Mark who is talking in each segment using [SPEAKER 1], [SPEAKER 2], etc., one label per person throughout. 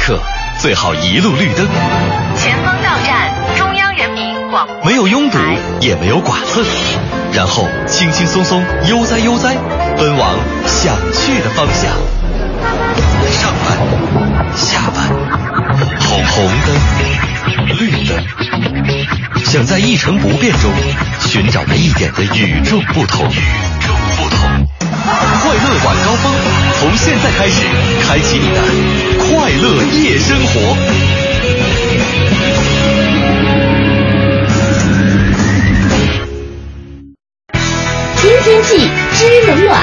[SPEAKER 1] 客，最好一路绿灯。
[SPEAKER 2] 前方到站中央人民广播
[SPEAKER 1] 没有拥堵
[SPEAKER 2] 电台，
[SPEAKER 1] 也没有剐蹭，然后轻轻松松、悠哉悠哉，奔往想去的方向。上班，下班，红红灯，绿灯，想在一成不变中寻找那一点的与众不同。与众不同，快乐晚高峰，从现在开始，开启你的快乐夜生活。
[SPEAKER 3] 听天气知冷暖。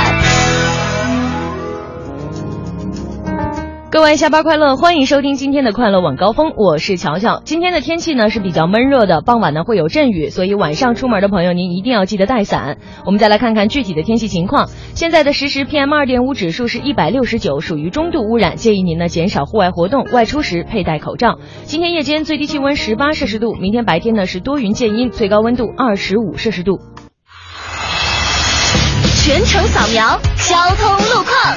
[SPEAKER 4] 各位下班快乐，欢迎收听今天的快乐晚高峰，我是乔乔。今天的天气呢是比较闷热的，傍晚呢会有阵雨，所以晚上出门的朋友您一定要记得带伞。我们再来看看具体的天气情况。现在的实时 PM 二点五指数是一百六十九，属于中度污染，建议您呢减少户外活动，外出时佩戴口罩。今天夜间最低气温十八摄氏度，明天白天呢是多云见阴，最高温度二十五摄氏度。
[SPEAKER 3] 全程扫描交通路况。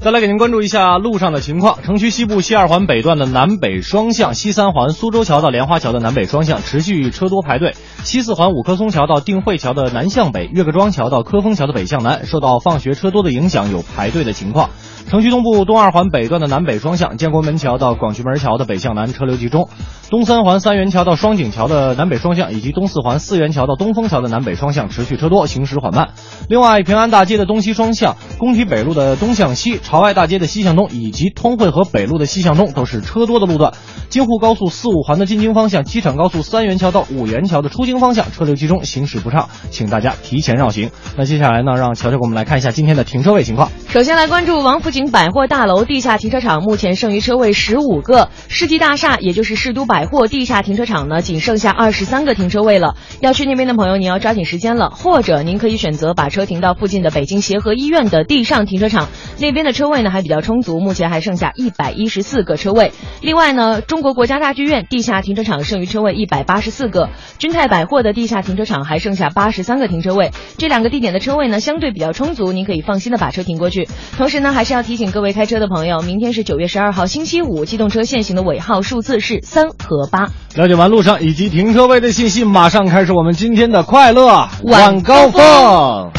[SPEAKER 5] 再来给您关注一下路上的情况。城区西部西二环北段的南北双向，西三环苏州桥到莲花桥的南北双向持续车多排队；西四环五棵松桥到定慧桥的南向北，岳各庄桥到科丰桥的北向南，受到放学车多的影响，有排队的情况。城区东部东二环北段的南北双向，建国门桥到广渠门桥的北向南车流集中；东三环三元桥到双井桥的南北双向，以及东四环四元桥到东风桥的南北双向持续车多，行驶缓慢。另外，平安大街的东西双向、工体北路的东向西、朝外大街的西向东，以及通惠河北路的西向东，都是车多的路段。京沪高速四五环的进京方向、机场高速三元桥到五元桥的出京方向车流集中，行驶不畅，请大家提前绕行。那接下来呢，让乔乔给我们来看一下今天的停车位情况。
[SPEAKER 4] 首先来关注王府井百货大楼地下停车场，目前剩余车位十五个，世纪大厦也就是世都百货地下停车场呢，仅剩下二十三个停车位了。要去那边的朋友，您要抓紧时间了，或者您可以选择把车停到附近的北京协和医院的地上停车场，那边的车位呢还比较充足，目前还剩下一百一十四个车位。另外呢，中国国家大剧院地下停车场剩余车位一百八十四个，君泰百货的地下停车场还剩下八十三个停车位。这两个地点的车位呢相对比较充足，您可以放心的把车停过去。同时呢，还是要提醒各位开车的朋友，明天是九月十二号星期五，机动车限行的尾号数字是三和八。
[SPEAKER 5] 了解完路上以及停车位的信息，马上开始我们今天的快乐
[SPEAKER 4] 晚高峰
[SPEAKER 5] 峰。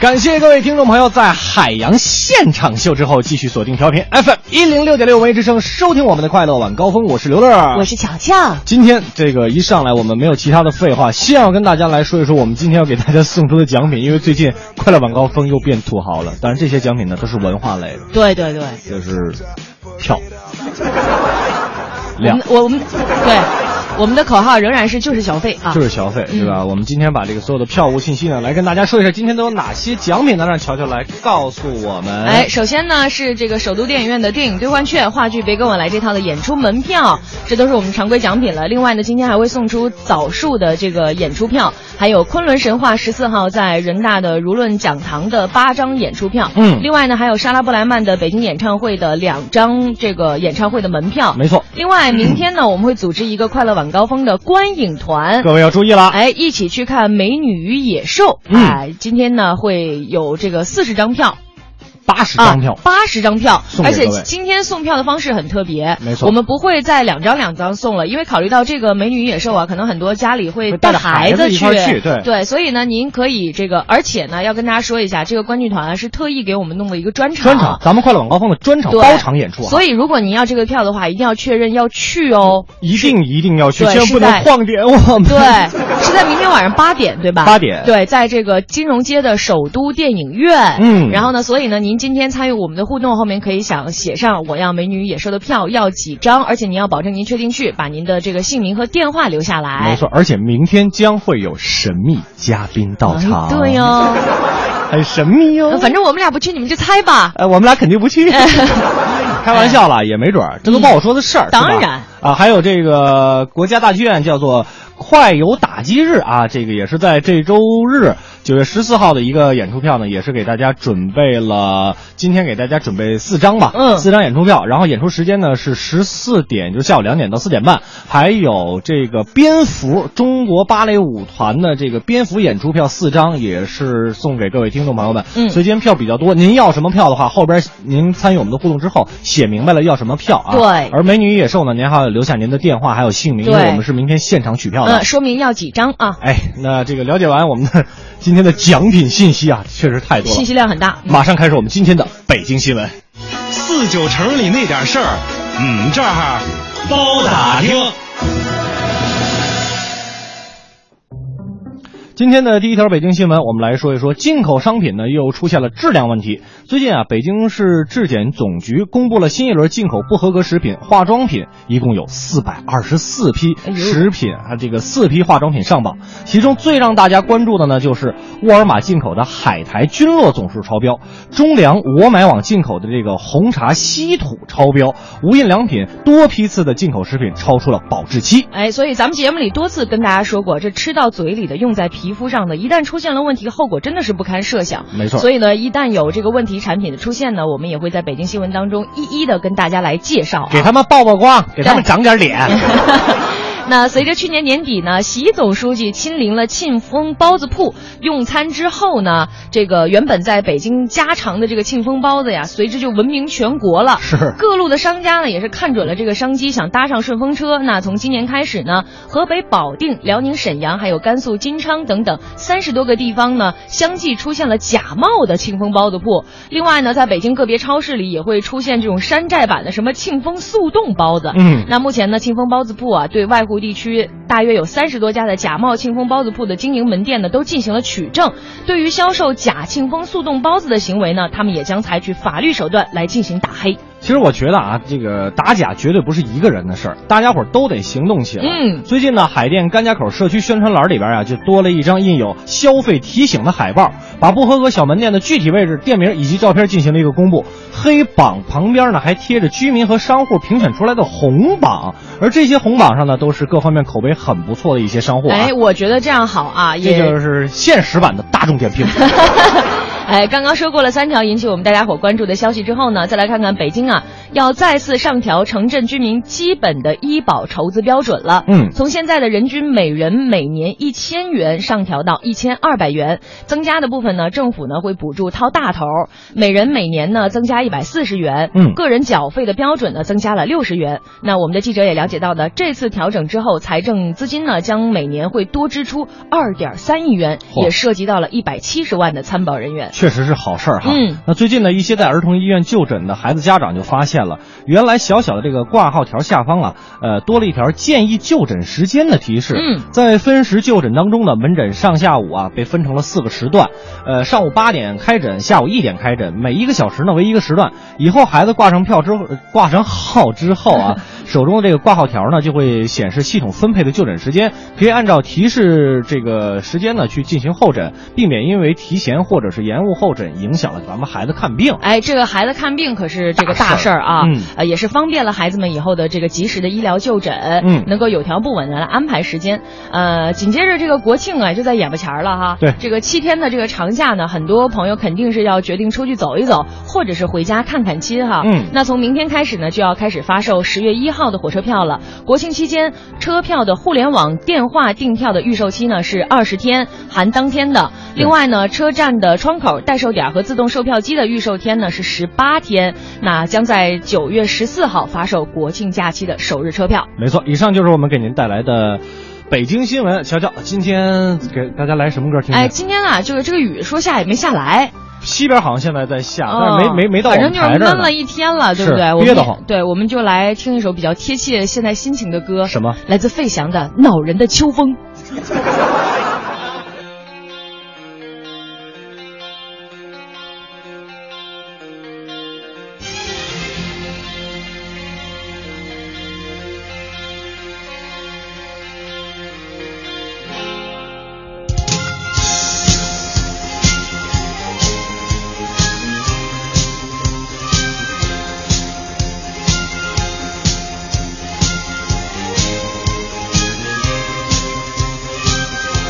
[SPEAKER 5] 感谢各位听众朋友在海洋现场秀之后继续锁定调频 FM 一零六点六文艺之声，收听我们的快乐晚高峰。我是刘乐，
[SPEAKER 4] 我是巧巧，
[SPEAKER 5] 今天这个一上来，我们没有其他的废话，先要跟大家来说一说我们今天要给大家送出的奖品，因为最近快乐晚高峰又变土豪了。当然，这些奖品呢都是文化类的，
[SPEAKER 4] 对对对，
[SPEAKER 5] 就是票，
[SPEAKER 4] 我
[SPEAKER 5] 两
[SPEAKER 4] 们我我们对我们的口号仍然是就是小费啊，
[SPEAKER 5] 就是消费，对吧？我们今天把这个所有的票务信息呢，来跟大家说一下，今天都有哪些奖品呢？让乔乔来告诉我们。
[SPEAKER 4] 哎，，首先呢是这个首都电影院的电影兑换券、话剧《别跟我来》这套的演出门票，这都是我们常规奖品了。另外呢，今天还会送出枣树的这个演出票，还有昆仑神话十四号在人大的儒论讲堂的八张演出票。
[SPEAKER 5] 嗯
[SPEAKER 4] 另外呢还有莎拉布莱曼的北京演唱会的两张这个演唱会的门票。
[SPEAKER 5] 没错，
[SPEAKER 4] 另外，明天呢我们会组织一个快乐晚高峰的观影团。
[SPEAKER 5] 各位要注意了。
[SPEAKER 4] 哎，一起去看《美女与野兽》
[SPEAKER 5] 嗯
[SPEAKER 4] 哎，今天呢会有这个四十张票，
[SPEAKER 5] 八十张票
[SPEAKER 4] 啊，，八十张票
[SPEAKER 5] 送，给
[SPEAKER 4] 而且
[SPEAKER 5] 各位
[SPEAKER 4] 今天送票的方式很特别，
[SPEAKER 5] 没错
[SPEAKER 4] 我们不会再两张两张送了，因为考虑到这个《美女与野兽》啊，可能很多家里会
[SPEAKER 5] 会带
[SPEAKER 4] 着
[SPEAKER 5] 着
[SPEAKER 4] 孩
[SPEAKER 5] 孩
[SPEAKER 4] 子
[SPEAKER 5] 子一块儿去对
[SPEAKER 4] 所以呢，您可以这个，而且呢，要跟大家说一下，这个观剧团啊是特意给我们弄了一个专场，
[SPEAKER 5] 专场，咱们快乐晚高峰的专场
[SPEAKER 4] 对
[SPEAKER 5] 包场演出啊，
[SPEAKER 4] 所以如果您要这个票的话，一定要确认要去哦，
[SPEAKER 5] 一定一定要去，
[SPEAKER 4] 对
[SPEAKER 5] 千万不
[SPEAKER 4] 是在
[SPEAKER 5] 能晃点我们。
[SPEAKER 4] 对，是在明天晚上八点，对吧？
[SPEAKER 5] 八点
[SPEAKER 4] 对，在这个金融街的首都电影院。
[SPEAKER 5] 嗯
[SPEAKER 4] 然后呢，所以呢，您今天参与我们的互动，后面可以想写上我要《美女与野兽》的票要几张，而且您要保证您确定去，把您的这个姓名和电话留下来。
[SPEAKER 5] 没错，而且明天将会有神秘嘉宾到场。
[SPEAKER 4] 哎对哟、
[SPEAKER 5] 很神秘哟、
[SPEAKER 4] 反正我们俩不去，你们就猜吧。
[SPEAKER 5] 哎，我们俩肯定不 去，开玩笑啦，也没准儿，这都不好说的事儿。是吧
[SPEAKER 4] 当然
[SPEAKER 5] 啊，还有这个国家大剧院叫做快游打击日啊，这个也是在这周日九月十四号的一个演出票呢，也是给大家准备了，今天给大家准备四张吧，
[SPEAKER 4] 嗯
[SPEAKER 5] 四张演出票，然后演出时间呢是十四点，就是下午两点到四点半，还有这个蝙蝠中国芭蕾舞团的这个蝙蝠演出票四张，也是送给各位听众朋友们。
[SPEAKER 4] 嗯
[SPEAKER 5] 所以今天票比较多，您要什么票的话，后边您参与我们的互动之后写明白了要什么票啊。
[SPEAKER 4] 对
[SPEAKER 5] 而美女与野兽呢，您还要留下您的电话还有姓名，因为
[SPEAKER 4] 对
[SPEAKER 5] 我们是明天现场取票的。
[SPEAKER 4] 嗯，说明要几张啊？
[SPEAKER 5] 哎，那这个了解完我们的今天的奖品信息啊，确实太多了。
[SPEAKER 4] 信息量很大。嗯
[SPEAKER 5] 马上开始我们今天的北京新闻。
[SPEAKER 6] 四九城里那点事儿，嗯，这儿包打听。
[SPEAKER 5] 今天的第一条北京新闻，我们来说一说进口商品呢又出现了质量问题。最近啊，北京市质检总局公布了新一轮进口不合格食品、化妆品，一共有四百二十四批
[SPEAKER 4] 哎呦
[SPEAKER 5] 食品啊，这个四批化妆品上榜。其中最让大家关注的呢，就是沃尔玛进口的海苔菌落总数超标，中粮我买网进口的这个红茶稀土超标，无印良品多批次的进口食品超出了保质期。
[SPEAKER 4] 哎，所以咱们节目里多次跟大家说过，这吃到嘴里的、用在皮肤上的，一旦出现了问题，后果真的是不堪设想。
[SPEAKER 5] 没错
[SPEAKER 4] 所以呢，一旦有这个问题产品的出现呢，我们也会在北京新闻当中一一的跟大家来介绍、啊。
[SPEAKER 5] 给他们曝曝光，给他们
[SPEAKER 4] 对
[SPEAKER 5] 长点脸。
[SPEAKER 4] 那随着去年年底呢，习总书记亲临了庆丰包子铺用餐之后呢，这个原本在北京家常的这个庆丰包子呀，随之就闻名全国了。
[SPEAKER 5] 是
[SPEAKER 4] 各路的商家呢，也是看准了这个商机，想搭上顺风车。那从今年开始呢，河北保定、辽宁沈阳，还有甘肃金昌等等三十多个地方呢，相继出现了假冒的庆丰包子铺。另外呢，在北京个别超市里也会出现这种山寨版的什么庆丰速冻包子。
[SPEAKER 5] 嗯
[SPEAKER 4] 那目前呢，庆丰包子铺啊，对外湖地区大约有三十多家的假冒庆丰包子铺的经营门店呢，都进行了取证。对于销售假庆丰速冻包子的行为呢，他们也将采取法律手段来进行打黑。
[SPEAKER 5] 其实我觉得啊，这个打假绝对不是一个人的事儿，大家伙儿都得行动起来。
[SPEAKER 4] 嗯
[SPEAKER 5] 最近呢，海淀甘家口社区宣传栏里边啊，就多了一张印有消费提醒的海报，把不合格小门店的具体位置、店名以及照片进行了一个公布。黑榜旁边呢，还贴着居民和商户评选出来的红榜，而这些红榜上呢，都是各方面口碑很不错的一些商户、啊。
[SPEAKER 4] 哎，我觉得这样好啊，
[SPEAKER 5] 这
[SPEAKER 4] 也
[SPEAKER 5] 就是现实版的大众点评。
[SPEAKER 4] 哎，刚刚说过了三条引起我们大家伙关注的消息之后呢，再来看看北京啊，要再次上调城镇居民基本的医保筹资标准了。
[SPEAKER 5] 嗯
[SPEAKER 4] 从现在的人均每人每年一千元上调到一千二百元，增加的部分呢，政府呢会补助掏大头，每人每年呢增加一百四十元。
[SPEAKER 5] 嗯
[SPEAKER 4] 个人缴费的标准呢增加了六十元。那我们的记者也了解到呢，这次调整之后，财政资金呢将每年会多支出二点三亿元，
[SPEAKER 5] 嚯
[SPEAKER 4] 也涉及到了一百七十万的参保人员。
[SPEAKER 5] 确实是好事儿哈。
[SPEAKER 4] 嗯
[SPEAKER 5] 那最近呢，一些在儿童医院就诊的孩子家长就发现了，原来小小的这个挂号条下方啊，呃，多了一条建议就诊时间的提示。
[SPEAKER 4] 嗯，
[SPEAKER 5] 在分时就诊当中呢，门诊上下午啊被分成了四个时段，呃，上午八点开诊，下午一点开诊，每一个小时呢为一个时段。以后孩子挂上票之后，呃挂上号之后 啊，手中的这个挂号条呢就会显示系统分配的就诊时间，可以按照提示这个时间呢去进行候诊，避免因为提前或者是延误候诊影响了咱们孩子看病。
[SPEAKER 4] 哎，这个孩子看病可是这个
[SPEAKER 5] 大
[SPEAKER 4] 大
[SPEAKER 5] 事
[SPEAKER 4] 事
[SPEAKER 5] 儿
[SPEAKER 4] 儿啊，
[SPEAKER 5] 嗯
[SPEAKER 4] 呃，也是方便了孩子们以后的这个及时的医疗就诊，
[SPEAKER 5] 嗯
[SPEAKER 4] 能够有条不紊的来安排时间。呃，紧接着这个国庆啊，就在眼巴前儿了哈。
[SPEAKER 5] 对
[SPEAKER 4] 这个七天的这个长假呢，很多朋友肯定是要决定出去走一走，或者是回家看看亲哈。
[SPEAKER 5] 嗯
[SPEAKER 4] 啊那从明天开始呢，就要开始发售十月一号的火车票了。国庆期间，车票的互联网电话订票的预售期呢是二十天，含当天的。另外呢，车站的窗口、代售点和自动售票机的预售天呢是十八天。那将在九月十四号发售国庆假期的首日车票。
[SPEAKER 5] 没错，以上就是我们给您带来的北京新闻。瞧瞧，今天给大家来什么歌听听？
[SPEAKER 4] 哎，今天啊，这个这个雨说下也没下来，
[SPEAKER 5] 西边好像现在在下，啊但
[SPEAKER 4] 哦
[SPEAKER 5] 是没、没没到我
[SPEAKER 4] 反
[SPEAKER 5] 们
[SPEAKER 4] 正就是
[SPEAKER 5] 台这儿
[SPEAKER 4] 闷
[SPEAKER 5] 呢
[SPEAKER 4] 了一天了，对不
[SPEAKER 5] 是
[SPEAKER 4] 对？我们
[SPEAKER 5] 憋得
[SPEAKER 4] 也
[SPEAKER 5] 慌
[SPEAKER 4] 对，我们就来听一首比较贴切现在心情的歌。
[SPEAKER 5] 什么？
[SPEAKER 4] 来自费翔的《恼人的秋风》。
[SPEAKER 5] 哦
[SPEAKER 7] 我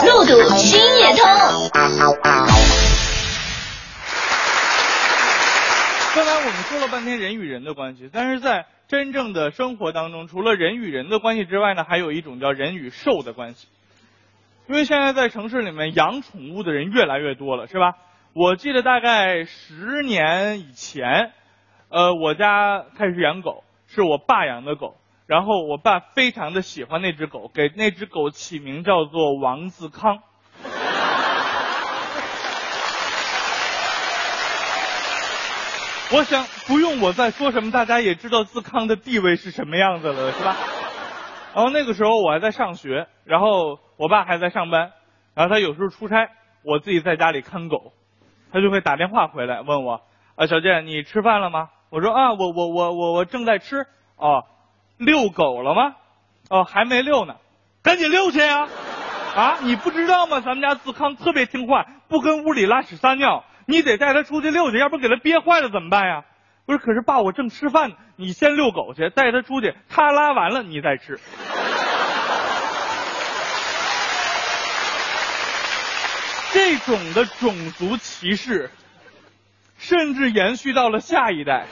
[SPEAKER 3] 速度新也通。
[SPEAKER 7] 刚才我们说了半天人与人的关系，但是在真正的生活当中，除了人与人的关系之外呢，还有一种叫人与兽的关系。因为现在在城市里面养宠物的人越来越多了，是吧？我记得大概十年以前，呃，我家开始养狗，是我爸养的狗，然后我爸非常的喜欢那只狗，给那只狗起名叫做王自康。我想不用我再说什么，大家也知道自康的地位是什么样子了，是吧？然后那个时候我还在上学，然后我爸还在上班，然后他有时候出差，我自己在家里看狗，他就会打电话回来问我啊，小健你吃饭了吗？我说啊，我我我我我正在吃哦，遛狗了吗？哦，还没遛呢，赶紧遛去呀、啊！你不知道吗？咱们家自康特别听话，不跟屋里拉屎撒尿，你得带他出去遛去，要不给他憋坏了怎么办呀？不是，可是爸，我正吃饭呢，你先遛狗去，带他出去，他拉完了你再吃。 这种的种族歧视，甚至延续到了下一代，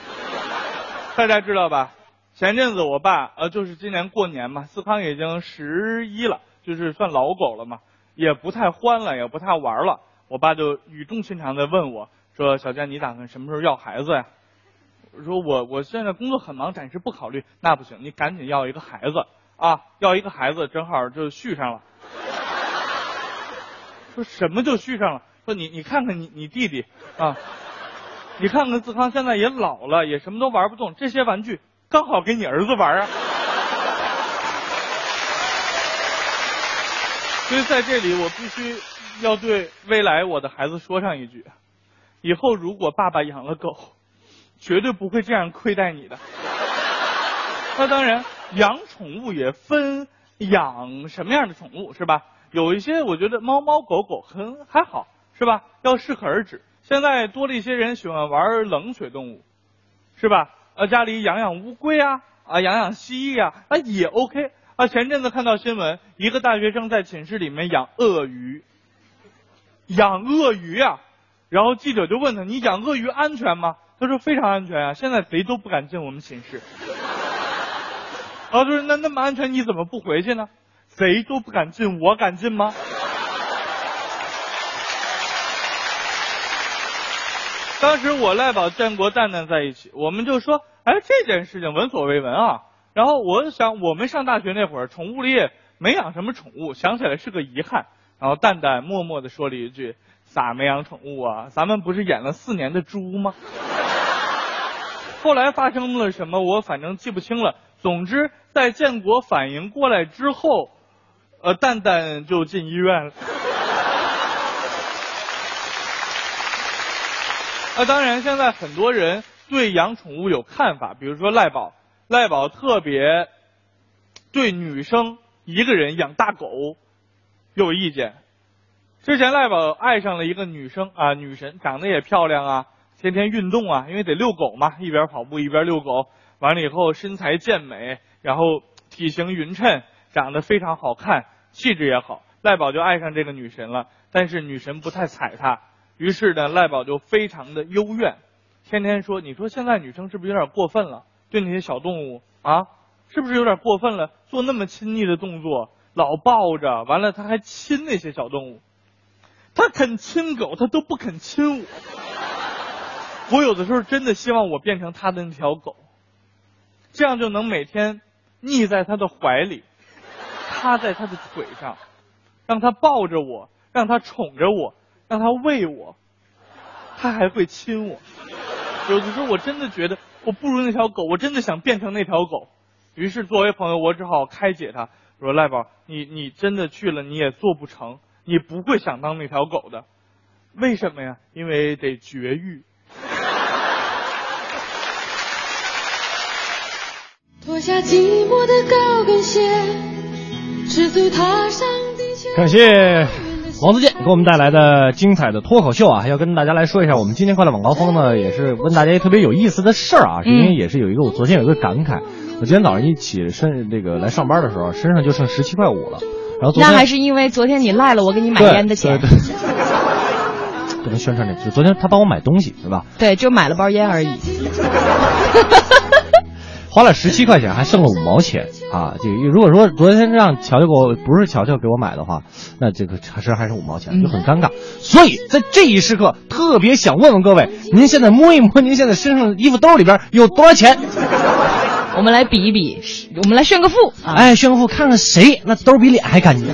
[SPEAKER 7] 大家知道吧？前阵子我爸呃，就是今年过年嘛，思康已经十一了，就是算老狗了嘛，也不太欢了，也不太玩了。我爸就语重心长的问我说：“小佳，你打算什么时候要孩子呀？”我说我我现在工作很忙，暂时不考虑。那不行，你赶紧要一个孩子啊！要一个孩子，正好就续上了。说什么就续上了？说你你看看你你弟弟啊，你看看自康现在也老了，也什么都玩不动，这些玩具刚好给你儿子玩啊。所以在这里，我必须要对未来我的孩子说上一句：以后如果爸爸养了狗，绝对不会这样亏待你的。 那当然，养宠物也分养什么样的宠物，是吧？有一些我觉得猫猫狗狗很还好，是吧？要适可而止。现在多了一些人喜欢玩冷血动物，是吧？呃，家里养养乌龟啊，啊，养养蜥蜴啊，啊也 OK。啊，前阵子看到新闻，一个大学生在寝室里面养鳄鱼，养鳄鱼啊，然后记者就问他：“你养鳄鱼安全吗？”他说：“非常安全啊，现在贼都不敢进我们寝室。”然后哦就是那那么安全，你怎么不回去呢？贼都不敢进，我敢进吗？当时我赖宝、建国、蛋蛋在一起，我们就说，哎，这件事情闻所未闻啊。然后我想，我们上大学那会儿，宠物里也没养什么宠物，想起来是个遗憾。然后蛋蛋默默地说了一句：“咋没养宠物啊？咱们不是演了四年的猪吗？” 后来发生了什么，我反正记不清了。总之，在建国反应过来之后，呃，蛋蛋就进医院了。啊，当然，现在很多人对养宠物有看法，比如说赖宝，赖宝特别对女生一个人养大狗有意见。之前赖宝爱上了一个女生啊，女神长得也漂亮啊，天天运动啊，因为得遛狗嘛，一边跑步一边遛狗，完了以后身材健美，然后体型匀称，长得非常好看，气质也好。赖宝就爱上这个女神了，但是女神不太睬他，于是呢，赖宝就非常的幽怨，天天说：“你说现在女生是不是有点过分了？对那些小动物啊，是不是有点过分了？做那么亲昵的动作，老抱着，完了他还亲那些小动物，他肯亲狗，他都不肯亲我。我有的时候真的希望我变成他的那条狗，这样就能每天腻在他的怀里，趴在他的腿上，让他抱着我，让他宠着我，让他喂我，他还会亲我。有的时候我真的觉得我不如那条狗，我真的想变成那条狗。于是作为朋友，我只好开解他，我说赖宝，你你真的去了，你也做不成，你不会想当那条狗的。为什么呀？因为得绝育。
[SPEAKER 8] 脱下寂寞的高跟鞋，赤足踏上地球。
[SPEAKER 5] 感谢王自健给我们带来的精彩的脱口秀啊，要跟大家来说一下，我们今天快乐晚高峰呢，也是问大家一个特别有意思的事儿
[SPEAKER 4] 嗯
[SPEAKER 5] 啊，是因为也是有一个呃我昨天有一个感慨，我今天早上一起身这个来上班的时候，身上就剩十七块五了。然后昨天
[SPEAKER 4] 那还是因为昨天你赖了我给你买
[SPEAKER 5] 对
[SPEAKER 4] 烟的钱，
[SPEAKER 5] 对对不能宣传这个，就昨天他帮我买东西是吧？
[SPEAKER 4] 对就买了包烟而已。
[SPEAKER 5] 花了十七块钱，还剩了五毛钱啊！这个如果说昨天让乔乔给我不是乔乔给我买的话，那这个还是还是五毛
[SPEAKER 4] 嗯
[SPEAKER 5] 钱，就很尴尬。所以在这一时刻，特别想问问各位，您现在摸一摸您现在身上的衣服兜里边有多少钱？
[SPEAKER 4] 我们来比一比，我们来炫个富啊！
[SPEAKER 5] 哎，炫富，看看谁那兜比脸还 干净，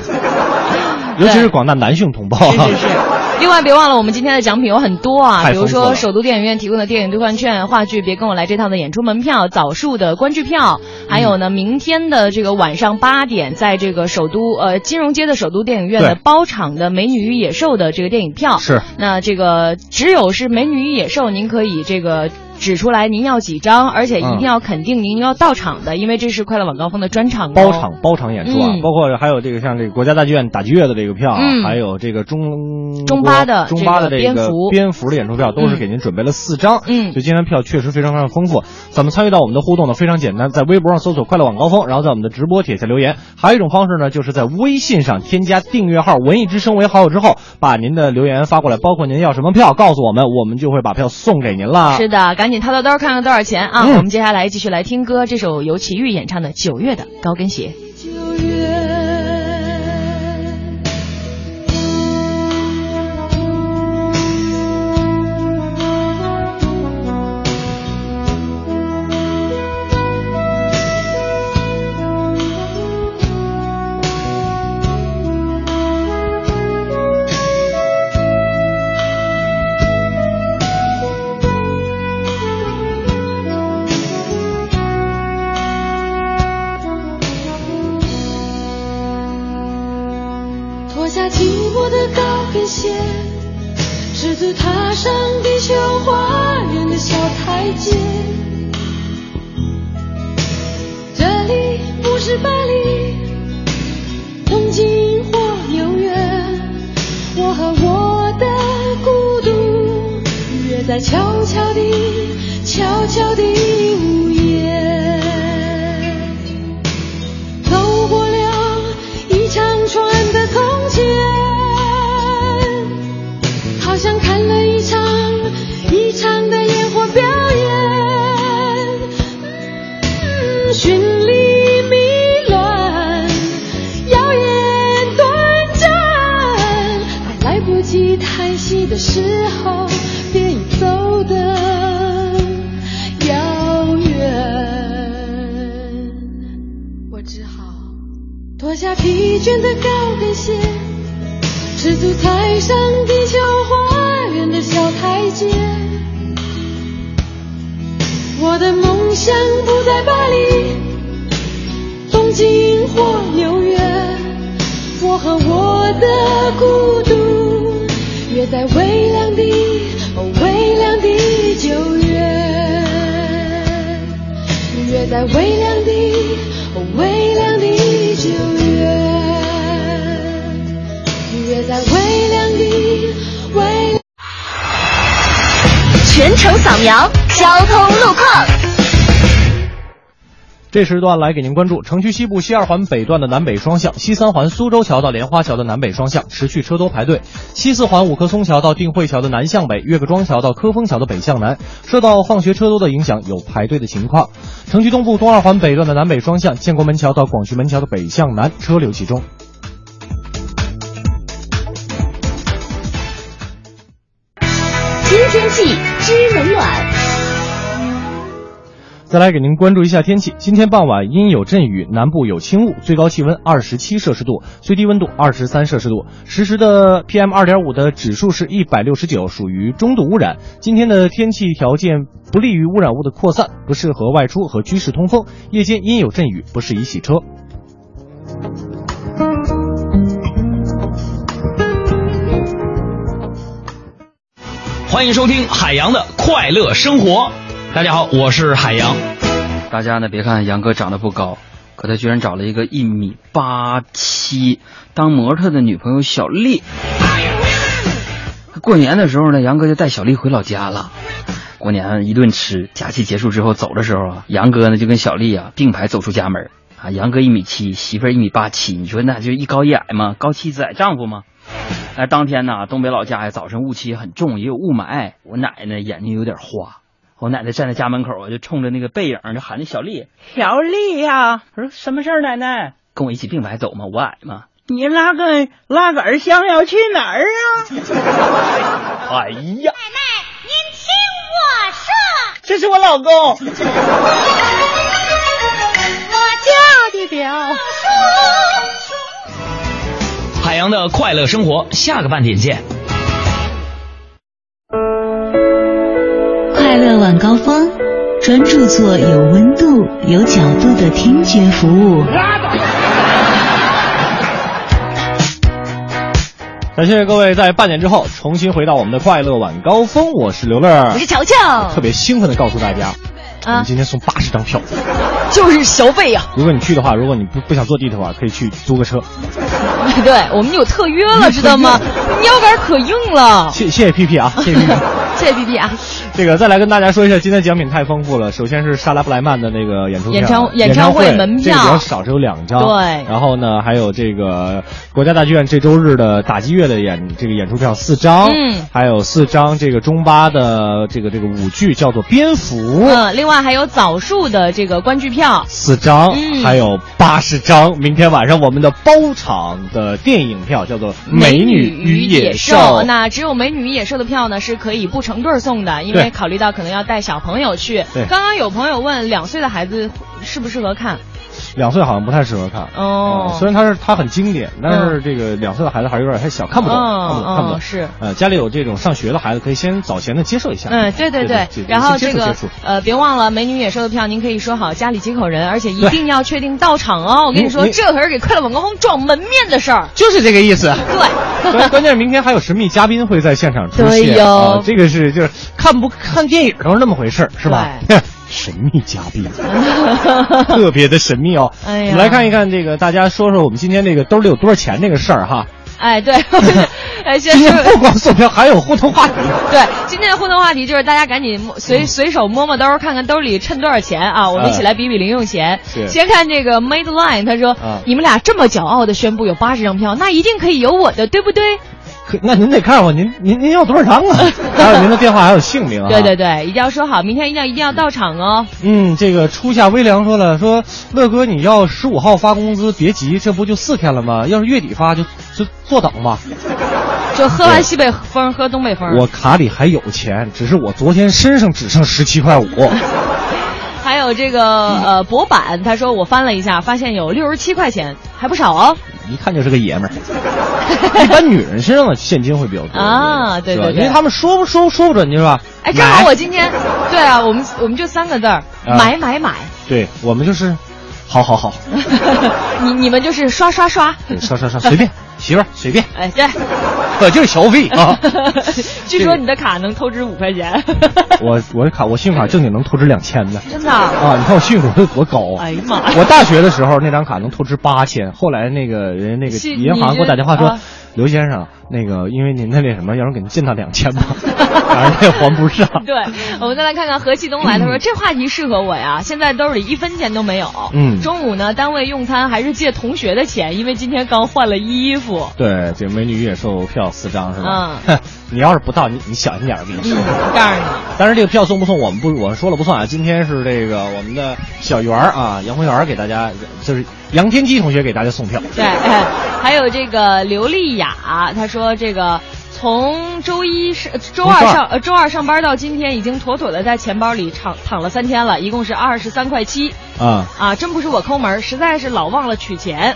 [SPEAKER 5] 尤其是广大男性同胞啊。
[SPEAKER 4] 是是是。另外，别忘了我们今天的奖品有很多啊，
[SPEAKER 5] 太
[SPEAKER 4] 比如
[SPEAKER 5] 丰富
[SPEAKER 4] 说
[SPEAKER 5] 了
[SPEAKER 4] 首都电影院提供的电影兑换券、话剧《别跟我来这套》的演出门票、早数的观剧票，还有呢，明天的这个晚上八点，在这个首都呃金融街的首都电影院的
[SPEAKER 5] 对
[SPEAKER 4] 包场的《美女与野兽》的这个电影票。
[SPEAKER 5] 是
[SPEAKER 4] 那这个只有是《美女与野兽》，您可以这个。指出来您要几张，而且一定
[SPEAKER 5] 嗯
[SPEAKER 4] 要肯定您要到场的，因为这是快乐晚高峰的专场、哦。
[SPEAKER 5] 包场包场演出啊，
[SPEAKER 4] 嗯
[SPEAKER 5] 包括还有这个像这个国家大剧院打剧院的这个票啊，
[SPEAKER 4] 嗯
[SPEAKER 5] 还有这个中
[SPEAKER 4] 中巴的
[SPEAKER 5] 中巴的
[SPEAKER 4] 这个
[SPEAKER 5] 这
[SPEAKER 4] 蝙
[SPEAKER 5] 个
[SPEAKER 4] 蝠
[SPEAKER 5] 蝙蝠的演出票，都是给您准备了四张。
[SPEAKER 4] 嗯
[SPEAKER 5] 所以今天票确实非常非常丰富。怎么参与到我们的互动呢？非常简单，在微博上搜索“快乐晚高峰”，然后在我们的直播帖下留言。还有一种方式呢，就是在微信上添加订阅号“文艺之声”为好友之后，把您的留言发过来，包括您要什么票，告诉我们，我们就会把票送给您啦。
[SPEAKER 4] 是的，赶紧掏掏兜儿看看多少钱啊！
[SPEAKER 5] 嗯
[SPEAKER 4] 我们接下来继续来听歌，这首由齐豫演唱的《九月的高跟鞋》。
[SPEAKER 9] 九月，脱下寂寞的高跟鞋，赤足踏上地球花园的小台阶。这里不是巴黎，东京或纽约，我和我的孤独约在悄悄地、悄悄地午夜。走过了一长串的从前，好像看了一场一场的烟火表演，嗯绚丽迷乱，耀眼短暂，还来不及叹息的时候，便已走得遥远。我只好脱下疲倦的高跟鞋，赤足踩上地球花园的小台阶。我的梦想不在巴黎、东京或纽约，我和我的孤独约在微凉的、哦微凉的九月。约在微凉的、哦微凉的九月，约在微凉的、微。
[SPEAKER 3] 全程扫描交通路况。
[SPEAKER 5] 这时段来给您关注城区西部西二环北段的南北双向，西三环苏州桥到莲花桥的南北双向持续车多排队；西四环五棵松桥到定慧桥的南向北，岳各庄桥到科丰桥的北向南，受到放学车多的影响，有排队的情况。城区东部东二环北段的南北双向，建国门桥到广渠门桥的北向南车流集中。
[SPEAKER 3] 新天气知冷暖，
[SPEAKER 5] 再来给您关注一下天气，今天傍晚阴有阵雨，南部有轻雾，最高气温二十七摄氏度，最低温度二十三摄氏度，实时的 PM 二点五的指数是一百六十九，属于中度污染。今天的天气条件不利于污染物的扩散，不适合外出和居室通风，夜间阴有阵雨，不适宜洗车。
[SPEAKER 10] 欢迎收听海洋的快乐生活。大家好，我是海洋。
[SPEAKER 11] 大家呢，别看杨哥长得不高，可他居然找了一个一米八七当模特的女朋友小丽。过年的时候呢，杨哥就带小丽回老家了。过年一顿吃，假期结束之后走的时候啊，杨哥呢就跟小丽啊并排走出家门，啊、啊，杨哥一米七，媳妇儿一米八七，你说那就一高一矮嘛，高妻子矮丈夫嘛。哎，当天呢，东北老家呀，早晨雾气很重，也有雾霾。我奶奶眼睛有点花，我奶奶站在家门口啊，就冲着那个背影就喊那小丽，小丽呀、我说什么事儿，奶奶？跟我一起并排走嘛，我矮嘛。你拉个拉杆箱要去哪儿啊？哎呀，
[SPEAKER 3] 您听我说，
[SPEAKER 11] 这是我老公。
[SPEAKER 3] 我家的表叔叔。
[SPEAKER 12] 海洋的快乐生活，下个半点见。
[SPEAKER 13] 快乐晚高峰，专注做有温度、有角度的听觉服务。
[SPEAKER 5] 感谢各位在半点之后重新回到我们的快乐晚高峰，我是刘乐，
[SPEAKER 4] 我是乔乔
[SPEAKER 5] 特别兴奋的告诉大家，我们
[SPEAKER 4] 啊，
[SPEAKER 5] 今天送八十张票。
[SPEAKER 4] 就是消费呀、
[SPEAKER 5] 如果你去的话，如果你不不想坐地铁的话，可以去租个车。
[SPEAKER 4] 对，我们有特约了，知道吗？腰杆可硬了。
[SPEAKER 5] 谢谢谢 P P 啊，谢谢 P P。
[SPEAKER 4] 谢谢弟弟啊，
[SPEAKER 5] 这个再来跟大家说一下，今天奖品太丰富了。首先是莎拉布莱曼的那个演出票
[SPEAKER 4] 演唱
[SPEAKER 5] 演
[SPEAKER 4] 演唱
[SPEAKER 5] 会
[SPEAKER 4] 会门票
[SPEAKER 5] 这个比较少，只有两张。
[SPEAKER 4] 对
[SPEAKER 5] 然后呢，还有这个国家大剧院这周日的打击乐的演这个演出票四张，
[SPEAKER 4] 嗯，
[SPEAKER 5] 还有四张这个中巴的这个这个舞剧叫做《蝙蝠》
[SPEAKER 4] 嗯，另外还有枣树的这个观剧票，
[SPEAKER 5] 四张，
[SPEAKER 4] 嗯
[SPEAKER 5] 还有八十张。明天晚上我们的包场的电影票叫做《美女与野兽》。
[SPEAKER 4] 那只有美女与野兽的票呢是可以不成对儿送的，因为
[SPEAKER 5] 对
[SPEAKER 4] 考虑到可能要带小朋友去。
[SPEAKER 5] 对
[SPEAKER 4] 刚刚有朋友问，两岁的孩子适不适合看？
[SPEAKER 5] 两岁好像不太适合看。
[SPEAKER 4] 哦
[SPEAKER 5] 嗯虽然它是它很经典，但是这个两岁的孩子还是有点太小，看不懂，
[SPEAKER 4] 嗯
[SPEAKER 5] 看不懂，看不懂。
[SPEAKER 4] 嗯是
[SPEAKER 5] 呃，家里有这种上学的孩子，可以先早前的接受一下。
[SPEAKER 4] 嗯，对对对
[SPEAKER 5] 对，
[SPEAKER 4] 然后这
[SPEAKER 5] 先接触
[SPEAKER 4] 个
[SPEAKER 5] 接触
[SPEAKER 4] 呃，别忘了美女与野兽的票，您可以说好家里几口人，而且一
[SPEAKER 5] 对
[SPEAKER 4] 定要确定到场哦。我跟你
[SPEAKER 5] 你
[SPEAKER 4] 说，
[SPEAKER 5] 你
[SPEAKER 4] 这可是给快乐晚高峰撞门面的事儿。
[SPEAKER 5] 就是这个意思。
[SPEAKER 4] 对，
[SPEAKER 5] 关关键是明天还有神秘嘉宾会在现场出现，
[SPEAKER 4] 对哟
[SPEAKER 5] 啊这个是就是看不看电影都是那么回事儿，是吧？ 神秘嘉 宾，特别的神秘哦。
[SPEAKER 4] 哎呀
[SPEAKER 5] 我们来看一看这个，大家说说我们今天这个兜里有多少钱这个事儿哈。
[SPEAKER 4] 哎， 对，哎，先
[SPEAKER 5] 今天
[SPEAKER 4] 说。
[SPEAKER 5] 不光送票，还有互动话题。
[SPEAKER 4] 对，今天的互动话题就是大家赶紧摸
[SPEAKER 5] 嗯
[SPEAKER 4] 随随手摸摸兜，看看兜里趁多少钱啊！我们一起来比比零用钱。
[SPEAKER 5] 哎是
[SPEAKER 4] 先看这个 Made Line，他说、
[SPEAKER 5] 啊
[SPEAKER 4] 你们俩这么骄傲的宣布有八十张票，那一定可以有我的，对不对？
[SPEAKER 5] 可那您得看我，您您您要多少张 啊？还有您的电话，还有姓名啊。
[SPEAKER 4] 对对对，一定要说好，明天一定要一定要到场哦。
[SPEAKER 5] 嗯，这个初夏微凉说了，说乐哥你要十五号发工资，别急，这不就四天了吗？要是月底发就就坐等吧。
[SPEAKER 4] 嗯就喝完西北风，喝东北风。
[SPEAKER 5] 我卡里还有钱，只是我昨天身上只剩十七 块五。
[SPEAKER 4] 还有这个
[SPEAKER 5] 嗯
[SPEAKER 4] 呃博板，他说我翻了一下，发现有六十七块钱，还不少哦。
[SPEAKER 5] 一看就是个爷 们儿。一般女人身上的现金会比较多
[SPEAKER 4] 啊对
[SPEAKER 5] 是吧
[SPEAKER 4] 对对
[SPEAKER 5] 因为他们说不说说不准，你是吧？
[SPEAKER 4] 哎，正好
[SPEAKER 5] 买
[SPEAKER 4] 我今天，对啊，我们我们就三个字儿，
[SPEAKER 5] 啊
[SPEAKER 4] 买买 买。
[SPEAKER 5] 对我们就是，好 好好，
[SPEAKER 4] 你你们就是刷刷刷。
[SPEAKER 5] 对刷刷刷，随便媳妇儿随便，
[SPEAKER 4] 哎，对。。
[SPEAKER 5] 我就是消费啊
[SPEAKER 4] 据说你的卡能透支五块钱。
[SPEAKER 5] 我我的卡，我信用卡正经能透支两千的
[SPEAKER 4] 真的啊。
[SPEAKER 5] 啊！你看我信用卡有多高啊！
[SPEAKER 4] 哎呀妈呀
[SPEAKER 5] 我大学的时候那张卡能透支八千，后来那个人那个
[SPEAKER 4] 是
[SPEAKER 5] 银行给我打电话
[SPEAKER 4] 你
[SPEAKER 5] 说
[SPEAKER 4] 是啊，
[SPEAKER 5] 刘先生，那个因为您的那什么，要不然给您进到两 千吧，反正也还不上。
[SPEAKER 4] 对，我们再来看看何其东
[SPEAKER 5] 嗯
[SPEAKER 4] 来，他说这话题适合我呀，现在兜里一分钱都没有。
[SPEAKER 5] 嗯
[SPEAKER 4] 中午呢，单位用餐还是借同学的钱，因为今天刚换了衣服。
[SPEAKER 5] 对，这个美女与野兽票四张是吧？
[SPEAKER 4] 嗯
[SPEAKER 5] 哼 你要是不到，你你小心点儿，我跟你
[SPEAKER 4] 嗯，
[SPEAKER 5] 说。
[SPEAKER 4] 我告诉你，
[SPEAKER 5] 但是这个票送不送，我们不，我说了不算啊。今天是这个我们的小圆儿啊，杨红圆儿给大家，就是杨天基同学给大家送票。
[SPEAKER 4] 对，哎 还有这个刘丽雅，她说这个。从周一上、呃周二
[SPEAKER 5] 从周二
[SPEAKER 4] 上、呃周二上班到今天，已经妥妥的在钱包里躺躺了三天了，一共是二十三块七。
[SPEAKER 5] 啊、
[SPEAKER 4] 啊，真不是我抠门儿，实在是老忘了取钱。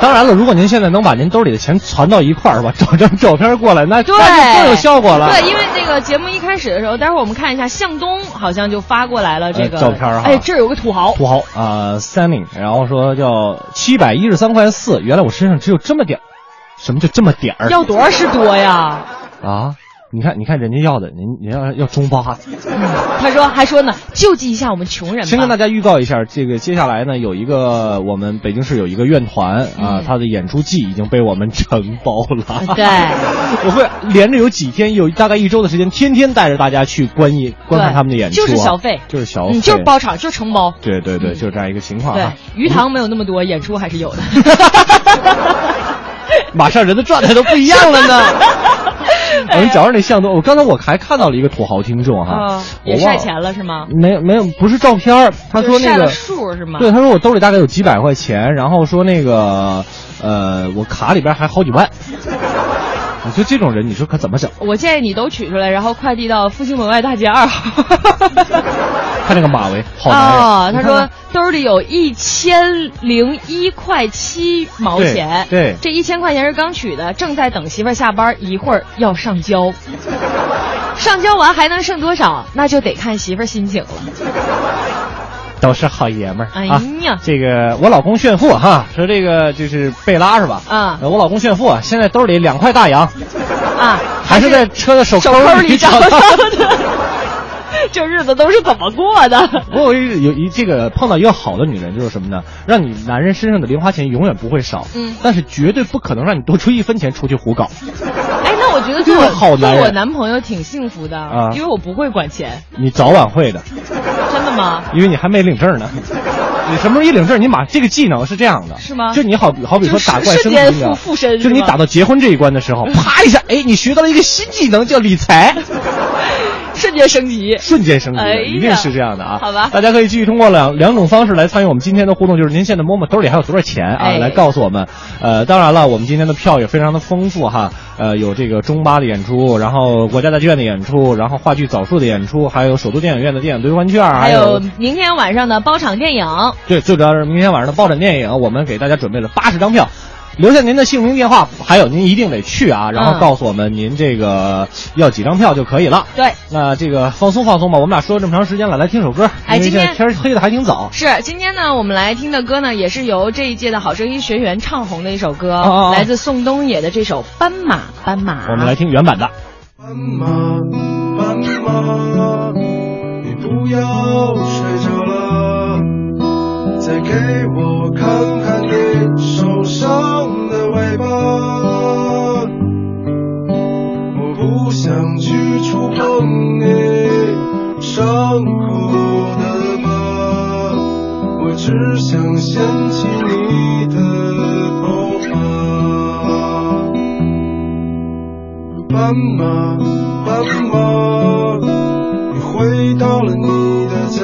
[SPEAKER 5] 当然了，如果您现在能把您兜里的钱攒到一块儿吧， 找张照片过来，那
[SPEAKER 4] 对，
[SPEAKER 5] 那就更有效果了。
[SPEAKER 4] 对，因为那个节目一开始的时候，待会儿我们看一下，向东好像就发过来了这个、
[SPEAKER 5] 呃照片儿哈
[SPEAKER 4] 哎，这儿有个土豪，
[SPEAKER 5] 土豪啊，Sunny，然后说叫七百一十三块四，原来我身上只有这么点儿，什么叫这么点儿
[SPEAKER 4] 要多少是多呀？
[SPEAKER 5] 啊？你看，你看人家要的，您您要要中巴，
[SPEAKER 4] 他说还说呢，救济一下我们穷人吧。
[SPEAKER 5] 先跟大家预告一下，这个接下来呢，有一个我们北京市有一个院团啊，他的演出季已经被我们承包 了。
[SPEAKER 4] 嗯呃对，
[SPEAKER 5] 我会连着有几天，有大概一周的时间，天天带着大家去观一观看他们的演出、
[SPEAKER 4] 就
[SPEAKER 5] 啊，
[SPEAKER 4] 是小费，
[SPEAKER 5] 就是小费，
[SPEAKER 4] 嗯，就是包场，嗯就是承 包。
[SPEAKER 5] 对对对，就是这样一个情况、
[SPEAKER 4] 对
[SPEAKER 5] 啊。，
[SPEAKER 4] 鱼塘没有那么多，演出还是有的。
[SPEAKER 5] 马上人的状态都不一样了 呢。我们脚上那像都，我刚才我还看到了一个土豪听众哈
[SPEAKER 4] 嗯，，
[SPEAKER 5] 啊我
[SPEAKER 4] 也
[SPEAKER 5] 忘
[SPEAKER 4] 晒
[SPEAKER 5] 了
[SPEAKER 4] 钱了是吗？
[SPEAKER 5] 没有没有，不是照片儿，他
[SPEAKER 4] 就是
[SPEAKER 5] 说那
[SPEAKER 4] 晒
[SPEAKER 5] 个
[SPEAKER 4] 了数是吗
[SPEAKER 5] 对，他说我兜里大概有几百块钱，然后说那个，呃，我卡里边还好几万。你说这种人，你说可怎么整？
[SPEAKER 4] 我建议你都取出来，然后快递到复兴门外大街二号。
[SPEAKER 5] 看那个马维，好男人。
[SPEAKER 4] 哦，
[SPEAKER 5] 你
[SPEAKER 4] 他
[SPEAKER 5] 看
[SPEAKER 4] 说兜里有一千零一块七毛钱，
[SPEAKER 5] 对对
[SPEAKER 4] 这一千块钱是刚取的，正在等媳妇儿下班，一会儿要上 交。上交完还能剩多少？那就得看媳妇儿心情了。
[SPEAKER 5] 都是好爷们儿。
[SPEAKER 4] 哎
[SPEAKER 5] 啊
[SPEAKER 4] 呀，
[SPEAKER 5] 这个我老公炫富哈，说这个就是贝拉是吧？
[SPEAKER 4] 啊
[SPEAKER 5] 呃我老公炫富，现在兜里两块大洋，
[SPEAKER 4] 啊，
[SPEAKER 5] 还是在车的手
[SPEAKER 4] 手
[SPEAKER 5] 儿
[SPEAKER 4] 抠里
[SPEAKER 5] 找
[SPEAKER 4] 找到
[SPEAKER 5] 到的。
[SPEAKER 4] 的。这日子都是怎么过的？
[SPEAKER 5] 我有一有一这个碰到一个好的女人就是什么呢？让你男人身上的零花钱永远不会少，
[SPEAKER 4] 嗯
[SPEAKER 5] 但是绝对不可能让你多出一分钱出去胡搞。
[SPEAKER 4] 哎，那我觉得
[SPEAKER 5] 这
[SPEAKER 4] 做
[SPEAKER 5] 个好男
[SPEAKER 4] 做
[SPEAKER 5] 人
[SPEAKER 4] 我男朋友挺幸福的，
[SPEAKER 5] 啊
[SPEAKER 4] 因为我不会管钱，
[SPEAKER 5] 你早晚会的，
[SPEAKER 4] 真的吗？
[SPEAKER 5] 因为你还没领证呢。你什么时候一领证，你马这个技能是这样的，
[SPEAKER 4] 是吗
[SPEAKER 5] 就你好比好比说
[SPEAKER 4] 就是
[SPEAKER 5] 打怪升
[SPEAKER 4] 瞬
[SPEAKER 5] 级
[SPEAKER 4] 间
[SPEAKER 5] 一样，
[SPEAKER 4] 附附身
[SPEAKER 5] 就是你
[SPEAKER 4] 是吗嗯
[SPEAKER 5] 打到结婚这一关的时候，啪一下，哎，你学到了一个新技能叫理财，
[SPEAKER 4] 瞬间升级，
[SPEAKER 5] 瞬间升级
[SPEAKER 4] 哎呀
[SPEAKER 5] 的，一定是这样的啊。
[SPEAKER 4] 好吧
[SPEAKER 5] 大家可以继续通过两两种方式来参与我们今天的互动，就是您现在摸摸兜里还有多少钱啊，
[SPEAKER 4] 哎
[SPEAKER 5] 来告诉我们。呃，当然了，我们今天的票也非常的丰富哈，呃，有这个中巴的演出，然后国家大剧院的演出，然后话剧早树的演出，还有首都电影院的电影兑换券，还
[SPEAKER 4] 啊还有明天晚上的包场电影，
[SPEAKER 5] 对，最主要是明天晚上的爆展电影，我们给大家准备了八十张票。留下您的姓名、电话，还有您一定得去啊，然后
[SPEAKER 4] 嗯
[SPEAKER 5] 告诉我们您这个要几张票就可以了。
[SPEAKER 4] 对，
[SPEAKER 5] 那这个放松放松吧，我们俩说了这么长时间了，来听首歌。
[SPEAKER 4] 哎
[SPEAKER 5] 因为
[SPEAKER 4] 今
[SPEAKER 5] 现在
[SPEAKER 4] 天
[SPEAKER 5] 天儿黑的还挺早。
[SPEAKER 4] 是今天呢，我们来听的歌呢，也是由这一届的好声音学员唱红的一首歌，
[SPEAKER 5] 哦哦
[SPEAKER 4] 来自宋冬野的这首《斑马斑马》。
[SPEAKER 5] 我们来听原版的。
[SPEAKER 14] 斑马，你不要睡着了，再给我看看你手上的尾巴。我不想去触碰你伤口的疤，我只想掀起你的头发。斑马，斑马，你回到了你的家，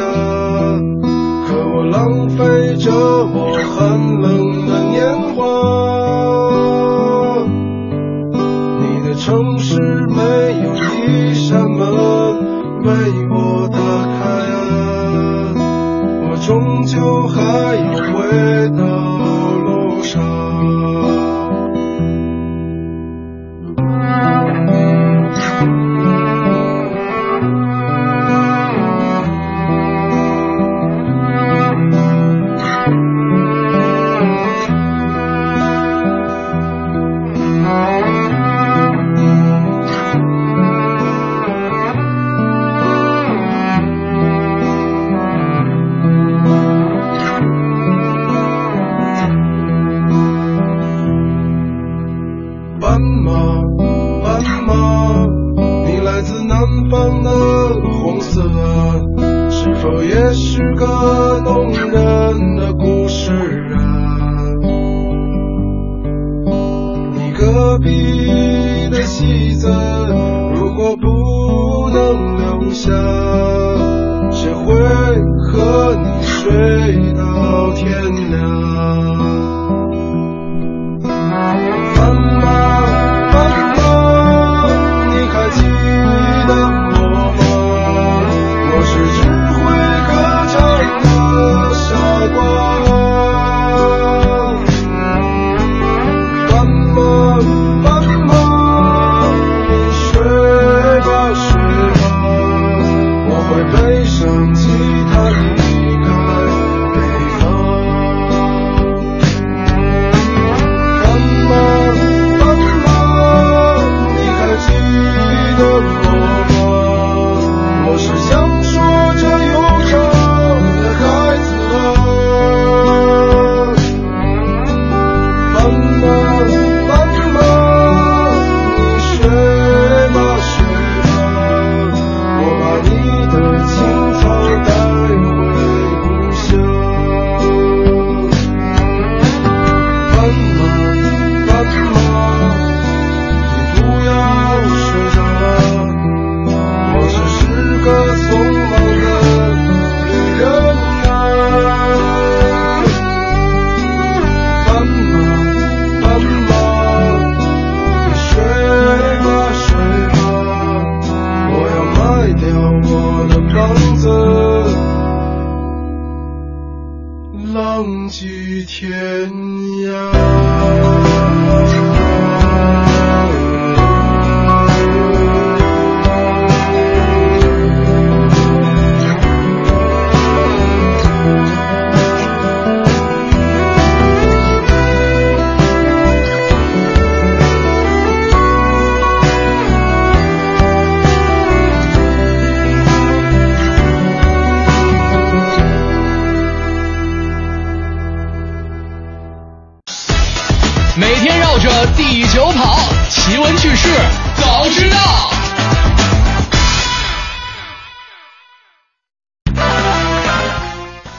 [SPEAKER 14] 可我浪费着我寒冷的年华。你的城市没有一扇门为我打开，我终究还要回到路上。斑马，斑马，你来自南方的红色，啊是否也是个动人的故事啊？你隔壁的戏子，如果不能留下，谁会和你睡到天亮？斑马，斑马，你还记得我吗？我是只会歌唱的傻瓜。斑马，斑马，你睡吧睡吧，我会背上吉他离开北方。斑马，斑马，
[SPEAKER 6] 去世，早知道。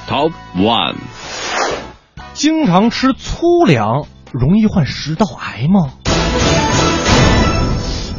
[SPEAKER 5] Top One，经常吃粗粮容易患食道癌吗？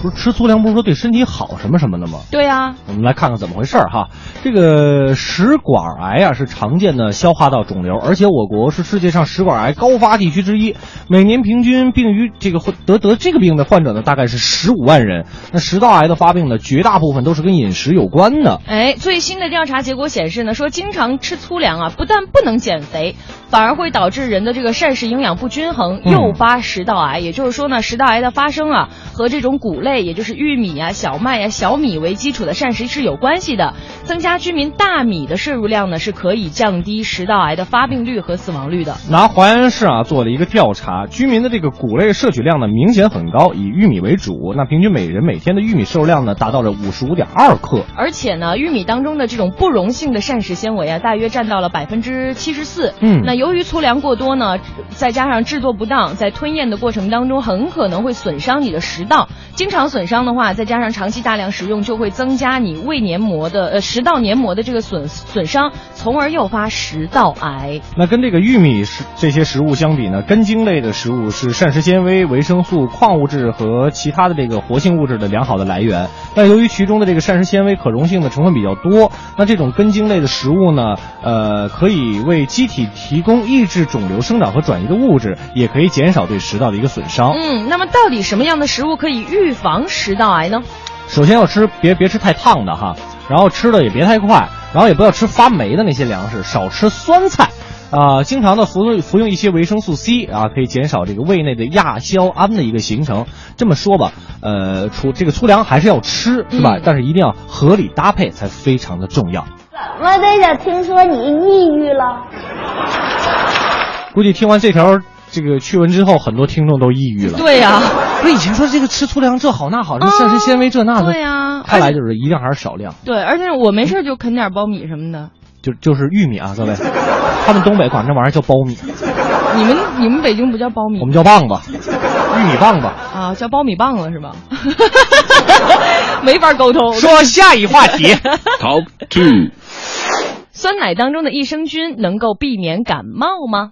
[SPEAKER 5] 不是吃粗粮不是说对身体好什么什么的吗？
[SPEAKER 4] 对啊呀、
[SPEAKER 5] 我们来看看怎么回事儿哈。这个食管癌啊是常见的消化道肿瘤，而且我国是世界上食管癌高发地区之一。每年平均病于这个患得得这个病的患者呢，大概是十五万人。那食道癌的发病呢，绝大部分都是跟饮食有关的。
[SPEAKER 4] 哎，最新的调查结果显示呢，说经常吃粗粮啊，不但不能减肥，反而会导致人的这个膳食营养不均衡，
[SPEAKER 5] 嗯
[SPEAKER 4] 诱发食道癌。也就是说呢，食道癌的发生啊，和这种谷类，也就是玉米啊、小麦呀、小米为基础的膳食是有关系的。增加居民大米的摄入量呢，是可以降低食道癌的发病率和死亡率的。
[SPEAKER 5] 拿淮安市啊做了一个调查，居民的这个谷类摄取量呢明显很高，以玉米为主，那平均每人每天的玉米摄入量呢达到了五十五点二克。
[SPEAKER 4] 而且呢，玉米当中的这种不溶性的膳食纤维啊，大约占到了百分之七十四。
[SPEAKER 5] 嗯
[SPEAKER 4] 那由于粗粮过多呢，再加上制作不当，在吞咽的过程当中，很可能会损伤你的食道。经常损伤的话，再加上长期大量食用，就会增加你胃黏膜的呃食道黏膜的这个损损伤，从而诱发食道癌。
[SPEAKER 5] 那跟这个玉米是这些食物相比呢，根茎类的食物是膳食纤维、维生素、矿物质和其他的这个活性物质的良好的来源。那由于其中的这个膳食纤维可溶性的成分比较多，那这种根茎类的食物呢，呃，可以为机体提供抑制肿瘤生长和转移的物质，也可以减少对食道的一个损伤。
[SPEAKER 4] 嗯，那么到底什么样的食物可以预防食道癌呢？
[SPEAKER 5] 首先要吃别别吃太烫的哈，然后吃的也别太快，然后也不要吃发霉的那些粮食，少吃酸菜。啊、经常的服用服用一些维生素 C 啊，可以减少这个胃内的亚硝胺的一个形成。这么说吧，呃，除这个粗粮还是要吃，是
[SPEAKER 4] 嗯
[SPEAKER 5] 吧？但是一定要合理搭配才非常的重要。
[SPEAKER 15] 怎么队长？听说你抑郁了？
[SPEAKER 5] 估计听完这条这个趣闻之后，很多听众都抑郁了。
[SPEAKER 4] 对呀、啊
[SPEAKER 5] 不是以前说这个吃粗粮这好那好，什么膳食纤维这那的，
[SPEAKER 4] 对呀
[SPEAKER 5] 看来就是一定还是少量。
[SPEAKER 4] 对，而且我没事就啃点苞米什么的。
[SPEAKER 5] 就就是玉米啊，各位，他们东北管这玩意儿叫苞米，
[SPEAKER 4] 你们你们北京不叫苞米
[SPEAKER 5] 我们叫棒子，玉米棒子。
[SPEAKER 4] 啊，叫苞米棒了是吧？ 没法沟通。
[SPEAKER 5] 说下一话题 ，Top Two，
[SPEAKER 4] 酸奶当中的益生菌能够避免感冒吗？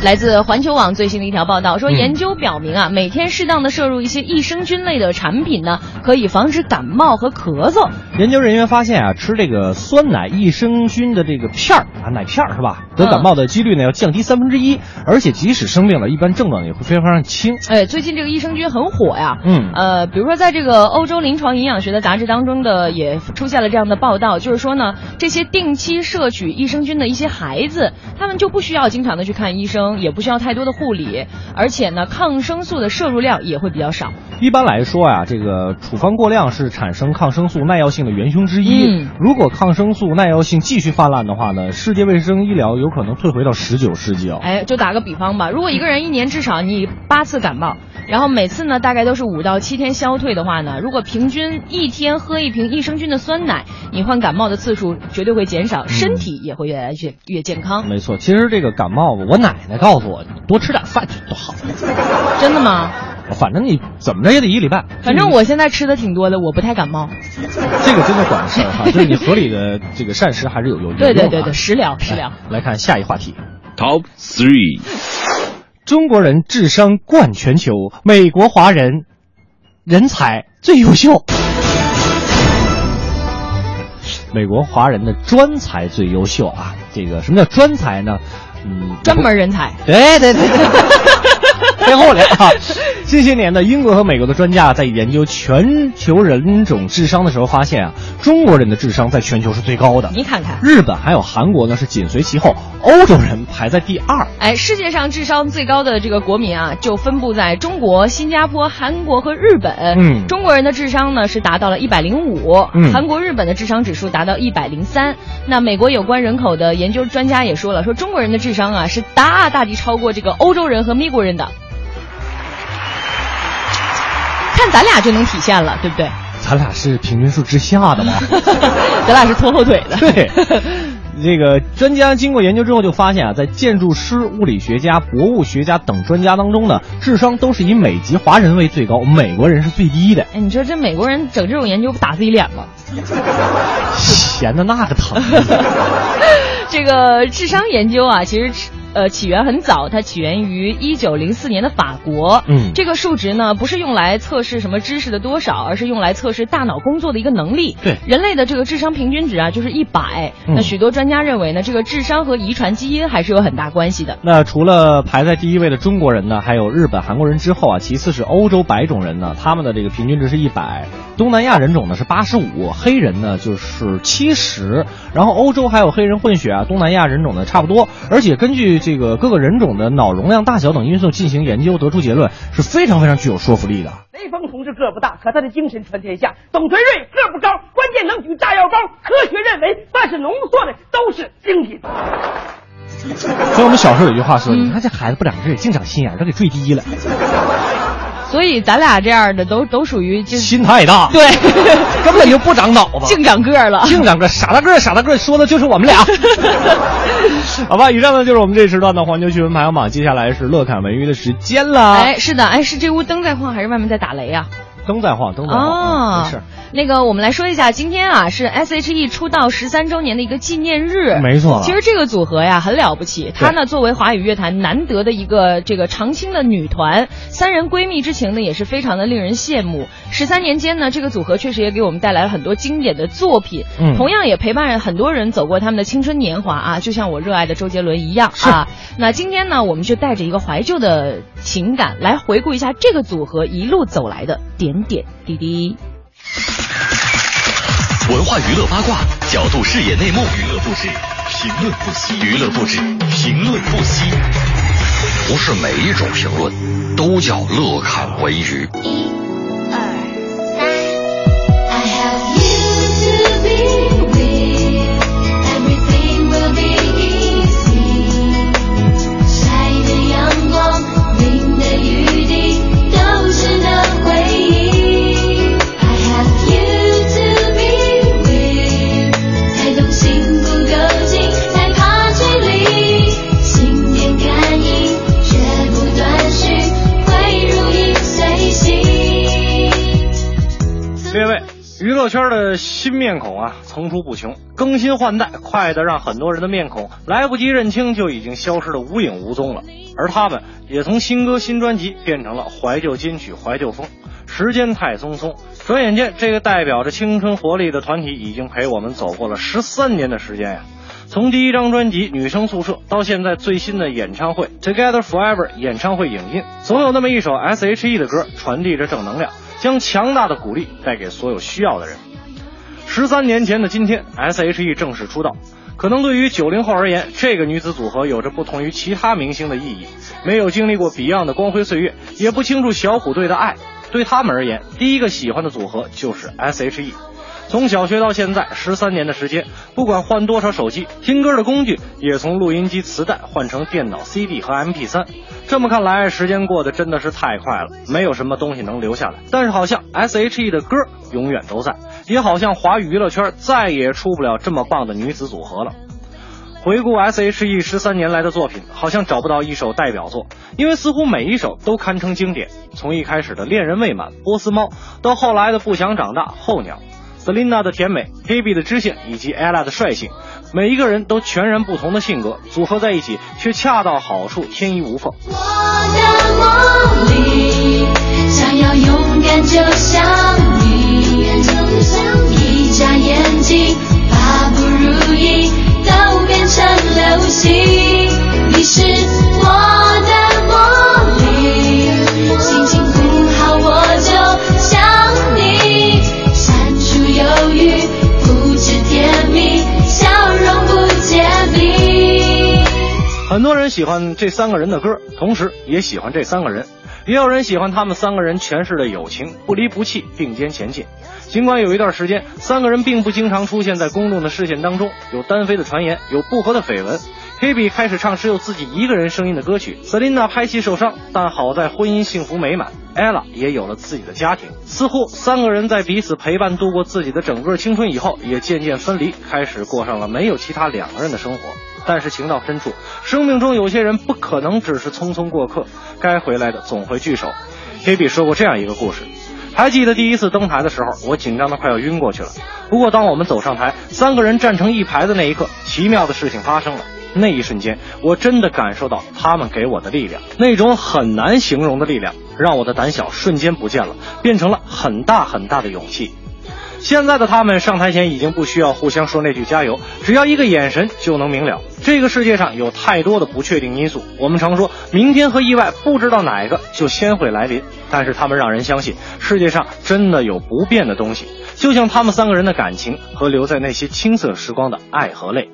[SPEAKER 4] 来自环球网最新的一条报道说，
[SPEAKER 16] 嗯
[SPEAKER 4] 研究表明啊，每天适当的摄入一些益生菌类的产品呢，可以防止感冒和咳嗽。
[SPEAKER 5] 研究人员发现啊，吃这个酸奶益生菌的这个片儿啊，奶片儿是吧？得感冒的几率呢要降低三分之一，而且即使生病了，一般症状也会非常轻。
[SPEAKER 4] 哎，最近这个益生菌很火呀。
[SPEAKER 5] 嗯
[SPEAKER 4] 呃，比如说在这个欧洲临床营养学的杂志当中的也出现了这样的报道，就是说呢，这些定期摄取益生菌的一些孩子，他们就不需要经常的去看医生，也不需要太多的护理，而且呢，抗生素的摄入量也会比较少。
[SPEAKER 5] 一般来说啊，这个处方过量是产生抗生素耐药性的元凶之一。如果抗生素耐药性继续泛滥的话呢，世界卫生医疗有可能退回到十九世纪哦。
[SPEAKER 4] 哎，就打个比方吧，如果一个人一年至少你八次感冒，然后每次呢大概都是五到七天消退的话呢，如果平均一天喝一瓶益生菌的酸奶，你患感冒的次数绝对会减少，身体也会越来越越健康。
[SPEAKER 5] 没错，其实这个感冒吧，我奶奶告诉我，你多吃点饭就多好。
[SPEAKER 4] 真的吗？
[SPEAKER 5] 反正你怎么着也得一个礼拜。
[SPEAKER 4] 反正我现在吃的挺多的，我不太感冒。
[SPEAKER 5] 这个真的管事儿 哈，就是你合理的这个膳食还是有有有用
[SPEAKER 4] 对
[SPEAKER 5] 的。
[SPEAKER 4] 对对对，食疗食疗。
[SPEAKER 5] 来看下一话题，Top Three，中国人智商冠全球，美国华人人才最优秀。美国华人的专才最优秀啊！这个什么叫专才呢？嗯，
[SPEAKER 4] 专门人才。
[SPEAKER 5] 哎对对对对， 背后脸啊！近些年呢，英国和美国的专家在研究全球人种智商的时候发现啊，中国人的智商在全球是最高的。
[SPEAKER 4] 你看看，
[SPEAKER 5] 日本还有韩国呢是紧随其后，欧洲人排在第二。
[SPEAKER 4] 哎，世界上智商最高的这个国民啊，就分布在中国、新加坡、韩国和日本。
[SPEAKER 5] 嗯
[SPEAKER 4] 中国人的智商呢是达到了一百零五，
[SPEAKER 16] 嗯
[SPEAKER 4] 韩国、日本的智商指数达到一百零三。那美国有关人口的研究专家也说了，说中国人的智商啊是大大地超过这个欧洲人和美国人的。看咱俩就能体现了，对不 对？
[SPEAKER 5] 咱俩是平均数之下的吗？
[SPEAKER 4] 咱俩是拖后腿的。
[SPEAKER 5] 对，这个专家经过研究之后就发现啊，在建筑师、物理学家、博物学家等专家当中呢，智商都是以美籍华人为最高，美国人是最低的。
[SPEAKER 4] 哎，你说这美国人整这种研究不打自己脸吗？
[SPEAKER 5] 闲的那个疼。
[SPEAKER 4] 这个智商研究啊，其实呃起源很早，它起源于一九零四年的法国。
[SPEAKER 5] 嗯
[SPEAKER 4] 这个数值呢，不是用来测试什么知识的多少，而是用来测试大脑工作的一个能力。
[SPEAKER 5] 对
[SPEAKER 4] 人类的这个智商平均值啊，就是一百、
[SPEAKER 5] 嗯
[SPEAKER 4] 那许多专家认为呢，这个智商和遗传基因还是有很大关系的。
[SPEAKER 5] 那除了排在第一位的中国人呢，还有日本、韩国人之后啊，其次是欧洲白种人呢，他们的这个平均值是一百，东南亚人种呢是八十五，黑人呢就是七十，然后欧洲还有黑人混血啊，东南亚人种呢差不多，而且根据这个各个人种的脑容量大小等因素进行研究，得出结论是非常非常具有说服力的。
[SPEAKER 16] 雷锋同志个儿不大，可他的精神传天下。董存瑞个儿不高，关键能举炸药包。科学认为，凡是浓缩的都是精品。
[SPEAKER 5] 所以我们小时候有句话说，你看这孩子不长智，净长心眼儿，都给坠低了。
[SPEAKER 4] 所以咱俩这样的都都属于就是
[SPEAKER 5] 心太大
[SPEAKER 4] 对，
[SPEAKER 5] 根本就不长脑子，
[SPEAKER 4] 净长个儿了。
[SPEAKER 5] 净长个儿傻大个儿傻大个儿，说的就是我们 俩。好吧，以上呢就是我们这时段的黄牛趣闻排行榜，接下来是乐侃文娱的时间了。
[SPEAKER 4] 哎，是的，哎，是这屋灯在晃还是外面在打雷啊？
[SPEAKER 5] 灯在晃，灯在晃，
[SPEAKER 4] 哦，
[SPEAKER 5] 嗯没事儿。
[SPEAKER 4] 那个，我们来说一下，今天啊是 S.H.E 出道十三周年的一个纪念日，
[SPEAKER 5] 没错
[SPEAKER 4] 其实这个组合呀很了不起，她呢作为华语乐坛难得的一个这个常青的女团，三人闺蜜之情呢也是非常的令人羡慕。十三年间呢，这个组合确实也给我们带来了很多经典的作品，
[SPEAKER 9] 嗯
[SPEAKER 4] 同样也陪伴着很多人走过他们的青春年华啊，就像我热爱的周杰伦一样啊。那今天呢，我们就带着一个怀旧的情感来回顾一下这个组合一路走来的点点滴滴。
[SPEAKER 1] 文化娱乐八卦，角度视野内幕，娱乐不止，评论不息，娱乐不止，评论不息。不是每一种评论都叫乐侃文娱。
[SPEAKER 5] 列位，娱乐圈的新面孔啊，层出不穷，更新换代快得让很多人的面孔来不及认清，就已经消失的无影无踪了。而他们也从新歌、新专辑变成了怀旧金曲、怀旧风。时间太匆匆，转眼间，这个代表着青春活力的团体已经陪我们走过了十三年的时间呀、从第一张专辑《女生宿舍》到现在最新的演唱会《Together Forever》演唱会影印，总有那么一首 S.H.E 的歌传递着正能量，将强大的鼓励带给所有需要的人。十三年前的今天，S.H.E 正式出道。可能对于九零后而言，这个女子组合有着不同于其他明星的意义。没有经历过 Beyond 的光辉岁月，也不清楚小虎队的爱。对他们而言，第一个喜欢的组合就是 S.H.E。从小学到现在，十三年的时间，不管换多少手机，听歌的工具也从录音机、磁带换成电脑、CD 和 MP3。这么看来，时间过得真的是太快了，没有什么东西能留下来。但是好像 S.H.E 的歌永远都在，也好像华语娱乐圈再也出不了这么棒的女子组合了。回顾 S.H.E 十三年来的作品，好像找不到一首代表作，因为似乎每一首都堪称经典。从一开始的《恋人未满》《波斯猫》，到后来的《不想长大》《候鸟》，Selina 的甜美，Hebe 的知性，以及 Ella 的率性，每一个人都全然不同的性格组合在一起，却恰到好处，天衣无缝。
[SPEAKER 9] 想要勇敢就像你，一眨眼睛，把不如意都变成流星。你是我的魔力，心情不好我就想你，删除忧郁，不知甜蜜，笑容不揭秘。
[SPEAKER 5] 很多人喜欢这三个人的歌，同时也喜欢这三个人，也有人喜欢他们三个人诠释的友情，不离不弃，并肩前进。尽管有一段时间，三个人并不经常出现在公众的视线当中，有单飞的传言，有不和的绯闻， Hebe 开始唱只有自己一个人声音的歌曲，Selina 拍戏受伤，但好在婚姻幸福美满，Ella 也有了自己的家庭。似乎三个人在彼此陪伴度过自己的整个青春以后，也渐渐分离，开始过上了没有其他两个人的生活。但是情到深处，生命中有些人不可能只是匆匆过客，该回来的总会聚首。Hebe 说过这样一个故事。还记得第一次登台的时候，我紧张的快要晕过去了。不过当我们走上台，三个人站成一排的那一刻，奇妙的事情发生了。那一瞬间，我真的感受到他们给我的力量，那种很难形容的力量，让我的胆小瞬间不见了，变成了很大很大的勇气。现在的他们上台前已经不需要互相说那句加油，只要一个眼神就能明了。这个世界上有太多的不确定因素，我们常说明天和意外不知道哪一个就先会来临，但是他们让人相信世界上真的有不变的东西，就像他们三个人的感情和留在那些青涩时光的爱和泪。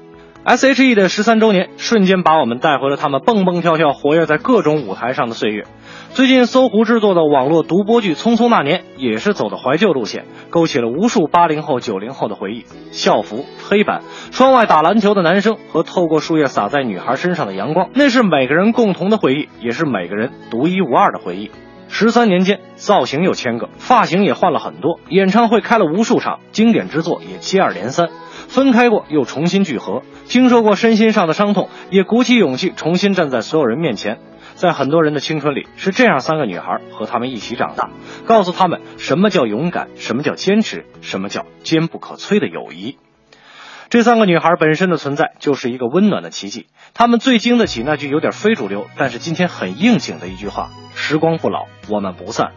[SPEAKER 5] S.H.E E 的十三周年瞬间把我们带回了他们蹦蹦跳跳、活跃在各种舞台上的岁月。最近搜狐制作的网络独播剧《匆匆那年》也是走的怀旧路线，勾起了无数八零后、九零后的回忆。校服、黑板、窗外打篮球的男生和透过树叶洒在女孩身上的阳光，那是每个人共同的回忆，也是每个人独一无二的回忆。十三年间，造型有千个，发型也换了很多，演唱会开了无数场，经典之作也接二连三。分开过又重新聚合，经受过身心上的伤痛，也鼓起勇气重新站在所有人面前。在很多人的青春里，是这样三个女孩和他们一起长大，告诉他们什么叫勇敢，什么叫坚持，什么叫坚不可摧的友谊。这三个女孩本身的存在就是一个温暖的奇迹，她们最经得起那句有点非主流，但是今天很应景的一句话：时光不老，我们不散。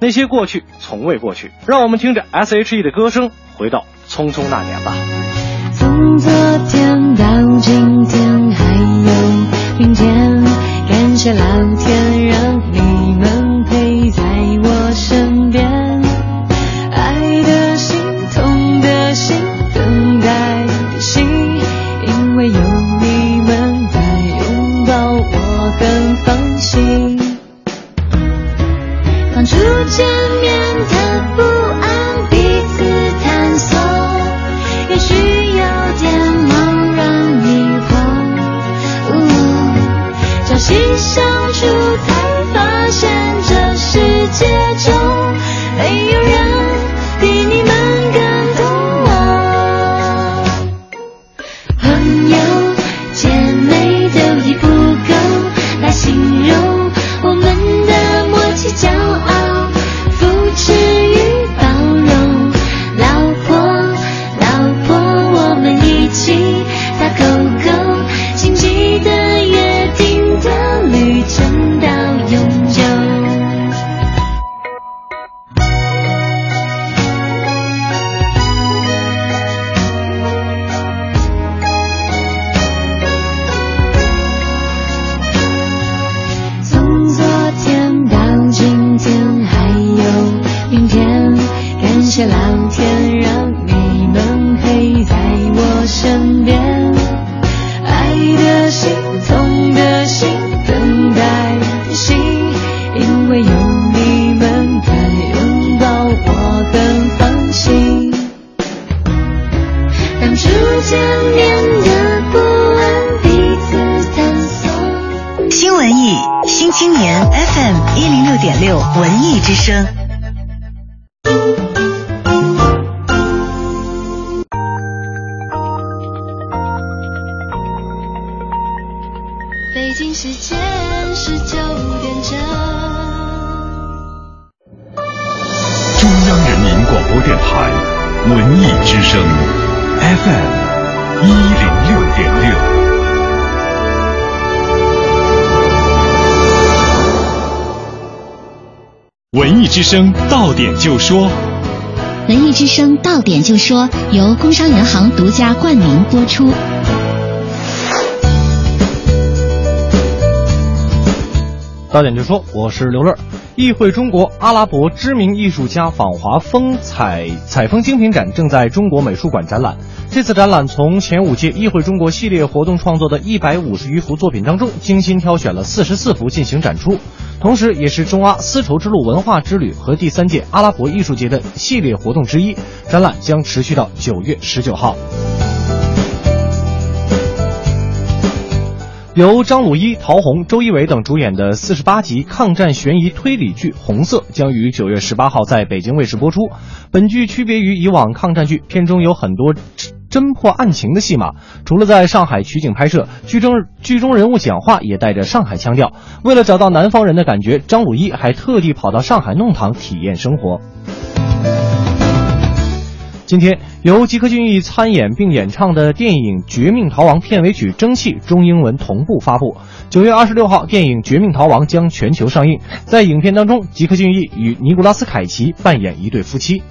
[SPEAKER 5] 那些过去从未过去，让我们听着 S.H.E 的歌声，回到匆匆那年吧。
[SPEAKER 9] 从昨天到今天，还有明天，感谢老天让你们陪在我身边。爱的心，痛的心，等待的心，因为有你们的拥抱，我很放心。当初见面的不安，彼此探索，也许有点茫然迷惑。哦朝夕相处，才发现这世界中没有人比你们更懂我。朋友、姐妹都已不够来形容我们的默契、骄傲、扶持与包容。老婆，老婆，我们一起打勾勾，请记得约定的旅程到永久。从昨天到今天，还有明天，感谢老天让你们陪在我身边。爱的心，痛的心，等待的心，因为有你们的拥抱，我很放心。当初见面的不安，彼此探索。
[SPEAKER 13] 新文艺新青年 FM 一零六点六文艺之声。
[SPEAKER 9] 北京时间十九点整。
[SPEAKER 17] 中央人民广播电台文艺之声，FM 一零六点六。文艺之声到点就说，
[SPEAKER 13] 文艺之声到点就说，由工商银行独家冠名播出。
[SPEAKER 18] 到点就说，我是刘乐。议会中国阿拉伯知名艺术家访华风采采风精品展正在中国美术馆展览。这次展览从前五届议会中国系列活动创作的一百五十余幅作品当中，精心挑选了四十四幅进行展出，同时也是中阿丝绸之路文化之旅和第三届阿拉伯艺术节的系列活动之一。展览将持续到九月十九号。
[SPEAKER 5] 由张鲁一、陶虹、周一围等主演的四十八集抗战悬疑推理剧《红色》将于九月十八号在北京卫视播出。本剧区别于以往抗战剧，片中有很多侦破案情的戏码。除了在上海取景拍摄，剧中剧中人物讲话也带着上海腔调。为了找到南方人的感觉，张鲁一还特地跑到上海弄堂体验生活。今天由吉克隽逸参演并演唱的电影《绝命逃亡》片尾曲《蒸汽》中英文同步发布。九月二十六号，电影《绝命逃亡》将全球上映。在影片当中，吉克隽逸与尼古拉斯凯奇扮演一对夫妻。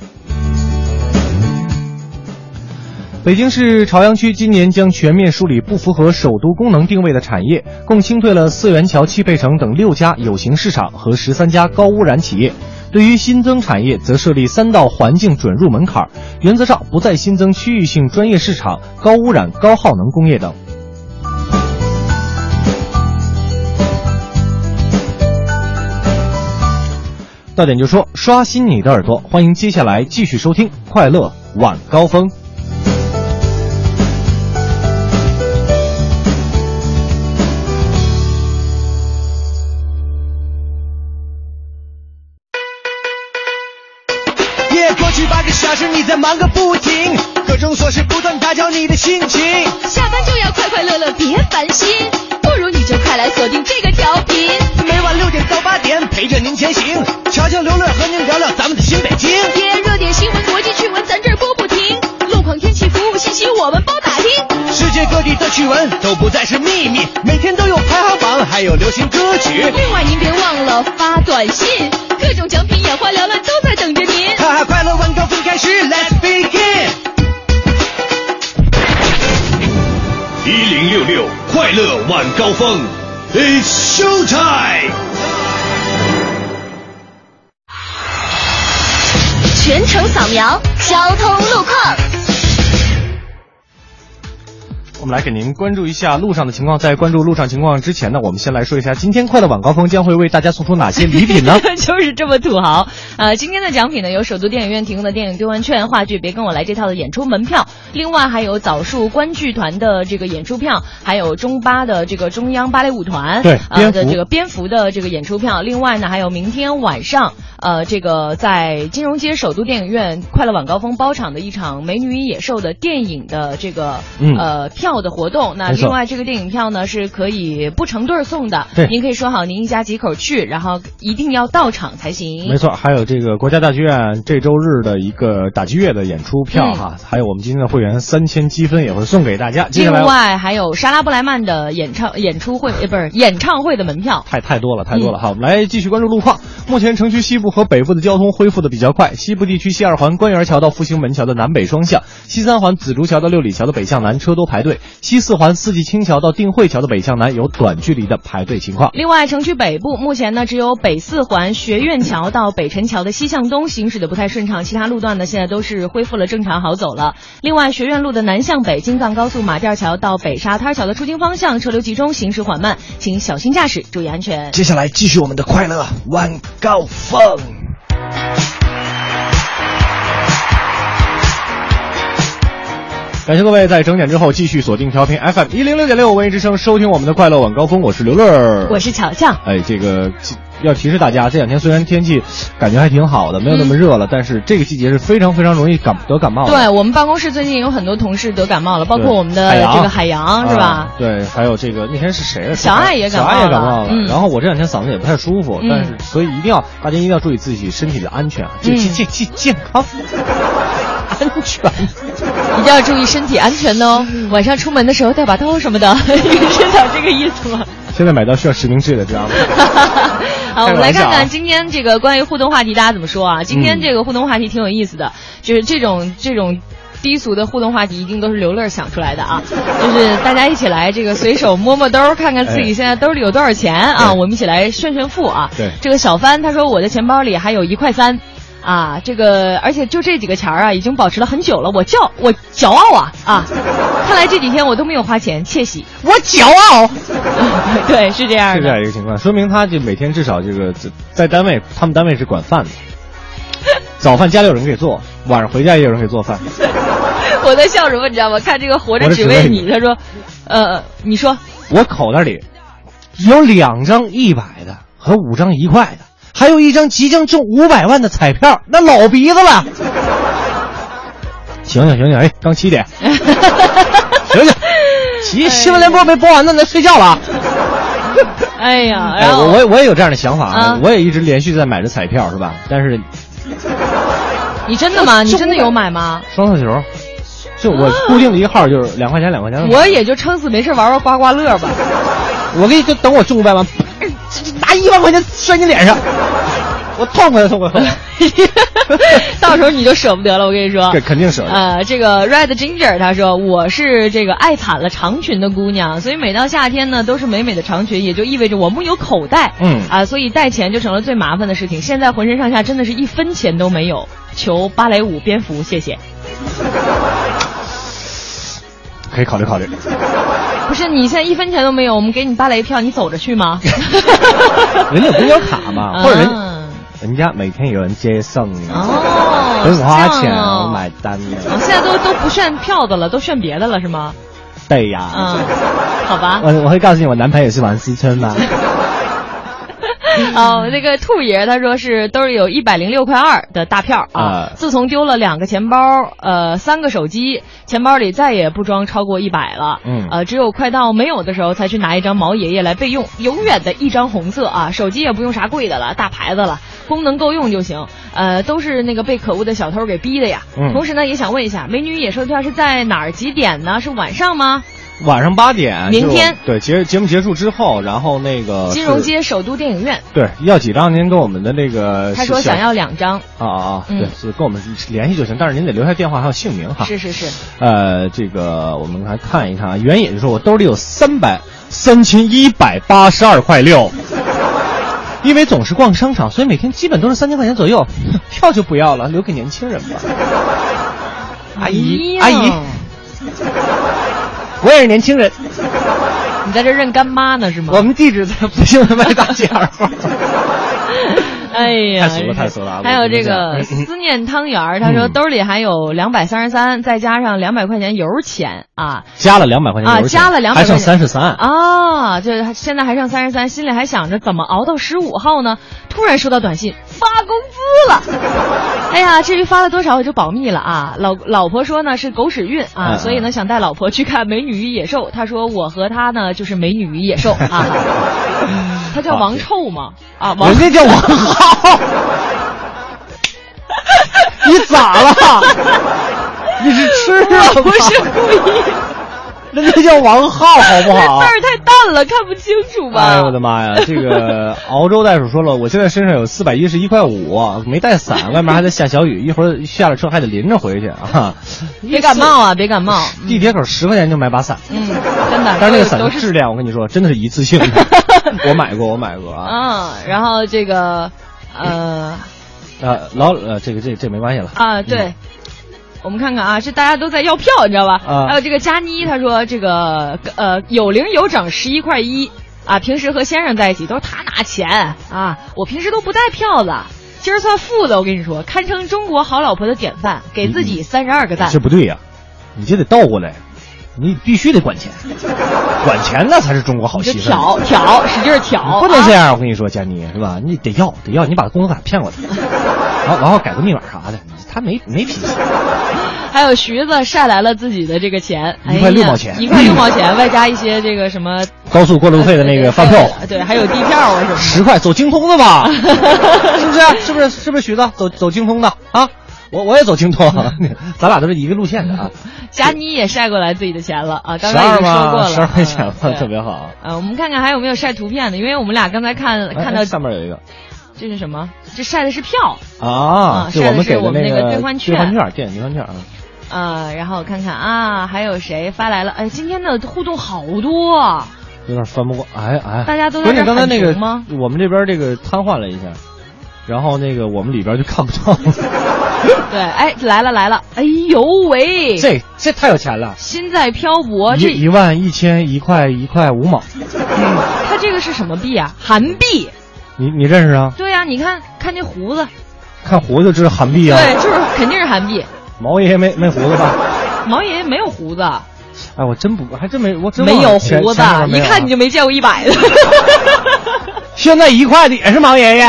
[SPEAKER 5] 北京市朝阳区今年将全面梳理不符合首都功能定位的产业，共清退了四元桥、汽配城等六家有形市场和十三家高污染企业。对于新增产业，则设立三道环境准入门槛，原则上不再新增区域性专业市场、高污染、高耗能工业等。到点就说，刷新你的耳朵，欢迎接下来继续收听《快乐晚高峰》。
[SPEAKER 19] 夜过去八个小时，你在忙个不停，各种琐事不断打搅你的心情。
[SPEAKER 20] 下班就要快快乐乐，别烦心。不如你就快来锁定这个调频，
[SPEAKER 19] 每晚六点到八点，陪着您前行，乔乔刘乐和您聊聊咱们的新北京。
[SPEAKER 20] 夜热点新闻、国际趣闻，咱这儿播不停。路况、天气、服务信息，我们包打听。
[SPEAKER 19] 世界各地的趣闻都不再是秘密，每天都有排行榜，还有流行歌曲。
[SPEAKER 20] 另外，您别忘了发短信，各种奖品眼花缭乱，都在等着您。
[SPEAKER 19] 哈哈，快乐晚高峰开始，Let's begin。
[SPEAKER 1] 一零六六快乐晚高峰，It's show time。
[SPEAKER 3] 全程扫描交通路况。
[SPEAKER 5] 我们来给您关注一下路上的情况。在关注路上情况之前呢，我们先来说一下今天快乐晚高峰将会为大家送出哪些礼品 呢？
[SPEAKER 4] 就是这么土豪。呃，今天的奖品呢有首都电影院提供的电影兑换券、话剧《别跟我来这套》的演出门票，另外还有枣树观剧团的这个演出票，还有中巴的这个中央芭蕾舞团
[SPEAKER 5] 对
[SPEAKER 4] 呃
[SPEAKER 5] 蝙
[SPEAKER 4] 的
[SPEAKER 5] 蝠
[SPEAKER 4] 这个蝙蝠的这个演出票，另外呢还有明天晚上呃这个在金融街首都电影院快乐晚高峰包场的一场《美女与野兽》的电影的这个、
[SPEAKER 21] 嗯
[SPEAKER 4] 呃票的活动。那
[SPEAKER 21] 没错
[SPEAKER 4] 另外这个电影票呢是可以不成对儿送的，
[SPEAKER 5] 对
[SPEAKER 4] 您可以说好您一家几口去，然后一定要到场才行。
[SPEAKER 5] 没错，还有这个国家大剧院这周日的一个打击乐的演出票
[SPEAKER 4] 嗯
[SPEAKER 5] 哈，还有我们今天的会员三千积分也会送给大家。接下
[SPEAKER 4] 另
[SPEAKER 5] 来
[SPEAKER 4] 外还有莎拉布莱曼的演唱演出会，呃，不是演唱会的门票。
[SPEAKER 5] 太太多了，太多
[SPEAKER 4] 嗯
[SPEAKER 5] 了哈！我们来继续关注路况。目前城区西部和北部的交通恢复的比较快，西部地区西二环官园桥到复兴门桥的南北双向，西三环紫竹桥到六里桥的北向南车多排队，西四环四季青桥到定慧桥的北向南有短距离的排队情况。
[SPEAKER 4] 另外，城区北部目前呢，只有北四环学院桥到北辰桥的西向东行驶的不太顺畅，其他路段呢现在都是恢复了正常好走了。另外，学院路的南向北京藏高速马甸桥到北沙滩桥的出京方向车流集中，行驶缓慢，请小心驾驶，注意安全。
[SPEAKER 19] 接下来继续我们的快乐晚高峰。
[SPEAKER 5] 感谢各位在整点之后继续锁定调频 FM 一零六点六文艺之声，收听我们的快乐晚高峰，我是刘乐儿，
[SPEAKER 4] 我是巧匠。
[SPEAKER 5] 哎，这个要提示大家，这两天虽然天气感觉还挺好的，没有那么热了，但是这个季节是非常非常容易感得感冒
[SPEAKER 4] 嗯
[SPEAKER 5] 的。
[SPEAKER 4] 对我们办公室最近有很多同事得感冒了，包括我们的
[SPEAKER 5] 哦对
[SPEAKER 4] 这个海洋是吧？
[SPEAKER 5] 啊？对，还有这个那天是谁来？
[SPEAKER 4] 小爱也感冒了
[SPEAKER 5] 小爱也感冒了。
[SPEAKER 4] 嗯
[SPEAKER 5] 然后我这两天嗓子也不太舒服，
[SPEAKER 4] 嗯
[SPEAKER 5] 但是所以一定要大家一定要注意自己身体的安全啊，
[SPEAKER 4] 嗯
[SPEAKER 5] 这这这这健康。安全，
[SPEAKER 4] 一定要注意身体安全哦。晚上出门的时候带把刀什么的， 是讲这个意思吗？
[SPEAKER 5] 现在买到需要实名制的，知道吗？
[SPEAKER 4] 好，我们来看
[SPEAKER 5] 开玩笑啊
[SPEAKER 4] 看今天这个关于互动话题大家怎么说啊？今天
[SPEAKER 5] 嗯
[SPEAKER 4] 这个互动话题挺有意思的，就是这种这种。低俗的互动话题一定都是刘乐想出来的啊，就是大家一起来这个随手摸摸兜，看看自己
[SPEAKER 21] 哎
[SPEAKER 4] 现在兜里有多少钱啊，我们一起来炫炫富啊。
[SPEAKER 21] 对
[SPEAKER 4] 这个小帆他说我的钱包里还有一块三，啊，这个而且就这几个钱儿啊，已经保持了很久了，我骄我骄傲啊啊！看来这几天我都没有花钱，窃喜，我骄傲。 对，是这样
[SPEAKER 5] 是这
[SPEAKER 4] 的。
[SPEAKER 5] 样一个情况，说明他就每天至少这个在单位，他们单位是管 饭的，早饭家里有人给做，晚上回家也有人给做饭。
[SPEAKER 4] 我在笑什么，你知道吗？看这个活着
[SPEAKER 5] 活着
[SPEAKER 4] 只
[SPEAKER 5] 只
[SPEAKER 4] 为
[SPEAKER 5] 为
[SPEAKER 4] 你，他说，呃，你说
[SPEAKER 5] 我口袋里有两张一百的和五张一块的，还有一张即将中五百万的彩票，那老鼻子了。醒醒醒醒！哎，刚 七点，醒醒！起新闻联播没播完呢，咱睡觉了啊。
[SPEAKER 4] 哎呀，
[SPEAKER 5] 哎，
[SPEAKER 4] 然
[SPEAKER 5] 我
[SPEAKER 4] 后
[SPEAKER 5] 我也我也有这样的想法
[SPEAKER 4] 啊
[SPEAKER 5] 我也一直连续在买着彩票，是吧？但是
[SPEAKER 4] 你真的吗？你真的有买吗？
[SPEAKER 5] 双色球，就我
[SPEAKER 4] 啊
[SPEAKER 5] 固定的一号就是两块钱两块钱的
[SPEAKER 4] 嗯
[SPEAKER 5] 买。
[SPEAKER 4] 我也就撑死没事玩玩刮刮乐吧。
[SPEAKER 5] 我给你就等我中五百万，拿一万块钱摔你脸上，我痛快痛快痛快。
[SPEAKER 4] 到时候你就舍不得了，我跟你说。
[SPEAKER 5] 这肯定舍不得
[SPEAKER 4] 呃，这个 Red Ginger 他说我是这个爱惨了长裙的姑娘，所以每到夏天呢都是美美的长裙，也就意味着我木有口袋。
[SPEAKER 5] 嗯
[SPEAKER 4] 啊、所以带钱就成了最麻烦的事情。现在浑身上下真的是一分钱都没有，求芭蕾舞蝙蝠，谢谢。
[SPEAKER 5] 可以考虑考虑。
[SPEAKER 4] 不是你现在一分钱都没有，我们给你芭蕾票，你走着去 吗？
[SPEAKER 5] 人家有公交卡嘛，或者人、
[SPEAKER 4] 啊
[SPEAKER 5] 人家每天有人接送你，
[SPEAKER 4] 哦
[SPEAKER 5] 很花
[SPEAKER 4] 这
[SPEAKER 5] 钱、
[SPEAKER 4] 样哦
[SPEAKER 5] 买单
[SPEAKER 4] 我
[SPEAKER 5] 的。
[SPEAKER 4] 现在都都不炫票的了，都炫别的了是吗？
[SPEAKER 5] 对呀，
[SPEAKER 4] 嗯，好吧。
[SPEAKER 5] 我我会告诉你，我男朋友是王思聪 吗？
[SPEAKER 4] 哦，那个兔爷他说是兜里有一百零六块二的大票啊
[SPEAKER 5] 啊，
[SPEAKER 4] 自从丢了两个钱包，呃，三个手机，钱包里再也不装超过一百了，
[SPEAKER 5] 嗯
[SPEAKER 4] 呃，只有快到没有的时候才去拿一张毛爷爷来备用，永远的一张红色啊，手机也不用啥贵的了，大牌子了，功能够用就行，呃，都是那个被可恶的小偷给逼的呀。
[SPEAKER 5] 嗯
[SPEAKER 4] 同时呢，也想问一下，美女野兽票是在哪儿几点呢？是晚上吗？
[SPEAKER 5] 晚上八点，
[SPEAKER 4] 明天
[SPEAKER 5] 就对节节目结束之后，然后那个
[SPEAKER 4] 金融
[SPEAKER 5] 啊是
[SPEAKER 4] 街首都电影院，
[SPEAKER 5] 对要几张？您跟我们的那个
[SPEAKER 4] 他说
[SPEAKER 5] 呃是小
[SPEAKER 4] 想要两张，
[SPEAKER 5] 啊啊啊，
[SPEAKER 4] 嗯
[SPEAKER 5] 对，是跟我们联系就行，但是您得留下电话还有姓名哈。
[SPEAKER 4] 是是是。
[SPEAKER 5] 呃，这个我们来看一看啊，原野说我兜里有三百三千一百八十二块六，因为总是逛商场，所以每天基本都是三千块钱左右， 哼票就不要了，留给年轻人吧。阿姨，阿
[SPEAKER 4] 哎呀
[SPEAKER 5] 姨，我也是年轻人，
[SPEAKER 4] 你在这认干妈呢是吗？
[SPEAKER 5] 我们地址在复兴门外大街 二号。
[SPEAKER 4] 哎呀，
[SPEAKER 5] 太俗了太俗了啊
[SPEAKER 4] 还有
[SPEAKER 5] 我
[SPEAKER 4] 这
[SPEAKER 5] 真是
[SPEAKER 4] 个思念汤圆儿，他说
[SPEAKER 5] 嗯
[SPEAKER 4] 兜里还有两百三十三，再加上两百块钱油钱啊
[SPEAKER 5] 加了两百块钱
[SPEAKER 4] 啊，
[SPEAKER 5] 油钱
[SPEAKER 4] 加了两百，
[SPEAKER 5] 还剩三十三。
[SPEAKER 4] 啊，就是还现在还剩三十三，心里还想着怎么熬到十五号呢？突然收到短信，发工资了。 哎呀，至于发了多少，我就保密了啊。老老婆说呢是狗屎运啊，
[SPEAKER 21] 嗯
[SPEAKER 4] 所以呢想带老婆去看《美女与野兽》，她说我和她呢就是《美女与野兽》 啊。她叫王臭吗？啊，王
[SPEAKER 5] 人家叫王浩。你 咋了？你是吃了吗？
[SPEAKER 4] 不是故意。
[SPEAKER 5] 人家叫王浩，好 不好？
[SPEAKER 4] 字儿太淡了，看不清楚吧？
[SPEAKER 5] 哎呦我的妈呀！这个熬州袋鼠说了，我现在身上有四百一十一块五，没带伞，外面还在下小雨，一 会儿下了车还得淋着回去啊。
[SPEAKER 4] 别感冒啊，别感 冒。
[SPEAKER 5] 地铁口十块钱就买把伞，
[SPEAKER 4] 嗯，真的。
[SPEAKER 5] 但是那个伞
[SPEAKER 4] 都
[SPEAKER 5] 的
[SPEAKER 4] 是
[SPEAKER 5] 质量，我跟你说，真的是一次 性的。我买过，我买过啊。
[SPEAKER 4] 嗯，然后这个，呃
[SPEAKER 5] 呃，老呃，这个这这没关系了。
[SPEAKER 4] 啊，
[SPEAKER 5] 嗯
[SPEAKER 4] 对。我们看看啊，这大家都在要票，你知道吧？
[SPEAKER 5] 啊
[SPEAKER 4] 还有这个佳妮，她说这个呃有零有整十一块一啊，平时和先生在一起都是他拿钱啊，我平时都不带票子，今儿算负的，我跟你说，堪称中国好老婆的典范，给自己三十二个赞。
[SPEAKER 5] 这不对呀、你这得倒过来，你必须得管钱，管钱那才是中国好媳妇。
[SPEAKER 4] 挑挑，使劲挑，
[SPEAKER 5] 不能
[SPEAKER 4] 啊
[SPEAKER 5] 这样，我跟你说，佳妮是吧？你得要得要，你把工资卡骗过来，然后然后改个密码啥的，他没没脾气。
[SPEAKER 4] 还有徐子晒来了自己的这个钱，哎
[SPEAKER 5] 一块
[SPEAKER 4] 呀
[SPEAKER 5] 六毛钱
[SPEAKER 4] 一块六毛钱，外加一些这个什么，
[SPEAKER 5] 高速过路费的那个饭票，
[SPEAKER 4] 对，还有地票啊什么的。
[SPEAKER 5] 十块，走京东的吧？ 是不是？是不是？是不是徐子？走走京东的啊？我我也走京东， 咱俩都是一个路线的啊。
[SPEAKER 4] 佳妮也晒过来自己的钱了啊，刚
[SPEAKER 5] 十
[SPEAKER 4] 才已
[SPEAKER 5] 二
[SPEAKER 4] 经说过
[SPEAKER 5] 嘛，
[SPEAKER 4] 了。啊
[SPEAKER 5] 十二块钱嘛，
[SPEAKER 4] 对
[SPEAKER 5] 特别好。啊
[SPEAKER 4] 呃，我们看看还有没有晒图片的，因为我们俩刚才看
[SPEAKER 5] 哎
[SPEAKER 4] 看到
[SPEAKER 5] 哎上面有一个
[SPEAKER 4] 这是什么？这晒的是票，啊
[SPEAKER 5] 啊，就
[SPEAKER 4] 晒的
[SPEAKER 5] 我们
[SPEAKER 4] 是
[SPEAKER 5] 给
[SPEAKER 4] 我们
[SPEAKER 5] 那
[SPEAKER 4] 那个兑
[SPEAKER 5] 个
[SPEAKER 4] 换
[SPEAKER 5] 兑换
[SPEAKER 4] 券
[SPEAKER 5] 券，电子兑换券啊。
[SPEAKER 4] 呃，然后我看看啊，还有谁发来了？哎，今天的互动好多啊，
[SPEAKER 5] 有点翻不过，哎哎，
[SPEAKER 4] 大家都在
[SPEAKER 5] 关键
[SPEAKER 4] 这儿
[SPEAKER 5] 刚才那个
[SPEAKER 4] 喊停吗
[SPEAKER 5] 我们这边这个瘫痪了一下，然后那个我们里边就看不到。
[SPEAKER 4] 对，哎，来了来了，哎呦喂，
[SPEAKER 5] 这这太有钱了，
[SPEAKER 4] 心在漂泊，这
[SPEAKER 5] 一一万一千一块一块五毛，
[SPEAKER 4] 他这个是什么币啊？韩币。
[SPEAKER 5] 你你认识啊？
[SPEAKER 4] 对呀、你看看这胡子，
[SPEAKER 5] 看胡子就知道韩币啊。
[SPEAKER 4] 对，就是肯定是韩币。
[SPEAKER 5] 毛爷爷没没胡子吧？
[SPEAKER 4] 毛爷爷没有胡子，
[SPEAKER 5] 哎，我真不，还真没，我真
[SPEAKER 4] 没
[SPEAKER 5] 忘了
[SPEAKER 4] 有
[SPEAKER 5] 前
[SPEAKER 4] 胡子
[SPEAKER 5] 前两天，没
[SPEAKER 4] 一
[SPEAKER 5] 有啊
[SPEAKER 4] 看你就没见过一百的。
[SPEAKER 5] 现在一块的也是毛爷爷。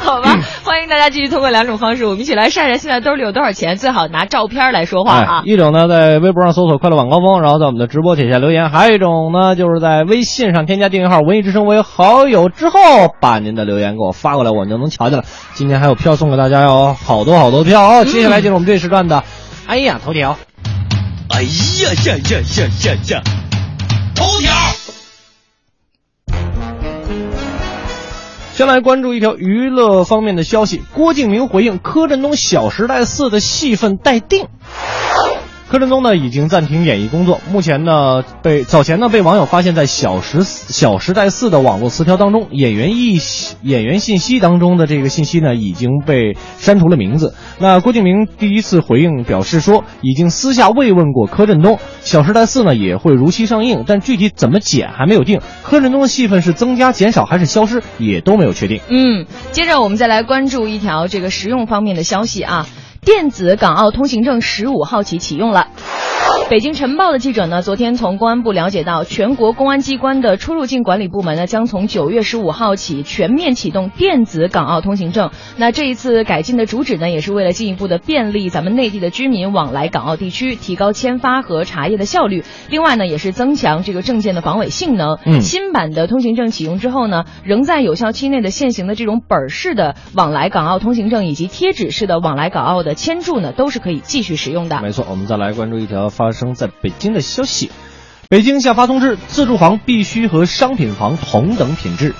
[SPEAKER 4] 好吧，
[SPEAKER 5] 嗯
[SPEAKER 4] 欢迎大家继续通过两种方式，我们一起来晒晒现在兜里有多少钱，最好拿照片来说话啊
[SPEAKER 5] 哎，。一种呢，在微博上搜索“快乐晚高峰”，然后在我们的直播底下留言；还有一种呢，就是在微信上添加订阅号“文艺之声”为好友之后，把您的留言给我发过来，我们就能瞧见了。今天还有票送给大家哟，好多好多票哦！接下来就是我们这时段 的，哎呀，头条。
[SPEAKER 1] 哎呀呀呀呀呀呀！头条。
[SPEAKER 5] 先来关注一条娱乐方面的消息，郭敬明回应柯震东《小时代四》的戏份待定。柯震东呢已经暂停演艺工作，目前呢被早前呢被网友发现，在《小时小时代四》的网络词条当中，演员一演员信息当中的这个信息呢已经被删除了名字。那郭敬明第一次回应表示说，已经私下慰问过柯震东，《小时代四》呢也会如期上映，但具体怎么剪还没有定。柯震东的戏份是增加、减少还是消失也都没有确定。
[SPEAKER 4] 嗯，接着我们再来关注一条这个实用方面的消息啊，电子港澳通行证十五号起启用了。北京晨报的记者呢，昨天从公安部了解到，全国公安机关的出入境管理部门呢，将从九月十五号起全面启动电子港澳通行证。那这一次改进的主旨呢，也是为了进一步的便利咱们内地的居民往来港澳地区，提高签发和查验的效率。另外呢，也是增强这个证件的防伪性能。
[SPEAKER 21] 嗯
[SPEAKER 4] 新版的通行证启用之后呢，仍在有效期内的现行的这种本儿式的往来港澳通行证以及贴纸式的往来港澳的签注呢，都是可以继续使用的。
[SPEAKER 5] 没错，我们再来关注一条发生在北京的消息。北京下发通知，自住房必须和商品房同等品质。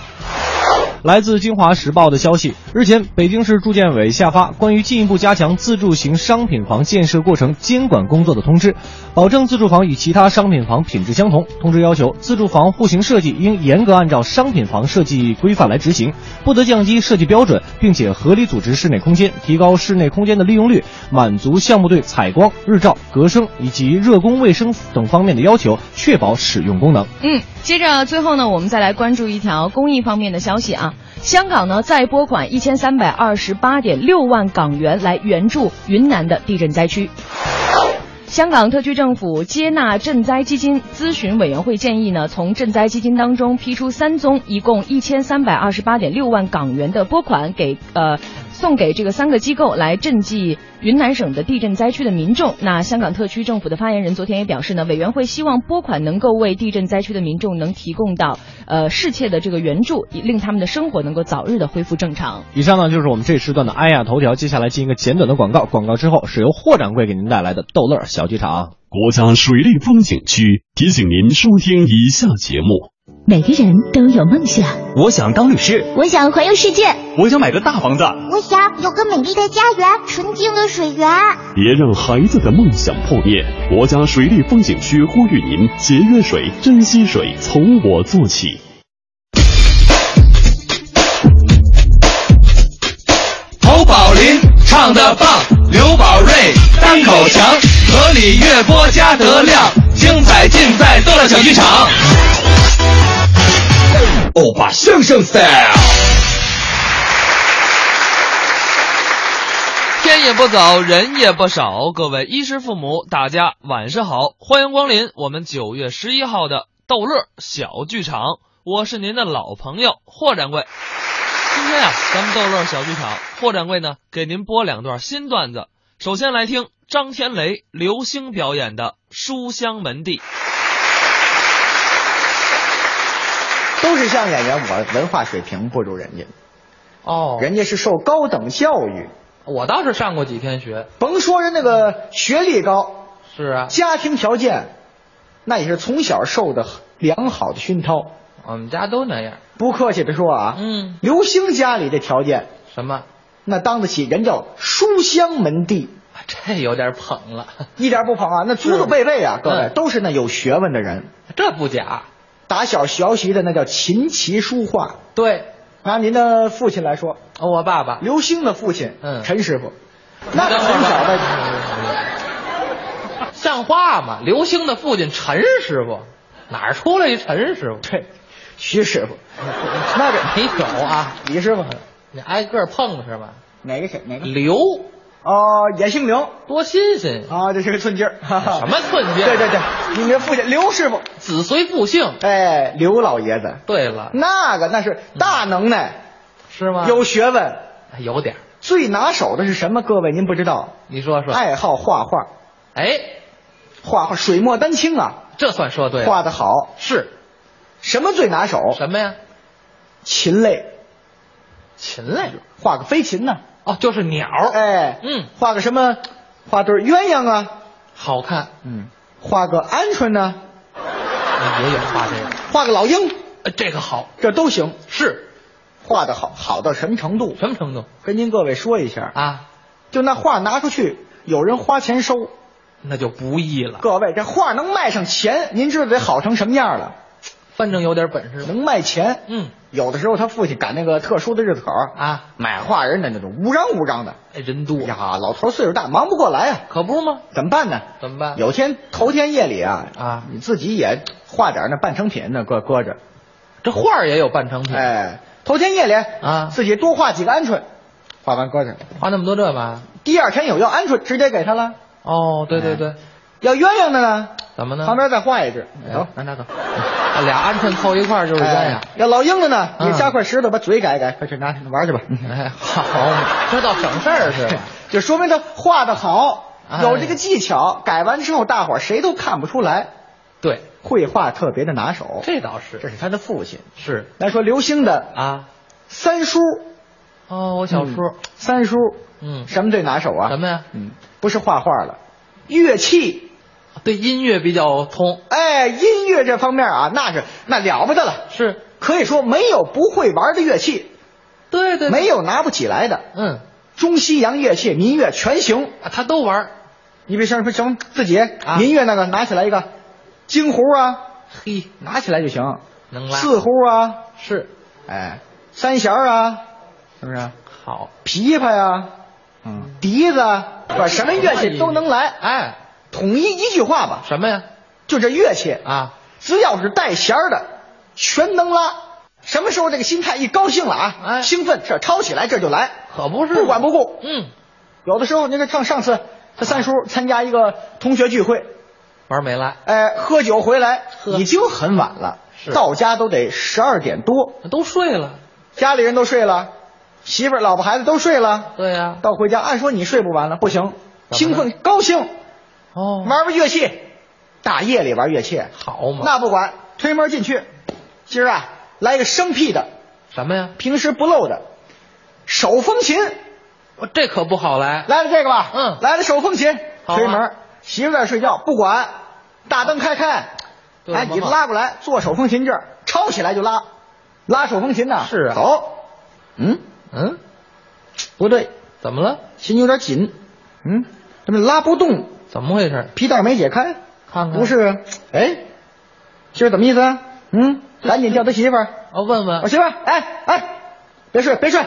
[SPEAKER 5] 来自《京华时报》的消息，日前，北京市住建委下发关于进一步加强自住型商品房建设过程监管工作的通知，保证自住房与其他商品房品质相同。通知要求，自住房户型设计应严格按照商品房设计规范来执行，不得降低设计标准，并且合理组织室内空间，提高室内空间的利用率，满足项目对采光、日照、隔声以及热工卫生等方面的要求，确保使用功能。
[SPEAKER 4] 嗯，接着最后呢，我们再来关注一条公益方面的消息啊。香港呢再拨款一千三百二十八点六万港元来援助云南的地震灾区。香港特区政府接纳赈灾基金咨询委员会建议呢，从赈灾基金当中批出三宗，一共一千三百二十八点六万港元的拨款给呃送给这个三个机构来赈济云南省的地震灾区的民众。那香港特区政府的发言人昨天也表示呢，委员会希望拨款能够为地震灾区的民众能提供到呃世切的这个援助，以令他们的生活能够早日的恢复正常。
[SPEAKER 5] 以上呢就是我们这时段的哎呀头条，接下来进一个简短的广告，广告之后是由霍掌柜给您带来的逗乐儿小剧场。
[SPEAKER 17] 国家水利风景区提醒您收听以下节目。
[SPEAKER 13] 每个人都有梦想，
[SPEAKER 17] 我想当律师，
[SPEAKER 3] 我想环游世界，
[SPEAKER 17] 我想买个大房子。
[SPEAKER 3] 我想有个美丽的家园，纯净的水源。
[SPEAKER 17] 别让孩子的梦想破灭。国家水利风景区呼吁您节约水、珍惜水，从我做起。
[SPEAKER 22] 侯宝林唱的棒，刘宝瑞单口强，河里月波加德亮，精彩尽在逗乐小剧场。欧巴相声
[SPEAKER 5] 啊
[SPEAKER 22] style。
[SPEAKER 23] 天也不早，人也不少，各位衣食父母，大家晚上好，欢迎光临我们九月十一号的逗乐小剧场，我是您的老朋友霍掌柜。今天呀、咱们逗乐小剧场，霍掌柜呢给您播两段新段子。首先来听张天雷、刘星表演的《书香门第》。
[SPEAKER 24] 都是相声演员，我文化水平不如人家。
[SPEAKER 23] 哦，
[SPEAKER 24] 人家是受高等教育，
[SPEAKER 23] 我倒是上过几天学，
[SPEAKER 24] 甭说人那个学历高，
[SPEAKER 23] 是啊，
[SPEAKER 24] 家庭条件，那也是从小受的良好的熏陶。
[SPEAKER 23] 我们家都那样。
[SPEAKER 24] 不客气的说啊，
[SPEAKER 23] 嗯，
[SPEAKER 24] 刘星家里这条件
[SPEAKER 23] 什么，
[SPEAKER 24] 那当得起，人叫书香门第，
[SPEAKER 23] 这有点捧了， 嗯
[SPEAKER 24] 一点不捧啊，那祖祖辈辈啊，各位都是那有学问的人，
[SPEAKER 23] 这不假。
[SPEAKER 24] 打小学习的那叫琴棋书画。
[SPEAKER 23] 对，哦
[SPEAKER 24] 拿您的父亲来说，
[SPEAKER 23] 我爸爸
[SPEAKER 24] 刘星的父亲，
[SPEAKER 23] 嗯，
[SPEAKER 24] 陈师傅，那很少 的。
[SPEAKER 23] 像话吗？刘星的父亲陈师傅，哪儿出来一陈师傅？
[SPEAKER 24] 对，徐 师傅，那个
[SPEAKER 23] 没有啊，
[SPEAKER 24] 李师傅，
[SPEAKER 23] 你挨个碰是吧？
[SPEAKER 24] 哪个谁？哪个
[SPEAKER 23] 刘
[SPEAKER 24] 哦，也姓刘，
[SPEAKER 2] 多新鲜
[SPEAKER 24] 啊！这是个寸劲儿，什
[SPEAKER 2] 什么寸
[SPEAKER 23] 啊
[SPEAKER 2] 劲儿
[SPEAKER 24] 对对对，你们父亲刘师傅，
[SPEAKER 2] 子随父姓，
[SPEAKER 24] 哎，刘老爷子，
[SPEAKER 2] 对了，
[SPEAKER 24] 那个那是大能耐，
[SPEAKER 2] 是吗？
[SPEAKER 24] 有学问，
[SPEAKER 2] 有点儿，
[SPEAKER 24] 最拿手的是什么？各位您不知道，
[SPEAKER 2] 你说说，
[SPEAKER 24] 爱好画画，
[SPEAKER 2] 哎，
[SPEAKER 24] 画画水墨丹青啊，
[SPEAKER 2] 这算说对了，
[SPEAKER 24] 画的好
[SPEAKER 2] 是
[SPEAKER 24] 什么最拿手？
[SPEAKER 2] 什么呀？
[SPEAKER 24] 禽类，
[SPEAKER 2] 禽类
[SPEAKER 24] 画个飞禽呢，
[SPEAKER 2] 哦，就是鸟，
[SPEAKER 24] 哎，
[SPEAKER 2] 嗯，
[SPEAKER 24] 画个什么？画对鸳鸯啊，
[SPEAKER 2] 好看，
[SPEAKER 24] 嗯，画个鹌鹑呢，
[SPEAKER 2] 也有画这个，
[SPEAKER 24] 画个老鹰，
[SPEAKER 2] 呃这个好，
[SPEAKER 24] 这都行。
[SPEAKER 2] 是
[SPEAKER 24] 画的好，好到什么程度？
[SPEAKER 2] 什么程度
[SPEAKER 24] 跟您各位说一下，
[SPEAKER 2] 啊？
[SPEAKER 24] 就那画拿出去，有人花钱收。
[SPEAKER 2] 那就不易了，
[SPEAKER 24] 各位，这画能卖上钱，您知道得好成什么样了？
[SPEAKER 2] 反正有点本事了，
[SPEAKER 24] 能卖钱。
[SPEAKER 2] 嗯，
[SPEAKER 24] 有的时候他父亲赶那个特殊的日子口儿
[SPEAKER 2] 啊，
[SPEAKER 24] 买画人的那种乌嚷乌嚷的。
[SPEAKER 2] 哎人多
[SPEAKER 24] 哎呀，老头儿岁数大，忙不过来啊，
[SPEAKER 2] 可不吗？
[SPEAKER 24] 怎么办呢？
[SPEAKER 2] 怎么办？
[SPEAKER 24] 有天头天夜里啊，
[SPEAKER 2] 啊
[SPEAKER 24] 你自己也画点那半成品呢，搁搁着。
[SPEAKER 2] 这画儿也有半成品，
[SPEAKER 24] 哎，头天夜里
[SPEAKER 2] 啊
[SPEAKER 24] 自己多画几个鹌鹑，画完搁着。
[SPEAKER 2] 花那么多这吧？
[SPEAKER 24] 第二天有要鹌鹑，直接给他了。哎
[SPEAKER 2] 哦，对对对，
[SPEAKER 24] 要鸳鸯的呢，
[SPEAKER 2] 怎么呢？
[SPEAKER 24] 旁边再画一只，
[SPEAKER 2] 哎
[SPEAKER 24] 走。
[SPEAKER 2] 拿拿走， 俩鹌鹑凑一块儿就是鸳鸯
[SPEAKER 24] 哎。要老鹰的呢，
[SPEAKER 2] 嗯
[SPEAKER 24] 你加块石头把嘴改改，快去拿玩去吧。
[SPEAKER 2] 哎， 好嘛，这倒省事儿是吧？
[SPEAKER 24] 就说明他画的好，
[SPEAKER 2] 哎
[SPEAKER 24] 有这个技巧，改完之后大伙儿谁都看不出来，
[SPEAKER 2] 对，
[SPEAKER 24] 绘画特别的拿手。
[SPEAKER 2] 这倒是
[SPEAKER 24] 这是他的父亲。
[SPEAKER 2] 是
[SPEAKER 24] 来说刘星的
[SPEAKER 2] 啊。
[SPEAKER 24] 三叔，
[SPEAKER 2] 哦，我小叔
[SPEAKER 24] 嗯，三叔，
[SPEAKER 2] 嗯
[SPEAKER 24] 什么最拿手啊？
[SPEAKER 2] 什么呀？
[SPEAKER 24] 嗯，不是画画了，乐器。
[SPEAKER 2] 对音乐比较通，
[SPEAKER 24] 哎，音乐这方面啊，那是那了不得了，
[SPEAKER 2] 是
[SPEAKER 24] 可以说没有不会玩的乐器，
[SPEAKER 2] 对对，
[SPEAKER 24] 没有拿不起来的。
[SPEAKER 2] 嗯，
[SPEAKER 24] 中西洋乐器、民乐全行。
[SPEAKER 2] 啊他都玩儿，
[SPEAKER 24] 你比如像什么自己、
[SPEAKER 2] 啊
[SPEAKER 24] 民乐那个拿起来一个，京胡啊，
[SPEAKER 2] 嘿，
[SPEAKER 24] 拿起来就行。
[SPEAKER 2] 能拉
[SPEAKER 24] 四胡啊，
[SPEAKER 2] 是
[SPEAKER 24] 哎，三弦儿啊，是不是？
[SPEAKER 2] 好，
[SPEAKER 24] 琵琶呀，嗯，笛子啊，把什么乐器都能来。
[SPEAKER 2] 哎，
[SPEAKER 24] 统一一句话吧，
[SPEAKER 2] 什么呀？
[SPEAKER 24] 就这乐器，
[SPEAKER 2] 啊，
[SPEAKER 24] 只要是带弦儿的，全能拉。什么时候这个心态一高兴了啊，
[SPEAKER 2] 哎
[SPEAKER 24] 兴奋这抄起来这就来，
[SPEAKER 2] 可不是，
[SPEAKER 24] 不管不顾。
[SPEAKER 2] 嗯，
[SPEAKER 24] 有的时候，你看上上次他三叔参加一个同学聚会，
[SPEAKER 2] 玩没来，
[SPEAKER 24] 哎，喝酒回来
[SPEAKER 2] 喝
[SPEAKER 24] 已经很晚了
[SPEAKER 2] 是，
[SPEAKER 24] 到家都得十二点多，
[SPEAKER 2] 都睡了，
[SPEAKER 24] 家里人都睡了，媳妇儿、老婆、孩子都睡了。
[SPEAKER 2] 对呀
[SPEAKER 24] 到回家，按说你睡不完了，不行，
[SPEAKER 2] 了
[SPEAKER 24] 兴奋高兴，
[SPEAKER 2] 哦，
[SPEAKER 24] 玩玩乐器，大夜里玩乐器，
[SPEAKER 2] 好嘛，
[SPEAKER 24] 那不管，推门进去，今儿啊来个生僻的，
[SPEAKER 2] 什么呀？
[SPEAKER 24] 平时不露的，手风琴，
[SPEAKER 2] 我哦这可不好来，
[SPEAKER 24] 来了这个吧，
[SPEAKER 2] 嗯
[SPEAKER 24] 来了手风琴，
[SPEAKER 2] 好啊
[SPEAKER 24] 推门，媳妇儿在睡觉，不管，大灯开开，
[SPEAKER 2] 对
[SPEAKER 24] 哎，
[SPEAKER 2] 妈妈
[SPEAKER 24] 你拉过来，坐手风琴这儿，抄起来就拉，拉手风琴呢，
[SPEAKER 2] 是啊
[SPEAKER 24] 走，嗯，
[SPEAKER 2] 嗯，
[SPEAKER 24] 不对，
[SPEAKER 2] 怎么了？
[SPEAKER 24] 琴有点紧，嗯，怎么拉不动？
[SPEAKER 2] 怎么回事？
[SPEAKER 24] 皮带没解开，
[SPEAKER 2] 看看
[SPEAKER 24] 不是，哎，今儿怎么意思啊？嗯，赶紧叫他媳妇儿，
[SPEAKER 2] 哦，问
[SPEAKER 24] 我
[SPEAKER 2] 问，
[SPEAKER 24] 媳妇儿，哎哎，别睡别睡，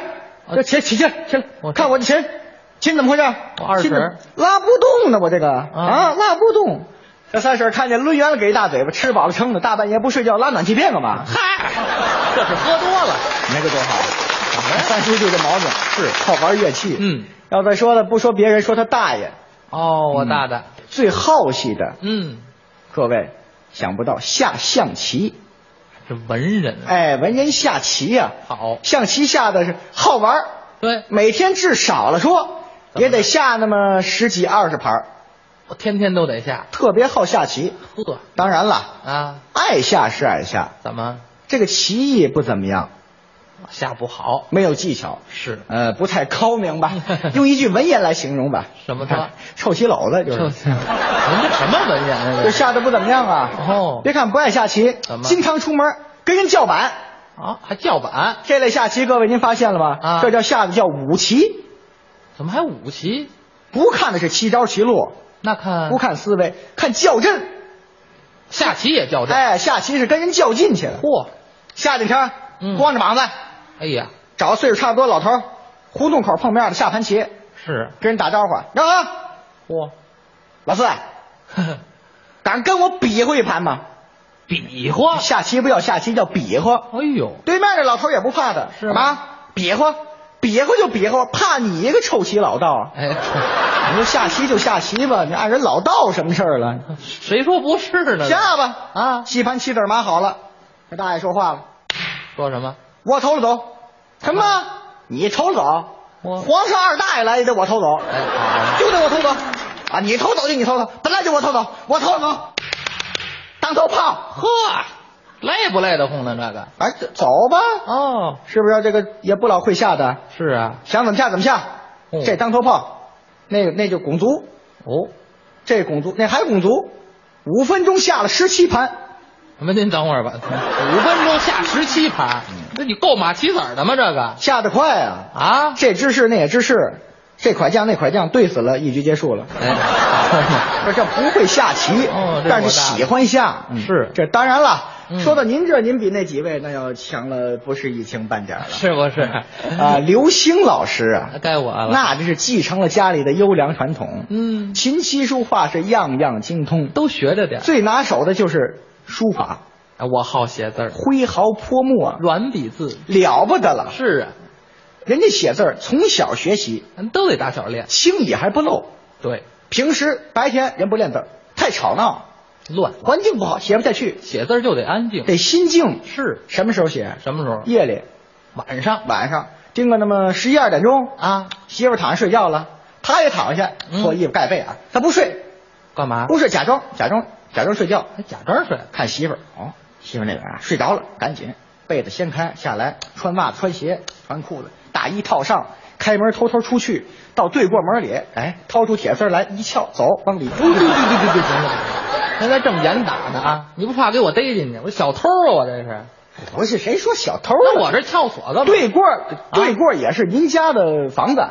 [SPEAKER 24] 这起起劲起来，
[SPEAKER 2] 啊我
[SPEAKER 24] 看我这琴，琴怎么回事？
[SPEAKER 2] 我二
[SPEAKER 24] 琴怎么
[SPEAKER 2] 婶
[SPEAKER 24] 拉不动呢，我这个啊拉不动。这三婶看见抡圆了给一大嘴巴，吃饱了撑的，大半夜不睡觉拉暖气片干嘛？
[SPEAKER 2] 嗨，这是喝多了，
[SPEAKER 24] 没个多好，三叔就这毛病，是好玩乐器。
[SPEAKER 2] 嗯，
[SPEAKER 24] 要再说了，不说别人，说他大爷嗯
[SPEAKER 2] 哦，我大大，
[SPEAKER 24] 最好戏的，
[SPEAKER 2] 嗯，
[SPEAKER 24] 各位想不到下象棋，
[SPEAKER 2] 是文人，啊
[SPEAKER 24] 哎，文人下棋呀、
[SPEAKER 2] 好，
[SPEAKER 24] 象棋下的是好玩儿
[SPEAKER 2] 对，
[SPEAKER 24] 每天至少了说也得下那么十几二十盘儿，
[SPEAKER 2] 我天天都得下，
[SPEAKER 24] 特别好下棋。
[SPEAKER 2] 呵
[SPEAKER 24] 当然了，
[SPEAKER 2] 啊，
[SPEAKER 24] 爱下是爱下，
[SPEAKER 2] 怎么
[SPEAKER 24] 这个棋艺不怎么样，
[SPEAKER 2] 下不好？
[SPEAKER 24] 没有技巧，
[SPEAKER 2] 是
[SPEAKER 24] 呃，不太高明 吧？用一句文言来形容吧，
[SPEAKER 2] 什么呢？
[SPEAKER 24] 臭棋篓子就是。
[SPEAKER 2] 您这什么文人啊？
[SPEAKER 24] 就
[SPEAKER 2] 这
[SPEAKER 24] 下的不怎么样啊。
[SPEAKER 2] 哦
[SPEAKER 24] 别看不爱下棋
[SPEAKER 2] 怎，么
[SPEAKER 24] 经常出门跟人叫板。
[SPEAKER 2] 啊，还叫板？
[SPEAKER 24] 这类下棋，各位您发现了吗？
[SPEAKER 2] 啊
[SPEAKER 24] 这叫下的叫五棋，
[SPEAKER 2] 怎么还五棋？
[SPEAKER 24] 不看的是棋招棋路，
[SPEAKER 2] 那看
[SPEAKER 24] 不看思维，看较真。
[SPEAKER 2] 下棋也较真。
[SPEAKER 24] 哎，下棋是跟人较劲去了。
[SPEAKER 2] 嚯，
[SPEAKER 24] 下几天
[SPEAKER 2] 嗯，
[SPEAKER 24] 光着膀子，
[SPEAKER 2] 哎呀，
[SPEAKER 24] 找个岁数差不多老头儿，胡同口碰面的下盘棋，
[SPEAKER 2] 是
[SPEAKER 24] 跟人打招呼，干啥？
[SPEAKER 2] 嚯，
[SPEAKER 24] 老 四，敢跟我比划一盘吗？
[SPEAKER 2] 比划。
[SPEAKER 24] 下棋不叫下棋，叫比划。
[SPEAKER 2] 哎呦，
[SPEAKER 20] 啊
[SPEAKER 24] 对面这老头也不怕他，
[SPEAKER 2] 是吗
[SPEAKER 24] 干嘛？比划，比划就比划，怕你一个臭棋老道。哎，你说下棋就下棋吧，你按人老道什么事儿了？
[SPEAKER 20] 谁说不是呢？
[SPEAKER 24] 下吧，啊，棋盘棋子码好了，这大爷说话了，
[SPEAKER 20] 说什么？
[SPEAKER 24] 我偷了走。什么？你偷了走？皇上二大爷来也得我偷走，
[SPEAKER 20] 哎
[SPEAKER 24] 就得我偷走啊！你偷走就你偷走，本来就我偷走，我偷走，当头炮。
[SPEAKER 20] 呵，累不累的哄的这个？
[SPEAKER 24] 哎，走吧。哦，是不是这个也不老会下的？
[SPEAKER 20] 是啊，
[SPEAKER 24] 想怎么下怎么下。这当头炮，那个那就拱卒。
[SPEAKER 20] 哦，
[SPEAKER 24] 这拱卒，那还拱卒，五分钟下了十七盘。
[SPEAKER 20] 什么？您等会儿吧，五分钟下十七盘，那你够马棋子儿的吗？这个
[SPEAKER 24] 下得快啊！
[SPEAKER 20] 啊，
[SPEAKER 24] 这知识那也知识，这款将那款将，对死了，一局结束了。不 是这不会下棋，
[SPEAKER 20] 哎哦这
[SPEAKER 24] 但
[SPEAKER 20] 我
[SPEAKER 24] 是
[SPEAKER 20] 大了嗯
[SPEAKER 24] 喜欢下。嗯
[SPEAKER 20] 是
[SPEAKER 24] 这当然了。说到您这，您比那几位那要强了不是一星半点儿了。
[SPEAKER 20] 是不是？
[SPEAKER 24] 啊，刘星老师啊，
[SPEAKER 20] 嗯该我了。
[SPEAKER 24] 那真是继承了家里的优良传统。
[SPEAKER 20] 嗯，
[SPEAKER 24] 琴棋书画是样样精通，
[SPEAKER 20] 都学着点儿。
[SPEAKER 24] 最拿手的就是书法，
[SPEAKER 20] 啊我好写字儿，
[SPEAKER 24] 挥毫泼墨啊，
[SPEAKER 20] 软笔字
[SPEAKER 24] 了不得了。
[SPEAKER 20] 是啊，
[SPEAKER 24] 人家写字儿从小学习，
[SPEAKER 20] 咱都得打小练。
[SPEAKER 24] 轻易还不漏。
[SPEAKER 20] 对，
[SPEAKER 24] 平时白天人不练字儿，太吵闹，
[SPEAKER 20] 乱，
[SPEAKER 24] 环境不好，写不下去，
[SPEAKER 20] 写字儿就得安静，
[SPEAKER 24] 得心静。
[SPEAKER 20] 是
[SPEAKER 24] 什么时候写？
[SPEAKER 20] 什么时候？
[SPEAKER 24] 夜里，
[SPEAKER 20] 晚上
[SPEAKER 24] 晚上盯个那么十一二点钟
[SPEAKER 20] 啊，嗯
[SPEAKER 24] 媳妇儿躺下睡觉了，他也躺下，脱衣服盖被啊，他不睡，
[SPEAKER 20] 干嘛？
[SPEAKER 24] 不睡，假装假装假装睡觉，
[SPEAKER 20] 还假装睡，
[SPEAKER 24] 看媳妇儿，哦，媳妇儿那边啊睡着了，赶紧被子掀开下来，穿袜子穿鞋穿裤子大衣套上，开门偷偷出去，到对过门里，哎，掏出铁丝来一撬，走往里。
[SPEAKER 20] 对对对对对，行了，现在正严打呢啊！你不怕给我逮进去？我小偷啊！我这是，
[SPEAKER 24] 不是谁说小偷
[SPEAKER 20] 那
[SPEAKER 24] 了？
[SPEAKER 20] 我这撬锁子嘛
[SPEAKER 24] 对过对过也是您家的房子，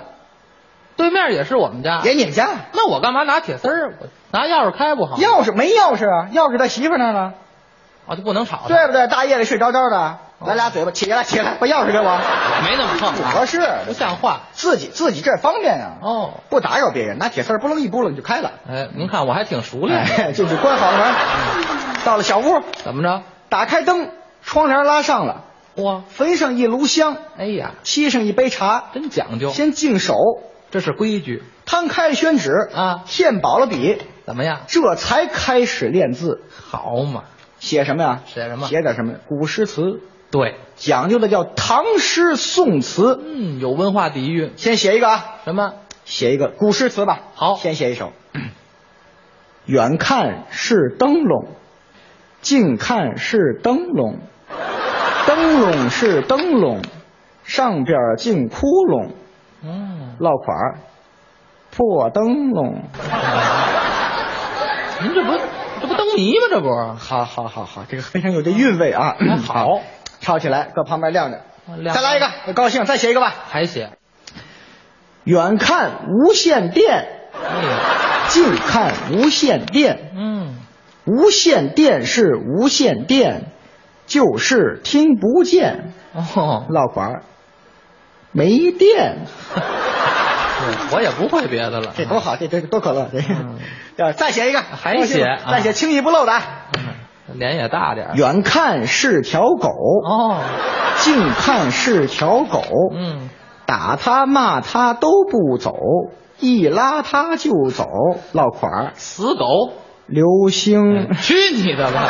[SPEAKER 20] 对面也是我们家，
[SPEAKER 24] 也你们家
[SPEAKER 20] 那我干嘛拿铁丝儿？啊我拿钥匙开不好吗？
[SPEAKER 24] 钥匙没钥匙啊？钥匙在媳妇儿那儿呢，
[SPEAKER 20] 啊就不能吵他，哦
[SPEAKER 24] 对不对？大夜里睡着着的，来俩嘴巴，起来起来，把钥匙给我，
[SPEAKER 20] 没那么横
[SPEAKER 24] 不
[SPEAKER 20] 啊，
[SPEAKER 24] 合适，
[SPEAKER 20] 不像话。
[SPEAKER 24] 自己自己这方便啊，
[SPEAKER 20] 哦，
[SPEAKER 24] 不打扰别人，拿铁丝儿拨楞一拨楞就开了，
[SPEAKER 20] 哎，您看我还挺熟练，嗯
[SPEAKER 24] 哎，就是关好了门，到了小屋，
[SPEAKER 20] 怎么着？
[SPEAKER 24] 打开灯，窗帘拉上了，
[SPEAKER 20] 哇，
[SPEAKER 24] 焚上一炉香，
[SPEAKER 20] 哎呀，
[SPEAKER 24] 沏上一杯茶，
[SPEAKER 20] 真讲究，
[SPEAKER 24] 先净手，
[SPEAKER 20] 这是规矩，
[SPEAKER 24] 摊开了宣纸
[SPEAKER 20] 啊
[SPEAKER 24] 献饱了笔，
[SPEAKER 20] 怎么样？
[SPEAKER 24] 这才开始练字。
[SPEAKER 20] 好嘛，
[SPEAKER 24] 写什么呀？
[SPEAKER 20] 写什么
[SPEAKER 24] 写点什么？古诗词，
[SPEAKER 20] 对，
[SPEAKER 24] 讲究的叫唐诗宋词。
[SPEAKER 20] 嗯，有文化底蕴。
[SPEAKER 24] 先写一个啊，
[SPEAKER 20] 什么？
[SPEAKER 24] 写一个古诗词吧。
[SPEAKER 20] 好
[SPEAKER 24] 先写一首。 远看是灯笼，近看是灯笼，灯笼是灯笼，上边儿进窟窿，
[SPEAKER 20] 嗯，
[SPEAKER 24] 落款儿破灯 笼。
[SPEAKER 20] 您这不这不灯谜吗？这不
[SPEAKER 24] 好好好好，这个非常有这韵味啊！
[SPEAKER 20] 好，
[SPEAKER 24] 抄起来，搁旁边晾着。
[SPEAKER 20] 晾
[SPEAKER 24] 再
[SPEAKER 20] 着
[SPEAKER 24] 来一个，高兴，再写一个吧。
[SPEAKER 20] 还写？
[SPEAKER 24] 远看无线电，
[SPEAKER 20] 哎呀，
[SPEAKER 24] 近看无线电，
[SPEAKER 20] 嗯，
[SPEAKER 24] 无线电是无线电，就是听不见。
[SPEAKER 20] 哦，
[SPEAKER 24] 落款儿没电，
[SPEAKER 20] 我也不会别的了。
[SPEAKER 24] 这多好，这这多可乐！这
[SPEAKER 20] 嗯
[SPEAKER 24] 要再写一个，
[SPEAKER 20] 还
[SPEAKER 24] 高兴
[SPEAKER 20] 写啊
[SPEAKER 24] 再写轻易不漏的啊。
[SPEAKER 20] 嗯脸也大点儿。
[SPEAKER 24] 远看是条狗，
[SPEAKER 20] 哦，
[SPEAKER 24] 近看是条狗。
[SPEAKER 20] 嗯，
[SPEAKER 24] 打他骂他都不走，一拉他就走。落款儿
[SPEAKER 20] 死狗，哎
[SPEAKER 24] 刘星。
[SPEAKER 20] 去你 的吧！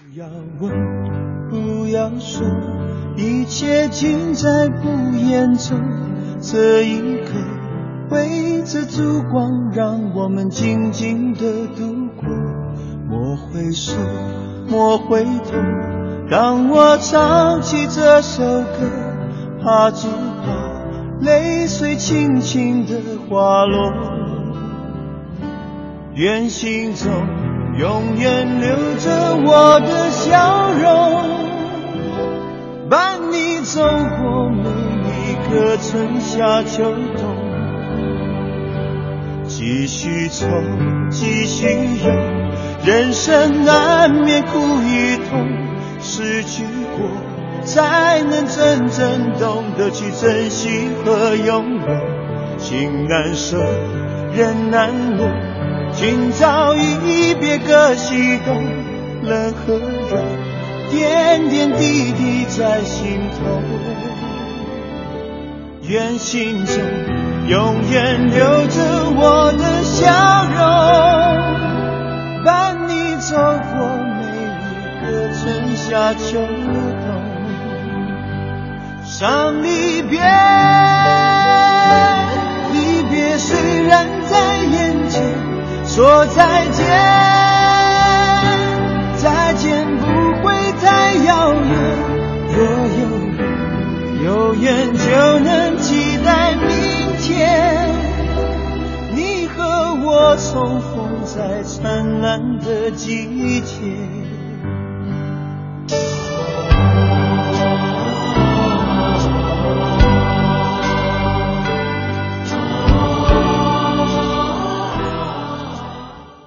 [SPEAKER 2] 不要问，不要说，一切尽在不言中。这一刻，围着烛光，让我们静静的度过。莫回首，莫回头，让我唱起这首歌，怕只怕泪水轻轻的滑落。愿心中永远留着我的笑容，伴你走过每一个春夏秋冬。继续走，继续游，人生难免苦与痛，失去过，才能真正懂得去珍惜和拥有。情难舍，人难忘。今朝一别各西东，冷和热，点点滴滴在心头，愿心中永远留着我的笑容，伴你走过每一个春夏秋冬，伤离别。离别虽然在眼前，说再见，再见不会太遥远。若有缘，有缘就能期待明天，你和我重逢在灿烂的季节。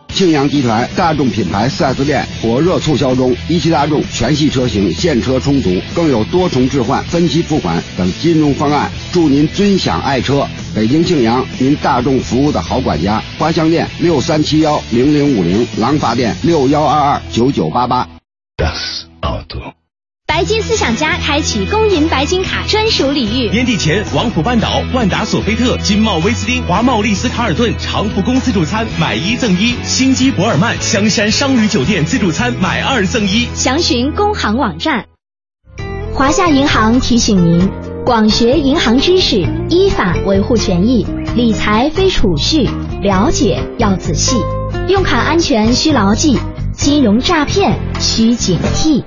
[SPEAKER 8] 庆阳集团大众品牌 4S 店火热促销中，一汽大众全系车型现车充足，更有多重置换、分期付款等金融方案，祝您尊享爱车。北京庆阳，您大众服务的好管家。花乡店六三七幺零零五零，廊坊店六幺二二九九八八。
[SPEAKER 3] 白金思想家开启工银白金卡专属礼遇。
[SPEAKER 5] 年底前，王府半岛、万达索菲特、金茂威斯汀、华茂丽斯卡尔顿、长福宫自助餐买一赠一，星基博尔曼、香山商旅酒店自助餐买二赠一。
[SPEAKER 3] 详询工行网站。华夏银行提醒您，广学银行知识，依法维护权益，理财非储蓄，了解要仔细，用卡安全需牢记，金融诈骗需警惕。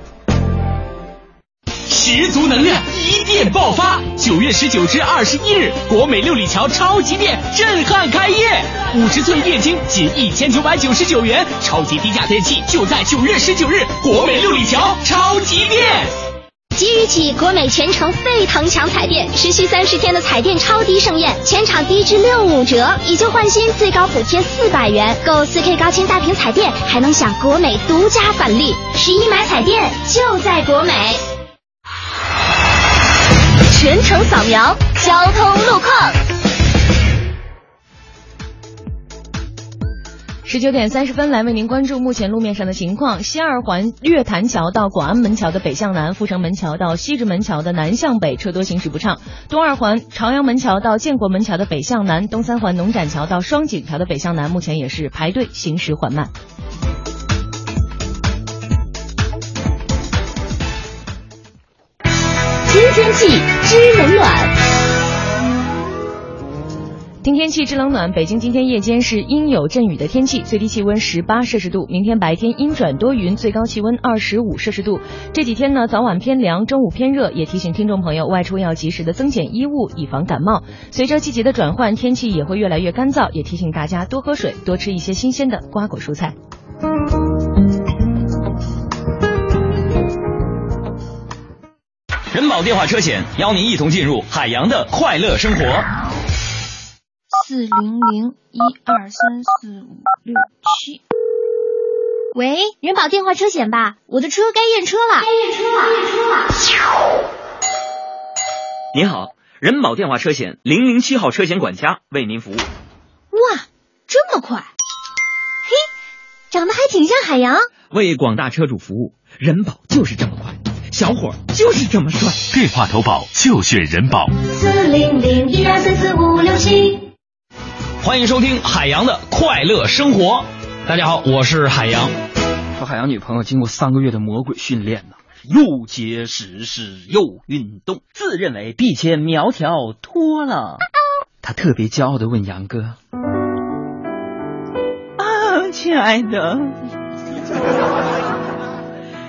[SPEAKER 9] 十足能量，一店爆发！九月十九至二十一日，国美六里桥超级店震撼开业，五十寸液晶仅一千九百九十九元，超级低价电器就在九月十九日国美六里桥超级店。
[SPEAKER 3] 即日起，国美全城沸腾抢彩电，持续三十天的彩电超低盛宴，全场低至六五折，以旧换新，最高补贴四百元，购 4K 高清大屏彩电还能享国美独家返利。十一买彩电就在国美。全程扫描交通路况。
[SPEAKER 4] 十九点三十分，来为您关注目前路面上的情况。西二环月坛桥到广安门桥的北向南，阜成门桥到西直门桥的南向北，车多行驶不畅；东二环朝阳门桥到建国门桥的北向南，东三环农展桥到双井桥的北向南，目前也是排队行驶缓慢。
[SPEAKER 3] 新天气知冷暖。
[SPEAKER 4] 听天气知冷暖，北京今天夜间是阴有阵雨的天气，最低气温十八摄氏度；明天白天阴转多云，最高气温二十五摄氏度。这几天呢，早晚偏凉，中午偏热，也提醒听众朋友外出要及时的增减衣物，以防感冒。随着季节的转换，天气也会越来越干燥，也提醒大家多喝水，多吃一些新鲜的瓜果蔬菜。
[SPEAKER 9] 人保电话车险邀您一同进入海洋的快乐生活。
[SPEAKER 13] 四零零一二三四五六七。
[SPEAKER 3] 喂，人保电话车险吧，我的车该验车了。该验车了，
[SPEAKER 9] 您好，人保电话车险零零七号车险管家为您服务。
[SPEAKER 3] 哇，这么快！嘿，长得还挺像海洋。
[SPEAKER 9] 为广大车主服务，人保就是这么快，小伙儿就是这么帅。
[SPEAKER 17] 电话投保就选人保。
[SPEAKER 3] 四零零一二三四五六七。
[SPEAKER 9] 欢迎收听海洋的快乐生活。大家好，我是海洋。
[SPEAKER 11] 说海洋女朋友经过三个月的魔鬼训练呐、又节食是又运动，自认为并且苗条脱了。她特别骄傲的问杨哥
[SPEAKER 13] 啊，亲爱的，：“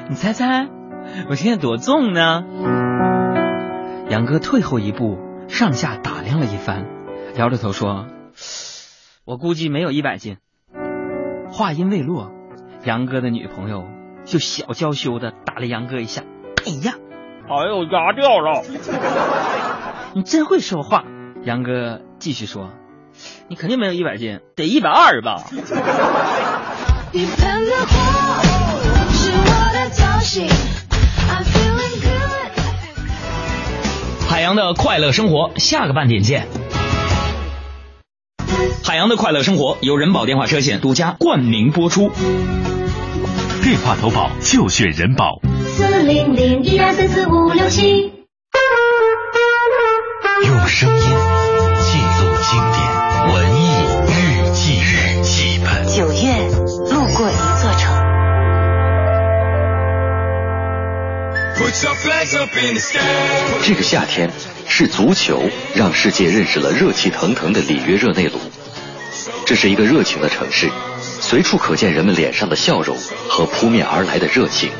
[SPEAKER 11] 你猜猜我现在多重呢？”杨哥退后一步，上下打量了一番，摇着头说：“我估计没有一百斤。”话音未落，杨哥的女朋友就小娇羞的打了杨哥一下。哎呀，哎呦，牙掉了！你真会说话。杨哥继续说：“你肯定没有一百斤，得一百二吧？”
[SPEAKER 25] 你喷的火是我的造型，I'm feeling good。
[SPEAKER 9] 海洋的快乐生活，下个半点见。海洋的快乐生活由人保电话车险独家冠名播出。
[SPEAKER 17] 电话投保就选人保。
[SPEAKER 6] 四零零一二三四五六七。
[SPEAKER 1] 用声音记录经典，文艺日记日记本。
[SPEAKER 15] 九月路过一座城，
[SPEAKER 1] 这个夏天是足球让世界认识了热气腾腾的里约热内卢。这是一个热情的城市，随处可见人们脸上的笑容和扑面而来的热情。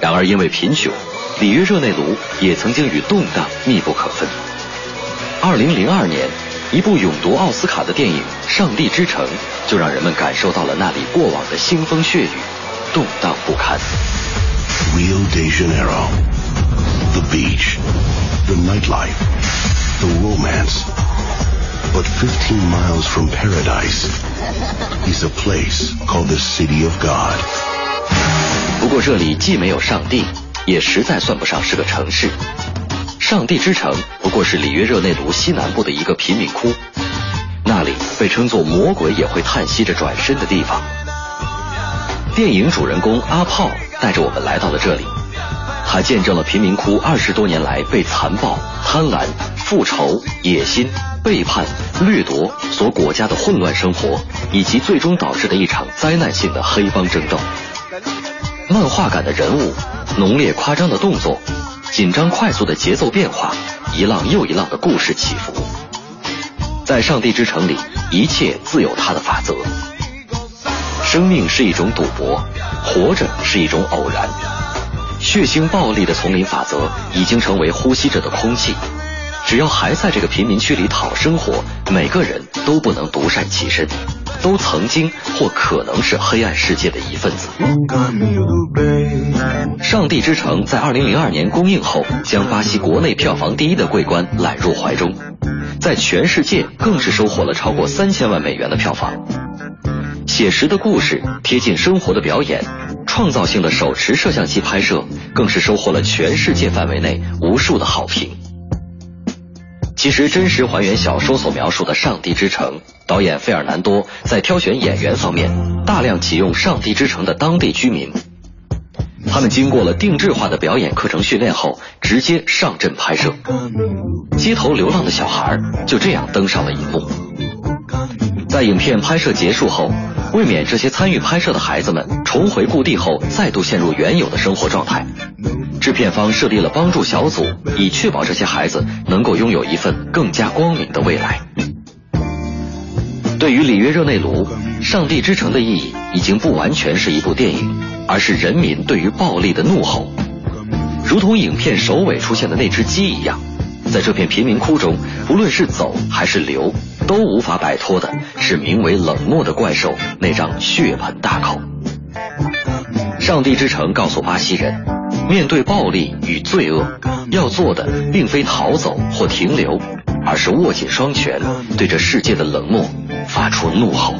[SPEAKER 1] 然而，因为贫穷，里约热内卢也曾经与动荡密不可分。二零零二年，一部勇夺奥斯卡的电影《上帝之城》就让人们感受到了那里过往的腥风血雨，动荡不堪。
[SPEAKER 16] Rio de Janeiro. The beach, the nightlife, the romance. But 15 miles from paradise is a place called the City of God.
[SPEAKER 1] 不过这里既没有上帝，也实在算不上是个城市。上帝之城不过是里约热内卢西南部的一个贫民窟，那里被称作魔鬼也会叹息着转身的地方。电影主人公阿炮带着我们来到了这里，他见证了贫民窟二十多年来被残暴、贪婪、复仇、野心、背叛、掠夺所裹挟的混乱生活，以及最终导致的一场灾难性的黑帮争斗。漫画感的人物，浓烈夸张的动作，紧张快速的节奏变化，一浪又一浪的故事起伏。在上帝之城里，一切自有它的法则。生命是一种赌博，活着是一种偶然。血腥暴力的丛林法则已经成为呼吸着的空气，只要还在这个贫民区里讨生活，每个人都不能独善其身，都曾经或可能是黑暗世界的一份子。上帝之城在2002年公映后，将巴西国内票房第一的桂冠揽入怀中，在全世界更是收获了超过三千万美元的票房。写实的故事，贴近生活的表演，创造性的手持摄像机拍摄，更是收获了全世界范围内无数的好评。其实，真实还原小说所描述的上帝之城，导演费尔南多在挑选演员方面，大量启用上帝之城的当地居民。他们经过了定制化的表演课程训练后，直接上阵拍摄。街头流浪的小孩儿就这样登上了荧幕。在影片拍摄结束后，为免这些参与拍摄的孩子们重回故地后再度陷入原有的生活状态，制片方设立了帮助小组，以确保这些孩子能够拥有一份更加光明的未来。对于里约热内卢，《上帝之城》的意义已经不完全是一部电影，而是人民对于暴力的怒吼，如同影片首尾出现的那只鸡一样，在这片贫民窟中，无论是走还是留，都无法摆脱的是名为冷漠的怪兽那张血盆大口。《上帝之城》告诉巴西人，面对暴力与罪恶，要做的并非逃走或停留，而是握紧双拳，对这世界的冷漠发出怒吼。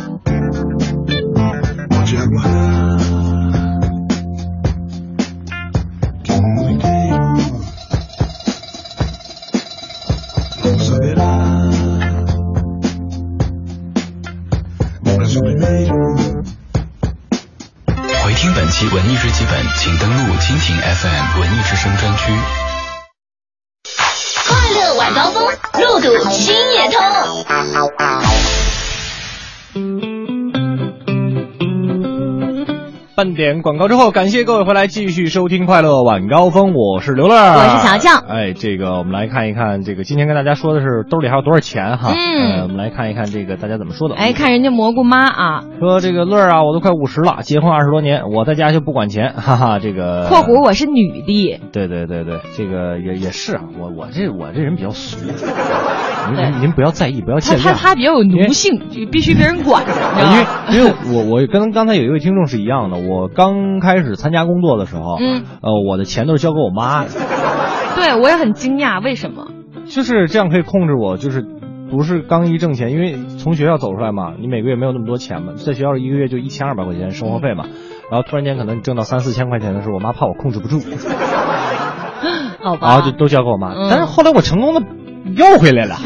[SPEAKER 1] 回听本期文艺日记本，请登录蜻蜓 FM 文艺之声专区。
[SPEAKER 26] 快乐晚高峰，路堵心也通。
[SPEAKER 5] 半点广告之后，感谢各位回来继续收听《快乐晚高峰》，我是刘乐，
[SPEAKER 4] 我是小酱
[SPEAKER 5] 哎，这个我们来看一看，这个今天跟大家说的是兜里还有多少钱哈。
[SPEAKER 4] 嗯
[SPEAKER 5] 呃我们来看一看这个大家怎么说的。
[SPEAKER 4] 哎，看人家蘑菇妈啊，
[SPEAKER 5] 说这个乐儿啊，我都快五十了，结婚二十多年，我在家就不管钱，哈哈，这个。
[SPEAKER 4] 括弧我是女的，
[SPEAKER 5] 对对对对，这个也也是啊，我我这我这人比较俗，您您您不要在意，不要
[SPEAKER 4] 她
[SPEAKER 5] 见
[SPEAKER 4] 她
[SPEAKER 5] 谅。哎
[SPEAKER 4] 她比较有奴性，就必须别人管着，你知道吗？
[SPEAKER 5] 因为因为我我跟刚才有一位听众是一样的，我刚开始参加工作的时候，
[SPEAKER 4] 嗯
[SPEAKER 5] 呃，我的钱都是交给我妈的，
[SPEAKER 4] 对我也很惊讶，为什么？
[SPEAKER 5] 就是这样可以控制我，就是不是刚一挣钱，因为从学校走出来嘛，你每个月没有那么多钱嘛，在学校一个月就一千二百块钱生活费嘛，然后突然间可能你挣到三四千块钱的时候，我妈怕我控制不住，
[SPEAKER 4] 好
[SPEAKER 5] 然后
[SPEAKER 4] 吧
[SPEAKER 5] 就，都交给我妈。
[SPEAKER 4] 嗯
[SPEAKER 5] 但是后来我成功的又回来了，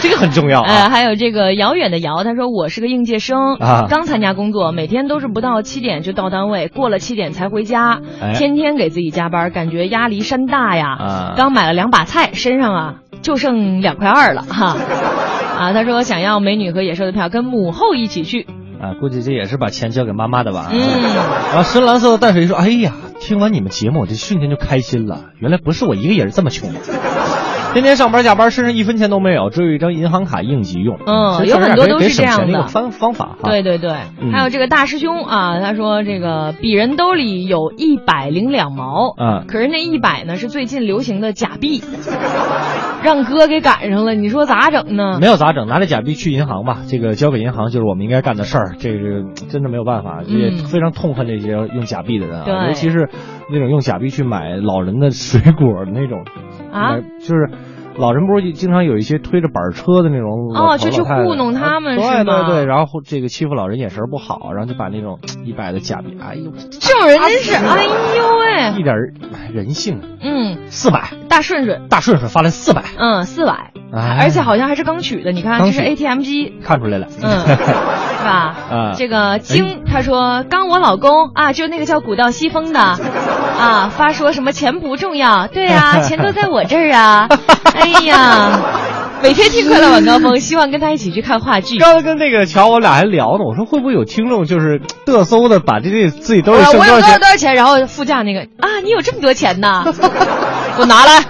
[SPEAKER 5] 这个很重要啊。
[SPEAKER 4] 呃，还有这个遥远的遥，他说我是个应届生，
[SPEAKER 5] 啊
[SPEAKER 4] 刚参加工作，每天都是不到七点就到单位，过了七点才回家，
[SPEAKER 5] 哎
[SPEAKER 4] 天天给自己加班，感觉压力山大呀。
[SPEAKER 5] 啊
[SPEAKER 4] 刚买了两把菜，身上啊就剩两块二了 哈。啊，他说想要美女和野兽的票，跟母后一起去。
[SPEAKER 5] 啊，估计这也是把钱交给妈妈的吧。
[SPEAKER 4] 嗯
[SPEAKER 5] 然后深蓝色的淡水说：“哎呀，听完你们节目，我这瞬间就开心了。原来不是我一个人这么穷，天天上班下班，身上一分钱都没有，只有一张银行卡应急用。
[SPEAKER 4] 嗯，
[SPEAKER 5] 其实
[SPEAKER 4] 有很多
[SPEAKER 5] 这
[SPEAKER 4] 都
[SPEAKER 5] 样也
[SPEAKER 4] 是
[SPEAKER 5] 挺
[SPEAKER 4] 这
[SPEAKER 5] 省钱
[SPEAKER 4] 样
[SPEAKER 5] 一
[SPEAKER 4] 的
[SPEAKER 5] 个方方法哈。
[SPEAKER 4] 对对对，
[SPEAKER 5] 嗯
[SPEAKER 4] 还有这个大师兄啊，他说这个鄙人兜里有一百零两毛，
[SPEAKER 5] 嗯
[SPEAKER 4] 可是那一百呢是最近流行的假币，让哥给赶上了，你说咋整呢？
[SPEAKER 5] 没有咋整，拿着假币去银
[SPEAKER 4] 嗯
[SPEAKER 5] 行吧，这个交给银行就是我们应该干的事儿。这个嗯真的没有办法，
[SPEAKER 4] 嗯
[SPEAKER 5] 也非常痛恨这些用假币的人啊，
[SPEAKER 4] 对
[SPEAKER 5] 尤其是那种用假币去买老人的水果那种，
[SPEAKER 4] 啊
[SPEAKER 5] 买就是。老人不是经常有一些推着板车的那种
[SPEAKER 4] 哦
[SPEAKER 5] 老头
[SPEAKER 4] 就去
[SPEAKER 5] 老太太
[SPEAKER 4] 糊弄他们
[SPEAKER 5] 对
[SPEAKER 4] 是吗
[SPEAKER 5] 对对，然后这个欺负老人眼神不好，然后就把那种一百的假币，哎呦，
[SPEAKER 4] 这种人真是，哎呦喂，
[SPEAKER 5] 一点儿人性。
[SPEAKER 4] 嗯，
[SPEAKER 5] 四百，
[SPEAKER 4] 大顺顺，
[SPEAKER 5] 大顺顺发来四百，
[SPEAKER 4] 嗯，四百，
[SPEAKER 5] 哎
[SPEAKER 4] 而且好像还是刚取的，你看
[SPEAKER 5] 刚
[SPEAKER 4] 这是
[SPEAKER 5] 取
[SPEAKER 4] ATM 机。
[SPEAKER 5] 看出来了。
[SPEAKER 4] 嗯 是吧？
[SPEAKER 5] 啊
[SPEAKER 4] 这个晶他说，刚我老公啊，就那个叫古道西风的啊，发说什么钱不重要，对 啊，钱都在我这儿啊，哎呀，每天听快乐晚高 峰，希望跟他一起去看话剧。
[SPEAKER 5] 刚才跟那个乔我俩还聊呢，我说会不会有听众就是嘚瑟的把这这自己兜里
[SPEAKER 4] 啊
[SPEAKER 5] 剩
[SPEAKER 4] 我
[SPEAKER 5] 多
[SPEAKER 4] 有
[SPEAKER 5] 少
[SPEAKER 4] 多少
[SPEAKER 5] 钱
[SPEAKER 4] 多少钱？然后副驾那个啊，你有这么多钱呢？给我拿来。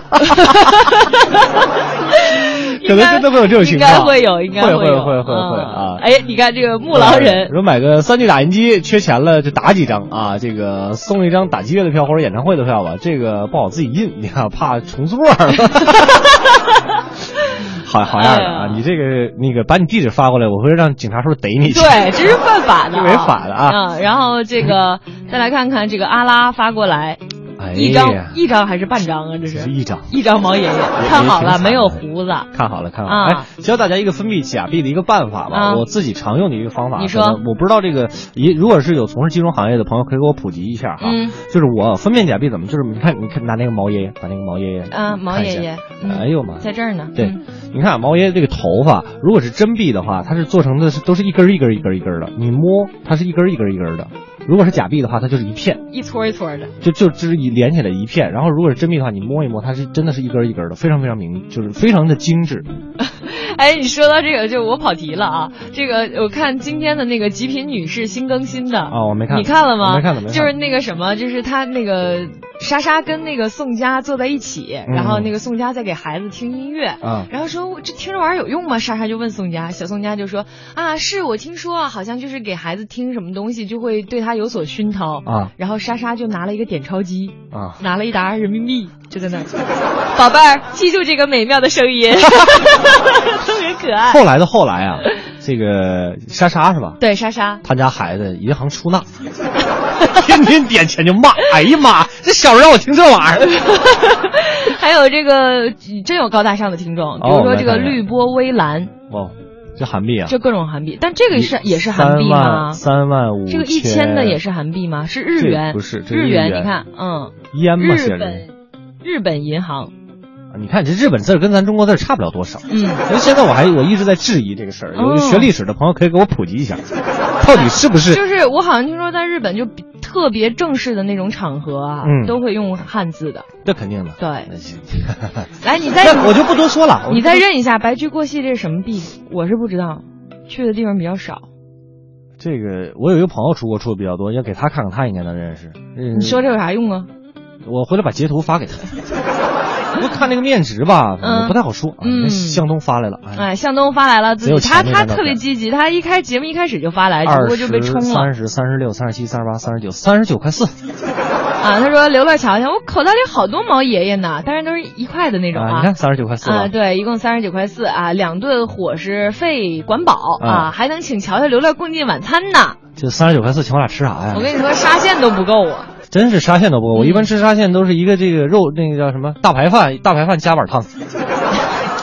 [SPEAKER 5] 可能真的会有这种情况，
[SPEAKER 4] 应该会有应该
[SPEAKER 5] 会
[SPEAKER 4] 会有
[SPEAKER 5] 会会
[SPEAKER 4] 嗯
[SPEAKER 5] 会啊！
[SPEAKER 4] 哎，你看这个木狼人，
[SPEAKER 5] 说买个三 D 打印机，缺钱了就打几张啊，这个送一张打击乐的票或者演唱会的票吧，这个不好自己印，你看怕重做。好好样的啊！你这个那个把你地址发过来，我会让警察叔叔逮你去。
[SPEAKER 4] 对，这是犯法的、
[SPEAKER 5] 这违法的啊！
[SPEAKER 4] 嗯，然后这个再来看看这个阿拉发过来，
[SPEAKER 5] 哎
[SPEAKER 4] 一张
[SPEAKER 5] 呀，
[SPEAKER 4] 一张还是半张啊？这是
[SPEAKER 5] 一张
[SPEAKER 4] 一张毛爷爷
[SPEAKER 5] 也，
[SPEAKER 4] 看好
[SPEAKER 5] 也挺
[SPEAKER 4] 了
[SPEAKER 5] 惨
[SPEAKER 4] 没有胡子？
[SPEAKER 5] 看好了，看好了。
[SPEAKER 4] 啊
[SPEAKER 5] 哎，教大家一个分泌假币的一个办法吧，
[SPEAKER 4] 啊
[SPEAKER 5] 我自己常用的一个方法。
[SPEAKER 4] 你说
[SPEAKER 5] 可能我不知道这个，也如果是有从事金融行业的朋友，可以给我普及一下哈。
[SPEAKER 4] 嗯
[SPEAKER 5] 就是我分辨假币怎么，就是你看，你看拿那个毛爷爷，把那个毛爷爷
[SPEAKER 4] 啊，毛
[SPEAKER 5] 看一下
[SPEAKER 4] 爷爷，嗯
[SPEAKER 5] 哎呦妈，
[SPEAKER 4] 在这儿呢。
[SPEAKER 5] 对
[SPEAKER 4] 嗯，
[SPEAKER 5] 你看啊毛爷爷这个头发，如果是真币的话，它是做成的是都是一根儿一根儿一根儿一根儿的，你摸它是一根儿一根儿一根儿的；如果是假币的话，它就是一片。
[SPEAKER 4] 嗯一撮一撮的。
[SPEAKER 5] 就就就是一连起来一片，然后如果是真币的话，你摸一摸，它是真的是一根儿一根儿的，非常非常明，就是非常的精致。
[SPEAKER 4] 哎，你说到这个，就我跑题了啊。这个我看今天的那个极品女士新更新的
[SPEAKER 5] 啊我没看
[SPEAKER 4] 你看了吗？
[SPEAKER 5] 我没看我没看
[SPEAKER 4] 就是那个什么，就是她那个莎莎跟那个宋佳坐在一起，
[SPEAKER 5] 嗯
[SPEAKER 4] 然后那个宋佳在给孩子听音乐，
[SPEAKER 5] 啊
[SPEAKER 4] 然后说这听这玩意儿有用吗？莎莎就问宋佳，小宋佳就说啊，是我听说啊，好像就是给孩子听什么东西就会对他有所熏陶
[SPEAKER 5] 啊
[SPEAKER 4] 然后莎莎就拿了一个点钞机。
[SPEAKER 5] 啊，
[SPEAKER 4] 拿了一沓人民币，就在那儿， 宝贝儿，记住这个美妙的声 音，特别可爱。
[SPEAKER 5] 后来的后来 啊，这个莎莎是吧？
[SPEAKER 4] 对莎 莎，
[SPEAKER 5] 他家孩子银行出纳， 天天点钱就骂，哎呀妈，这小人让我听这玩意 儿，
[SPEAKER 4] 还有这个真有高大上的听众，比如
[SPEAKER 5] 哦
[SPEAKER 4] 说这个
[SPEAKER 5] 来看看
[SPEAKER 4] 绿波微蓝，
[SPEAKER 5] 哦，这韩币啊，
[SPEAKER 4] 就各种韩币，但这个是也是韩币
[SPEAKER 5] 三
[SPEAKER 4] 吗
[SPEAKER 5] 万？三万五，
[SPEAKER 4] 这个一千的也是韩币吗？是日
[SPEAKER 5] 这
[SPEAKER 4] 元，
[SPEAKER 5] 不是这
[SPEAKER 4] 日
[SPEAKER 5] 日
[SPEAKER 4] 元，
[SPEAKER 5] 元
[SPEAKER 4] 你看，嗯，
[SPEAKER 5] 烟吗？写
[SPEAKER 4] 日
[SPEAKER 5] 着
[SPEAKER 4] 本日本银行，
[SPEAKER 5] 你看这日本字儿跟咱中国字儿差不了多少。
[SPEAKER 4] 嗯，
[SPEAKER 5] 所以现在我还我一直在质疑这个事儿，有
[SPEAKER 4] 哦
[SPEAKER 5] 学历史的朋友可以给我普及一下，到底是不是？
[SPEAKER 4] 就是我好像听说在日本就比特别正式的那种场合啊，
[SPEAKER 5] 嗯
[SPEAKER 4] 都会用汉字的。
[SPEAKER 5] 这肯定的。
[SPEAKER 4] 对，
[SPEAKER 5] 来
[SPEAKER 4] 来你再
[SPEAKER 5] 我就不多说了。我
[SPEAKER 4] 你
[SPEAKER 5] 就
[SPEAKER 4] 再认一下白驹过隙这是什么币？我是不知道，去的地方比较少。
[SPEAKER 5] 这个，我有一个朋友出国出的比较多，要给他看看，他应该能认识。你
[SPEAKER 4] 你说这有啥用啊？
[SPEAKER 5] 我回来把截图发给他。我看那个面值吧，反正
[SPEAKER 4] 嗯
[SPEAKER 5] 不太好说。啊
[SPEAKER 4] 嗯
[SPEAKER 5] 那向东发来了，哎
[SPEAKER 4] 哎，向东发来了，自
[SPEAKER 5] 没有
[SPEAKER 4] 己他
[SPEAKER 5] 钱那
[SPEAKER 4] 他
[SPEAKER 5] 张照
[SPEAKER 4] 特别
[SPEAKER 5] 片
[SPEAKER 4] 积极，他一开节目一开始就发来，只不
[SPEAKER 5] 二
[SPEAKER 4] 哎过就
[SPEAKER 5] 十、
[SPEAKER 4] 被冲了
[SPEAKER 5] 三十、三十六、三十七、三十八、三十九、三十九块四
[SPEAKER 4] 啊。他说刘乐瞧瞧，我口袋里好多毛爷爷呢，当然都是一块的那种
[SPEAKER 5] 啊！你看三十九块四
[SPEAKER 4] 啊，
[SPEAKER 5] 了，
[SPEAKER 4] 对，一共三十九块四啊，两顿伙食费管饱啊，
[SPEAKER 5] 啊
[SPEAKER 4] 还能请乔乔刘乐共进晚餐呢。
[SPEAKER 5] 这三十九块四请我俩吃啥呀？
[SPEAKER 4] 我跟你说，沙县都不够啊。
[SPEAKER 5] 真是沙县都不够，
[SPEAKER 4] 嗯
[SPEAKER 5] 我一般吃沙县都是一个这个肉，那个叫什么大排饭，大排饭加碗汤，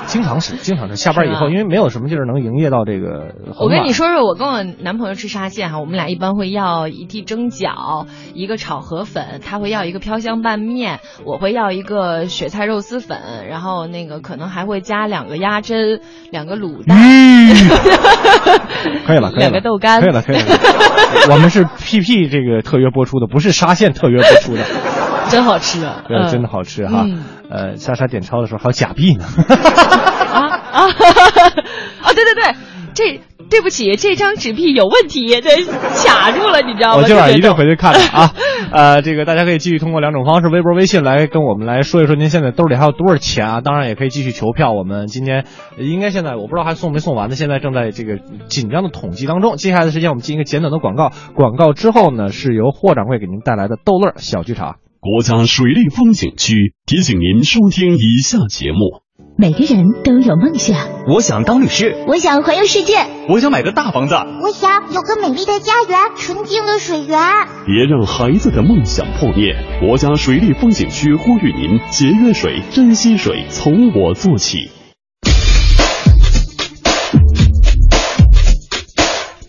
[SPEAKER 5] 经常吃，经常吃。下班以后，因为没有什么地儿能营业到这个很晚。
[SPEAKER 4] 啊我跟你说说，我跟我男朋友吃沙县哈，我们俩一般会要一屉蒸饺，一个炒河粉，他会要一个飘香拌面，我会要一个雪菜肉丝粉，然后那个可能还会加两个鸭胗，两个卤蛋，
[SPEAKER 5] 可以了，可以了，
[SPEAKER 4] 两个豆干
[SPEAKER 5] 可以了， 可以了。我们是 PP 这个特约播出的，不是沙县特约播出的。
[SPEAKER 4] 真好吃啊！
[SPEAKER 5] 对，
[SPEAKER 4] 嗯
[SPEAKER 5] 呃真的好吃哈。
[SPEAKER 4] 嗯
[SPEAKER 5] 呃，莎莎点钞的时候还有假币呢。
[SPEAKER 4] 啊！啊，对对对，这对不起，这张纸币有问题，对，卡住了，你知道吗？
[SPEAKER 5] 我今晚
[SPEAKER 4] 特别
[SPEAKER 5] 一定
[SPEAKER 4] 逗
[SPEAKER 5] 回去看的啊。 呃，这个大家可以继续通过两种方式，微博、微信来跟我们来说一说您现在兜里还有多少钱啊？当然也可以继续求票，我们今天呃应该现在我不知道还送没送完呢，现在正在这个紧张的统计当中。接下来的时间我们进一个简短的广告，广告之后呢是由霍掌柜给您带来的逗乐小剧场。
[SPEAKER 13] 国家水利风景区提醒您收听以下节目。
[SPEAKER 19] 每个人都有梦想，
[SPEAKER 13] 我想当律师，
[SPEAKER 19] 我想环游世界，
[SPEAKER 13] 我想买个大房子。
[SPEAKER 19] 我想有个美丽的家园，纯净的水源。
[SPEAKER 13] 别让孩子的梦想破灭。国家水利风景区呼吁您节约水、珍惜水，从我做起。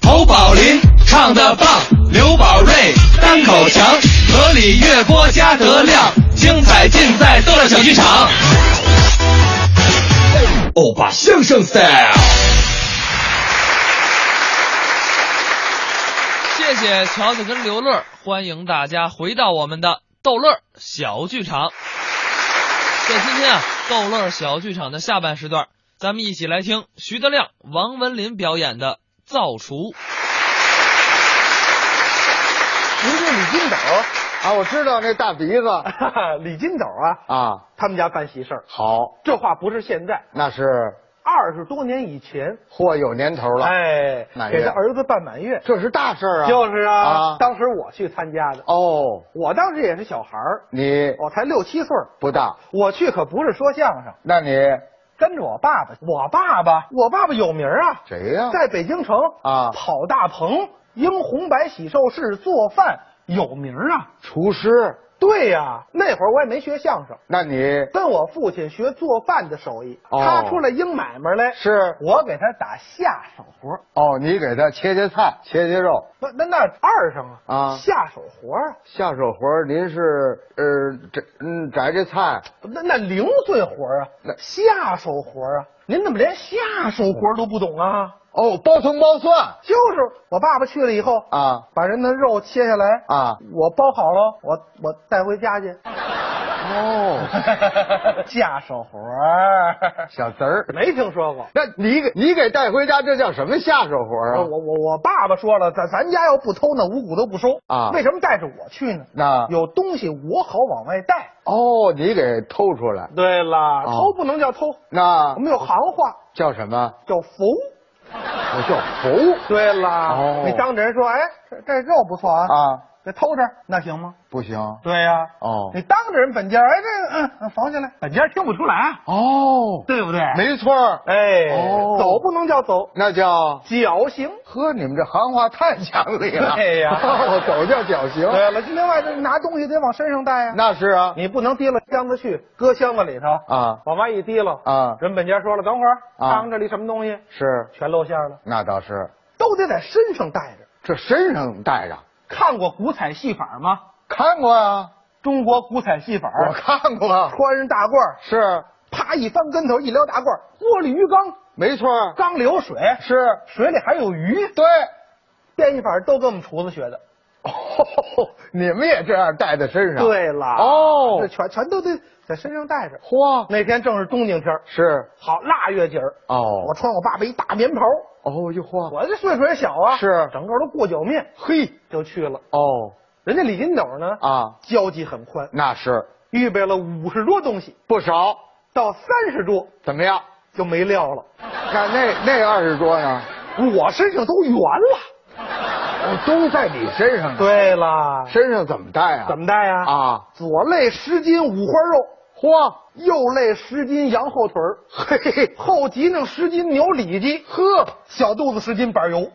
[SPEAKER 22] 侯宝林唱的棒，刘宝瑞单口强，河里月波加德亮，精彩尽在逗乐小剧场。欧巴哦相声 style。
[SPEAKER 23] 谢谢乔子跟刘乐，欢迎大家回到我们的逗乐小剧场。在今天啊，逗乐小剧场的下半时段，咱们一起来听徐德亮、王文林表演的《造厨》。
[SPEAKER 20] 您是李金斗啊？我知道那大鼻子， 李金斗啊啊，他们家办喜事儿。好，这话不是现在，
[SPEAKER 24] 那是
[SPEAKER 20] 二十多年以前，
[SPEAKER 24] 嚯，有年头了。
[SPEAKER 20] 哎
[SPEAKER 24] 满，
[SPEAKER 20] 给
[SPEAKER 24] 月
[SPEAKER 20] 他儿子办满月，
[SPEAKER 24] 这是大事儿啊
[SPEAKER 20] 就是啊，
[SPEAKER 24] 啊
[SPEAKER 20] 当时我去参加的。
[SPEAKER 24] 哦，
[SPEAKER 20] 我当时也是小孩儿，
[SPEAKER 24] 你
[SPEAKER 20] 我才六七岁儿，
[SPEAKER 24] 不大，
[SPEAKER 20] 我去可不是说相声，
[SPEAKER 24] 那你
[SPEAKER 20] 跟着我爸爸，我爸爸，我爸爸有名儿啊，
[SPEAKER 24] 谁呀
[SPEAKER 20] 在北京城
[SPEAKER 24] 啊
[SPEAKER 20] 跑大棚，应红白喜寿事做饭有名儿啊，
[SPEAKER 24] 厨师？
[SPEAKER 20] 对呀、那会儿我也没学相声，
[SPEAKER 24] 那你
[SPEAKER 20] 跟我父亲学做饭的手艺。
[SPEAKER 24] 哦
[SPEAKER 20] 他出来应买卖来，
[SPEAKER 24] 是
[SPEAKER 20] 我给他打下手活儿。
[SPEAKER 24] 哦，你给他切切菜，切切肉
[SPEAKER 20] 那那那二声啊，
[SPEAKER 24] 啊。
[SPEAKER 20] 下手活儿啊，
[SPEAKER 24] 下手活儿您是呃摘嗯摘这菜，
[SPEAKER 20] 那那零碎活儿啊，下手活儿啊，您怎么连下手活儿都不懂啊？
[SPEAKER 24] 哦，包葱包蒜，
[SPEAKER 20] 就是我爸爸去了以后
[SPEAKER 24] 啊，
[SPEAKER 20] 把人的肉切下来
[SPEAKER 24] 啊，
[SPEAKER 20] 我包好了，我我带回家去。哦， 下手活儿，
[SPEAKER 24] 小侄儿
[SPEAKER 20] 没听说过。
[SPEAKER 24] 那你给你给带回家，这叫什么下手活儿
[SPEAKER 20] 我
[SPEAKER 24] 啊？
[SPEAKER 20] 我我我爸爸说了，咱咱家要不偷那五谷都不收
[SPEAKER 24] 啊
[SPEAKER 20] 为什么带着我去呢？
[SPEAKER 24] 那
[SPEAKER 20] 有东西我好往外带。
[SPEAKER 24] 哦，你给偷出来，哦
[SPEAKER 20] 对了，偷不能叫偷，
[SPEAKER 24] 那
[SPEAKER 20] 我们有行话
[SPEAKER 24] 叫什么？
[SPEAKER 20] 叫福。
[SPEAKER 24] 我叫猴。
[SPEAKER 20] 对了，
[SPEAKER 24] 哦
[SPEAKER 20] 你当着人说，哎，这这肉不错啊，
[SPEAKER 24] 啊，
[SPEAKER 20] 给偷这儿那行吗？
[SPEAKER 24] 不行
[SPEAKER 20] 对呀、
[SPEAKER 24] 哦
[SPEAKER 20] 你当着人本家，哎，这个嗯嗯，缝起来，本家听不出来，啊
[SPEAKER 24] 哦，
[SPEAKER 20] 对不对？
[SPEAKER 24] 没错儿，
[SPEAKER 20] 哎，
[SPEAKER 24] 哦
[SPEAKER 20] 走不能叫走，
[SPEAKER 24] 那叫
[SPEAKER 20] 绞刑。
[SPEAKER 24] 呵，你们这行话太讲理了。
[SPEAKER 20] 对呀
[SPEAKER 24] 我走叫绞刑。
[SPEAKER 20] 对了，另外这拿东西得往身上带呀、
[SPEAKER 24] 那是啊，
[SPEAKER 20] 你不能提了箱子去，搁箱子里头
[SPEAKER 24] 啊
[SPEAKER 20] 往外一提了
[SPEAKER 24] 啊
[SPEAKER 20] 人本家说了，等会儿
[SPEAKER 24] 啊
[SPEAKER 20] 看看这里什么东西，
[SPEAKER 24] 是，
[SPEAKER 20] 全露馅了，
[SPEAKER 24] 那倒是，
[SPEAKER 20] 都得在身上带着。
[SPEAKER 24] 这身
[SPEAKER 20] 嗯
[SPEAKER 24] 上带着，
[SPEAKER 20] 看过古彩戏法吗？
[SPEAKER 24] 看过啊，
[SPEAKER 20] 中国古彩戏法，
[SPEAKER 24] 我看过，
[SPEAKER 20] 穿上大褂，
[SPEAKER 24] 是，
[SPEAKER 20] 啪一翻跟头，一撩大褂，锅里鱼缸，
[SPEAKER 24] 没错儿，
[SPEAKER 20] 缸里有水，
[SPEAKER 24] 是，
[SPEAKER 20] 水里还有鱼，
[SPEAKER 24] 对。
[SPEAKER 20] 变戏法都跟我们厨子学的。
[SPEAKER 24] 哦，你们也这样带在身上？
[SPEAKER 20] 对了，
[SPEAKER 24] 哦
[SPEAKER 20] 这，全全都得在身上带着。
[SPEAKER 24] 嚯，
[SPEAKER 20] 那天正是冬景天儿，
[SPEAKER 24] 是，
[SPEAKER 20] 好腊月节儿，
[SPEAKER 24] 哦，
[SPEAKER 20] 我穿我爸爸一大棉袍，
[SPEAKER 24] 哦哟嚯，
[SPEAKER 20] 我这岁数也小啊，
[SPEAKER 24] 是
[SPEAKER 20] 整个都过脚面，
[SPEAKER 24] 嘿，
[SPEAKER 20] 就去了。
[SPEAKER 24] 哦
[SPEAKER 20] 人家李金斗呢，
[SPEAKER 24] 啊，
[SPEAKER 20] 交际很宽，
[SPEAKER 24] 那是
[SPEAKER 20] 预备了五十桌东西，
[SPEAKER 24] 不少，
[SPEAKER 20] 到三十桌
[SPEAKER 24] 怎么样？
[SPEAKER 20] 就没料了，
[SPEAKER 24] 看那那二十桌呢，
[SPEAKER 20] 我身上都圆了。
[SPEAKER 24] 哦，都在你身上呢。，啊
[SPEAKER 20] 对了，
[SPEAKER 24] 身上怎么带啊？
[SPEAKER 20] 怎么带呀、
[SPEAKER 24] 啊？
[SPEAKER 20] 左肋十斤五花肉，
[SPEAKER 24] 嚯，
[SPEAKER 20] 右肋十斤羊后腿儿，嘿，后脊梁十斤牛里脊，呵，小肚子十斤板 油。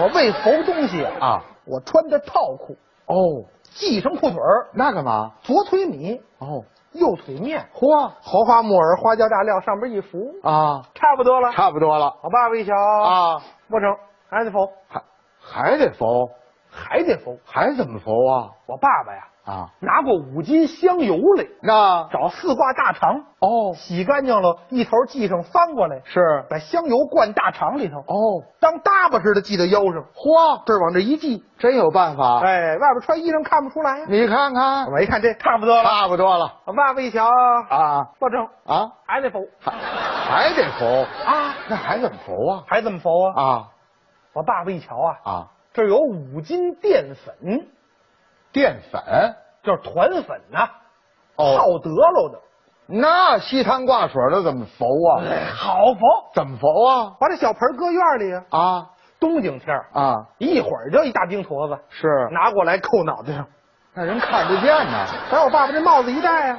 [SPEAKER 20] 我为缝东西
[SPEAKER 24] 啊，
[SPEAKER 20] 我穿的套裤，
[SPEAKER 24] 哦，
[SPEAKER 20] 系上裤腿儿，
[SPEAKER 24] 那干嘛？
[SPEAKER 20] 左腿米，
[SPEAKER 24] 哦，
[SPEAKER 20] 右腿面，嚯，荷花木耳，花椒大料，上边一浮啊，差不多了，
[SPEAKER 2] 差不多了。
[SPEAKER 20] 我爸爸一瞧啊，不成，还得缝，
[SPEAKER 2] 还还得缝，
[SPEAKER 20] 还得缝，
[SPEAKER 2] 还怎么缝啊？
[SPEAKER 20] 我爸爸呀，
[SPEAKER 2] 啊，
[SPEAKER 20] 拿过五斤香油来，
[SPEAKER 2] 那
[SPEAKER 20] 找四挂大肠
[SPEAKER 2] 哦，
[SPEAKER 20] 洗干净了，一头系上，翻过来，
[SPEAKER 2] 是
[SPEAKER 20] 把香油灌大肠里头
[SPEAKER 2] 哦，
[SPEAKER 20] 当搭把似的系在腰上，
[SPEAKER 2] 嚯，
[SPEAKER 20] 这儿往这一系，
[SPEAKER 2] 真有办法。
[SPEAKER 20] 哎，外边穿衣裳看不出来呀。
[SPEAKER 2] 你看看，
[SPEAKER 20] 我一看这差不多了，
[SPEAKER 2] 差不多了
[SPEAKER 20] 我爸爸一瞧
[SPEAKER 2] 啊
[SPEAKER 20] 不成
[SPEAKER 2] 啊，
[SPEAKER 20] 还得缝，
[SPEAKER 2] 还还得缝
[SPEAKER 20] 啊
[SPEAKER 2] 那还怎么缝啊？
[SPEAKER 20] 还怎么缝啊？
[SPEAKER 2] 啊
[SPEAKER 20] 我爸爸一瞧啊，
[SPEAKER 2] 啊，
[SPEAKER 20] 这儿有五斤淀粉，
[SPEAKER 2] 淀粉
[SPEAKER 20] 就是团粉呐、
[SPEAKER 2] 哦
[SPEAKER 20] 泡得喽的，
[SPEAKER 2] 那稀汤挂水的怎么缝啊？
[SPEAKER 20] 哎好缝。
[SPEAKER 2] 怎么缝啊？
[SPEAKER 20] 把这小盆搁院里啊，
[SPEAKER 2] 啊
[SPEAKER 20] 冬景天儿
[SPEAKER 2] 啊，
[SPEAKER 20] 一会儿就一大冰坨子，
[SPEAKER 2] 是，
[SPEAKER 20] 拿过来扣脑袋上，
[SPEAKER 2] 那人看得见呢。
[SPEAKER 20] 把我爸爸这帽子一戴啊，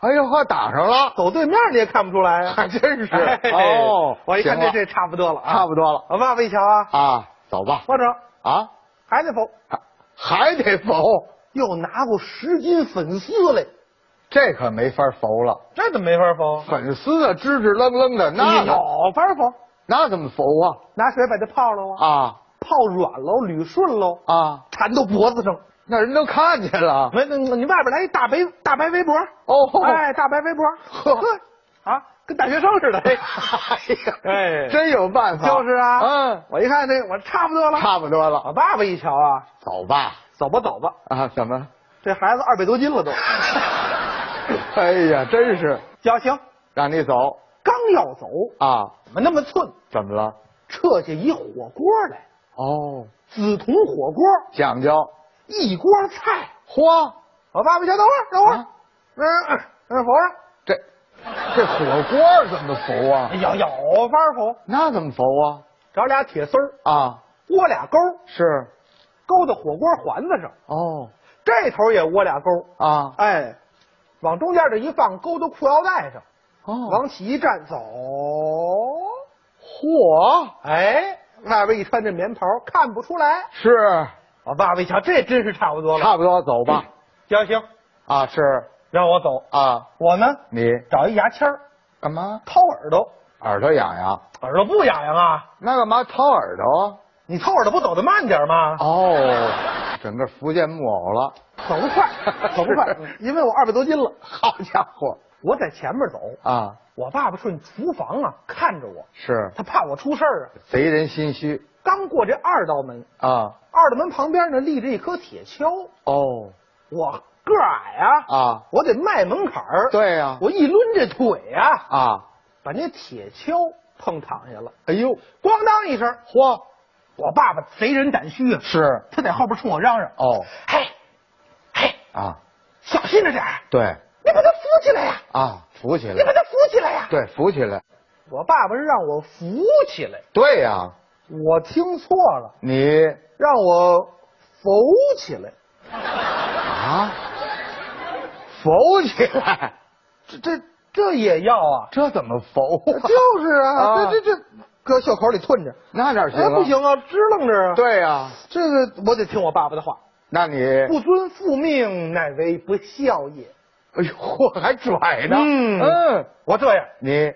[SPEAKER 2] 哎呦呵，打上了，
[SPEAKER 20] 走对面你也看不出来啊，
[SPEAKER 2] 还 真是
[SPEAKER 20] 哎
[SPEAKER 2] 哦。
[SPEAKER 20] 我一看
[SPEAKER 2] 行
[SPEAKER 20] 这
[SPEAKER 2] 了
[SPEAKER 20] 这差不多了啊，
[SPEAKER 2] 差不多了
[SPEAKER 20] 我爸爸一瞧啊，
[SPEAKER 2] 啊，走吧
[SPEAKER 20] 我整
[SPEAKER 2] 啊，
[SPEAKER 20] 还得缝，
[SPEAKER 2] 还还得缝，
[SPEAKER 20] 又拿过十斤粉丝来，
[SPEAKER 2] 这可没法缝了。
[SPEAKER 20] 这怎么没法缝？
[SPEAKER 2] 粉丝啊，支支愣愣的，那
[SPEAKER 20] 有法缝，
[SPEAKER 2] 那怎么缝啊？
[SPEAKER 20] 拿水把它泡了啊，
[SPEAKER 2] 啊
[SPEAKER 20] 泡软喽，捋顺喽，
[SPEAKER 2] 啊，
[SPEAKER 20] 缠到脖子上。
[SPEAKER 2] 那人都看见了。
[SPEAKER 20] 没，你你外边来一大白大白围脖，
[SPEAKER 2] 哦
[SPEAKER 20] 哎，大白围脖，呵，啊，跟大学生 似的，哎，哎
[SPEAKER 2] 哎，真有办法。
[SPEAKER 20] 就是啊，
[SPEAKER 2] 嗯，
[SPEAKER 20] 我一看这我差不多了，
[SPEAKER 2] 差不多
[SPEAKER 20] 我
[SPEAKER 2] 了，
[SPEAKER 20] 爸爸一瞧啊，
[SPEAKER 2] 走吧。
[SPEAKER 20] 走吧走吧，
[SPEAKER 2] 啊，怎么？
[SPEAKER 20] 这孩子二百多斤了都，
[SPEAKER 2] 哎呀，真是
[SPEAKER 20] 叫行，
[SPEAKER 2] 让你走
[SPEAKER 20] 刚要走，
[SPEAKER 2] 啊？
[SPEAKER 20] 怎么那么寸？
[SPEAKER 2] 怎么了？
[SPEAKER 20] 撤下一火锅来，
[SPEAKER 2] 哦，
[SPEAKER 20] 紫铜火锅，
[SPEAKER 2] 讲究。
[SPEAKER 20] 一锅菜。
[SPEAKER 2] 嚯，
[SPEAKER 20] 我爸爸一瞧，等会儿等会儿，
[SPEAKER 2] 啊
[SPEAKER 20] 嗯嗯，缝上，
[SPEAKER 2] 这这火锅怎么缝啊
[SPEAKER 20] 哎？呀，有法缝，
[SPEAKER 2] 那怎么缝
[SPEAKER 20] 找俩铁丝儿，
[SPEAKER 2] 啊？啊，
[SPEAKER 20] 窝俩钩，
[SPEAKER 2] 是
[SPEAKER 20] 勾到火锅环子上，
[SPEAKER 2] 哦
[SPEAKER 20] 这头也窝俩钩，
[SPEAKER 2] 啊
[SPEAKER 20] 哎，往中间这一放，勾到裤腰带上，
[SPEAKER 2] 哦，
[SPEAKER 20] 往起一站，走，
[SPEAKER 2] 嚯
[SPEAKER 20] 哎，外边一穿这棉袍，看不出来。
[SPEAKER 2] 是啊
[SPEAKER 20] 我爸爸一瞧，这真是差不多了，嗯
[SPEAKER 2] 差不多，走吧。
[SPEAKER 20] 行行，
[SPEAKER 2] 啊，是
[SPEAKER 20] 让我走，
[SPEAKER 2] 啊，
[SPEAKER 20] 我呢
[SPEAKER 2] 你
[SPEAKER 20] 找一牙签儿
[SPEAKER 2] 干嘛？
[SPEAKER 20] 掏耳朵，
[SPEAKER 2] 耳朵痒痒？
[SPEAKER 20] 耳朵不痒痒啊？
[SPEAKER 2] 那干嘛掏耳朵？
[SPEAKER 20] 你掏耳朵不走得慢点吗？
[SPEAKER 2] 哦，整个福建木偶了。
[SPEAKER 20] 走得 快，走得快，因为我二百多斤了。
[SPEAKER 2] 好家伙
[SPEAKER 20] 我在前面走，
[SPEAKER 2] 啊！
[SPEAKER 20] 我爸爸顺厨房啊看着我，
[SPEAKER 2] 是
[SPEAKER 20] 他怕我出事儿啊。
[SPEAKER 2] 贼人心虚
[SPEAKER 20] 刚过这二道门，
[SPEAKER 2] 啊！
[SPEAKER 20] 二道门旁边呢立着一颗铁锹，
[SPEAKER 2] 哦
[SPEAKER 20] 我个儿矮啊，
[SPEAKER 2] 啊，
[SPEAKER 20] 我得迈门槛儿。
[SPEAKER 2] 对呀
[SPEAKER 20] 我一抡这腿啊，
[SPEAKER 2] 啊！
[SPEAKER 20] 把那铁锹碰躺下了，
[SPEAKER 2] 哎呦，
[SPEAKER 20] 咣当一声，
[SPEAKER 2] 嚯，
[SPEAKER 20] 我爸爸贼人胆虚啊，
[SPEAKER 2] 是
[SPEAKER 20] 他在后边冲我嚷嚷：“
[SPEAKER 2] 哦
[SPEAKER 20] 嘿，嘿，
[SPEAKER 2] 啊，
[SPEAKER 20] 小心着点儿，
[SPEAKER 2] 对
[SPEAKER 20] 你把他扶起来呀、
[SPEAKER 2] 啊，扶起
[SPEAKER 20] 你把
[SPEAKER 2] 来，
[SPEAKER 20] 他扶起来呀、
[SPEAKER 2] 对，扶起来，
[SPEAKER 20] 我爸爸是让我扶起来，
[SPEAKER 2] 对呀，
[SPEAKER 20] 我听错了，
[SPEAKER 2] 你
[SPEAKER 20] 让我扶起来。
[SPEAKER 2] 啊，扶起来，
[SPEAKER 20] 这这这也要啊？
[SPEAKER 2] 这怎么扶啊？
[SPEAKER 20] 就是啊，
[SPEAKER 2] 啊
[SPEAKER 20] 这这这，搁袖口里吞着，
[SPEAKER 2] 那哪行
[SPEAKER 20] 哎
[SPEAKER 2] 啊？
[SPEAKER 20] 不，行啊，支棱着啊。，
[SPEAKER 2] 对呀，
[SPEAKER 20] 这个我得听我爸爸的话，
[SPEAKER 2] 那你，
[SPEAKER 20] 不遵父命，乃为不孝也。
[SPEAKER 2] 哎呦，嚯还拽呢，
[SPEAKER 20] 嗯
[SPEAKER 2] 嗯，
[SPEAKER 20] 我这样，
[SPEAKER 2] 你，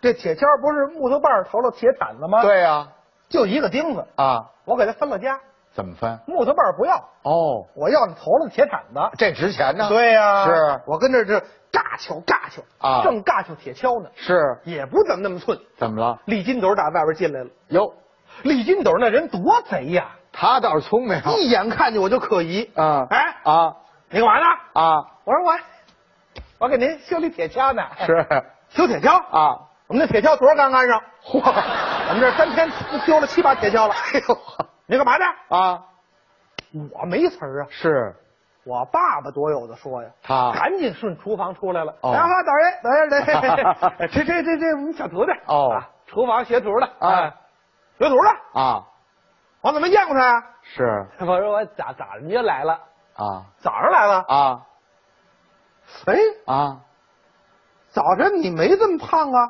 [SPEAKER 20] 这铁锹不是木头棒儿头了铁胆子吗？，
[SPEAKER 2] 对呀，
[SPEAKER 20] 就一个钉子，
[SPEAKER 2] 啊，
[SPEAKER 20] 我给他分了家，
[SPEAKER 2] 怎么分？
[SPEAKER 20] 木头棒儿不要，
[SPEAKER 2] 哦，
[SPEAKER 20] 我要那头了铁铲子。
[SPEAKER 2] 这值钱呢，
[SPEAKER 20] 对呀、
[SPEAKER 2] 是
[SPEAKER 20] 我跟这这尬巧尬巧
[SPEAKER 2] 啊
[SPEAKER 20] 正尬巧铁锹呢，
[SPEAKER 2] 是，
[SPEAKER 20] 也不怎么那么寸。
[SPEAKER 2] 怎么了？
[SPEAKER 20] 李金斗打外边进来了，
[SPEAKER 2] 哟，
[SPEAKER 20] 李金斗那人多贼呀、
[SPEAKER 2] 他倒是聪明
[SPEAKER 20] 一眼看见我就可疑。
[SPEAKER 2] 啊
[SPEAKER 20] 哎，
[SPEAKER 2] 啊
[SPEAKER 20] 你干嘛呢？
[SPEAKER 2] 啊，
[SPEAKER 20] 我说我，我给您修理铁锹呢。
[SPEAKER 2] 是
[SPEAKER 20] 修铁锹啊？
[SPEAKER 2] 啊，
[SPEAKER 20] 我们那铁锹昨儿刚安上，嚯，我们这三天丢了七把铁锹了。哎呦，你干嘛呢？
[SPEAKER 2] 啊，
[SPEAKER 20] 我没词儿啊，
[SPEAKER 2] 是
[SPEAKER 20] 我爸爸多有的说呀。
[SPEAKER 2] 他
[SPEAKER 20] 赶紧顺厨房出来了。哎
[SPEAKER 2] 哦
[SPEAKER 20] 然后哎导人，导人， 导人，这这这这我们小徒弟
[SPEAKER 2] 哦
[SPEAKER 20] 啊厨房学徒的哎
[SPEAKER 2] 啊，
[SPEAKER 20] 学徒的，
[SPEAKER 2] 啊，
[SPEAKER 20] 我怎么没见过他呀？
[SPEAKER 2] 是
[SPEAKER 20] 我说我早早上就来了，
[SPEAKER 2] 啊
[SPEAKER 20] 早上来了。
[SPEAKER 2] 啊
[SPEAKER 20] 哎，
[SPEAKER 2] 啊，
[SPEAKER 20] 早晨你没这么胖啊？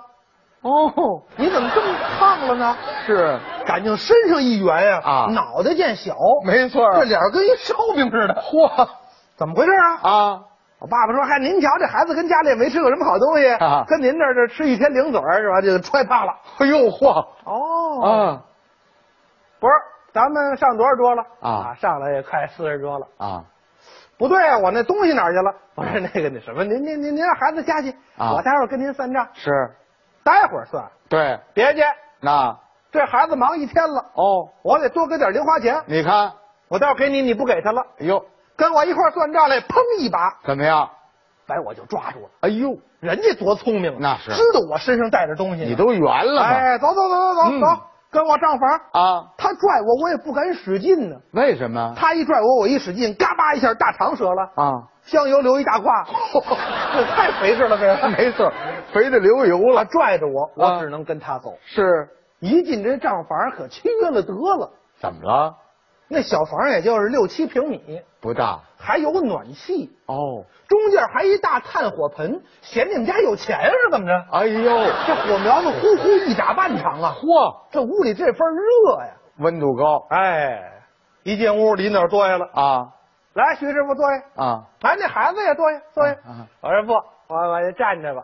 [SPEAKER 20] 哦，你怎么这么胖了呢？
[SPEAKER 2] 是
[SPEAKER 20] 赶紧身上一圆呀，
[SPEAKER 2] 啊
[SPEAKER 20] 脑袋见小，
[SPEAKER 2] 没错儿
[SPEAKER 20] 这脸儿跟一烧饼似的。嚯，怎么回事啊？
[SPEAKER 2] 啊，
[SPEAKER 20] 我爸爸说：“嗨，您瞧这孩子跟家里没吃过什么好东西，
[SPEAKER 24] 啊
[SPEAKER 20] 跟您这儿这吃一天零嘴儿是吧？就踹大了。”哎呦嚯！哦啊，不是，咱们上多少桌了？
[SPEAKER 24] 啊
[SPEAKER 20] 上来也快四十桌了。
[SPEAKER 24] 啊，
[SPEAKER 20] 不对啊，我那东西哪儿去了？我说那个那什么，您您您您让孩子下去，
[SPEAKER 24] 啊
[SPEAKER 20] 我待会儿跟您算账，
[SPEAKER 24] 是，
[SPEAKER 20] 待会儿算，
[SPEAKER 24] 对，
[SPEAKER 20] 别介，
[SPEAKER 24] 那
[SPEAKER 20] 这孩子忙一天了，
[SPEAKER 24] 哦，
[SPEAKER 20] 我得多给点零花钱。
[SPEAKER 24] 你看，
[SPEAKER 20] 我待会儿给你，你不给他了，
[SPEAKER 24] 哎呦，
[SPEAKER 20] 跟我一块儿算账来，砰一把，
[SPEAKER 24] 怎么样？
[SPEAKER 20] 把我就抓住了。
[SPEAKER 24] 哎呦，
[SPEAKER 20] 人家多聪明啊，
[SPEAKER 24] 那是
[SPEAKER 20] 知道我身上带着东西呢，
[SPEAKER 24] 你都圆了吗
[SPEAKER 20] 哎，走走走走走
[SPEAKER 24] 嗯
[SPEAKER 20] 走，跟我上房。
[SPEAKER 24] 啊，
[SPEAKER 20] 他拽我，我也不敢使劲呢。
[SPEAKER 24] 为什么？
[SPEAKER 20] 他一拽我，我一使劲，嘎巴一下，大肠折了，
[SPEAKER 24] 啊，
[SPEAKER 20] 香油流一 大胯，这太肥事了，这人
[SPEAKER 24] 没错，肥的流油
[SPEAKER 20] 他
[SPEAKER 24] 了，
[SPEAKER 20] 拽着我，
[SPEAKER 24] 啊
[SPEAKER 20] 我只能跟他走。
[SPEAKER 24] 是
[SPEAKER 20] 一进这账房，可缺了得了。
[SPEAKER 24] 怎么了？
[SPEAKER 20] 那小房也就是六七平米，
[SPEAKER 24] 不大
[SPEAKER 20] 还有暖气，
[SPEAKER 24] 啊哦，
[SPEAKER 20] 中间还一大炭火盆，嫌你们家有钱是怎么着？
[SPEAKER 24] 哎呦，
[SPEAKER 20] 这火苗子呼呼一打半场啊！
[SPEAKER 24] 嚯，
[SPEAKER 20] 这屋里这份热呀！
[SPEAKER 24] 温度高
[SPEAKER 20] 哎，一进屋，李那儿坐下了。
[SPEAKER 24] 啊
[SPEAKER 20] 来，徐师傅坐下。
[SPEAKER 24] 啊，
[SPEAKER 20] 来，那孩子也坐下，坐下。
[SPEAKER 24] 啊
[SPEAKER 20] 我说不，我我就站着吧。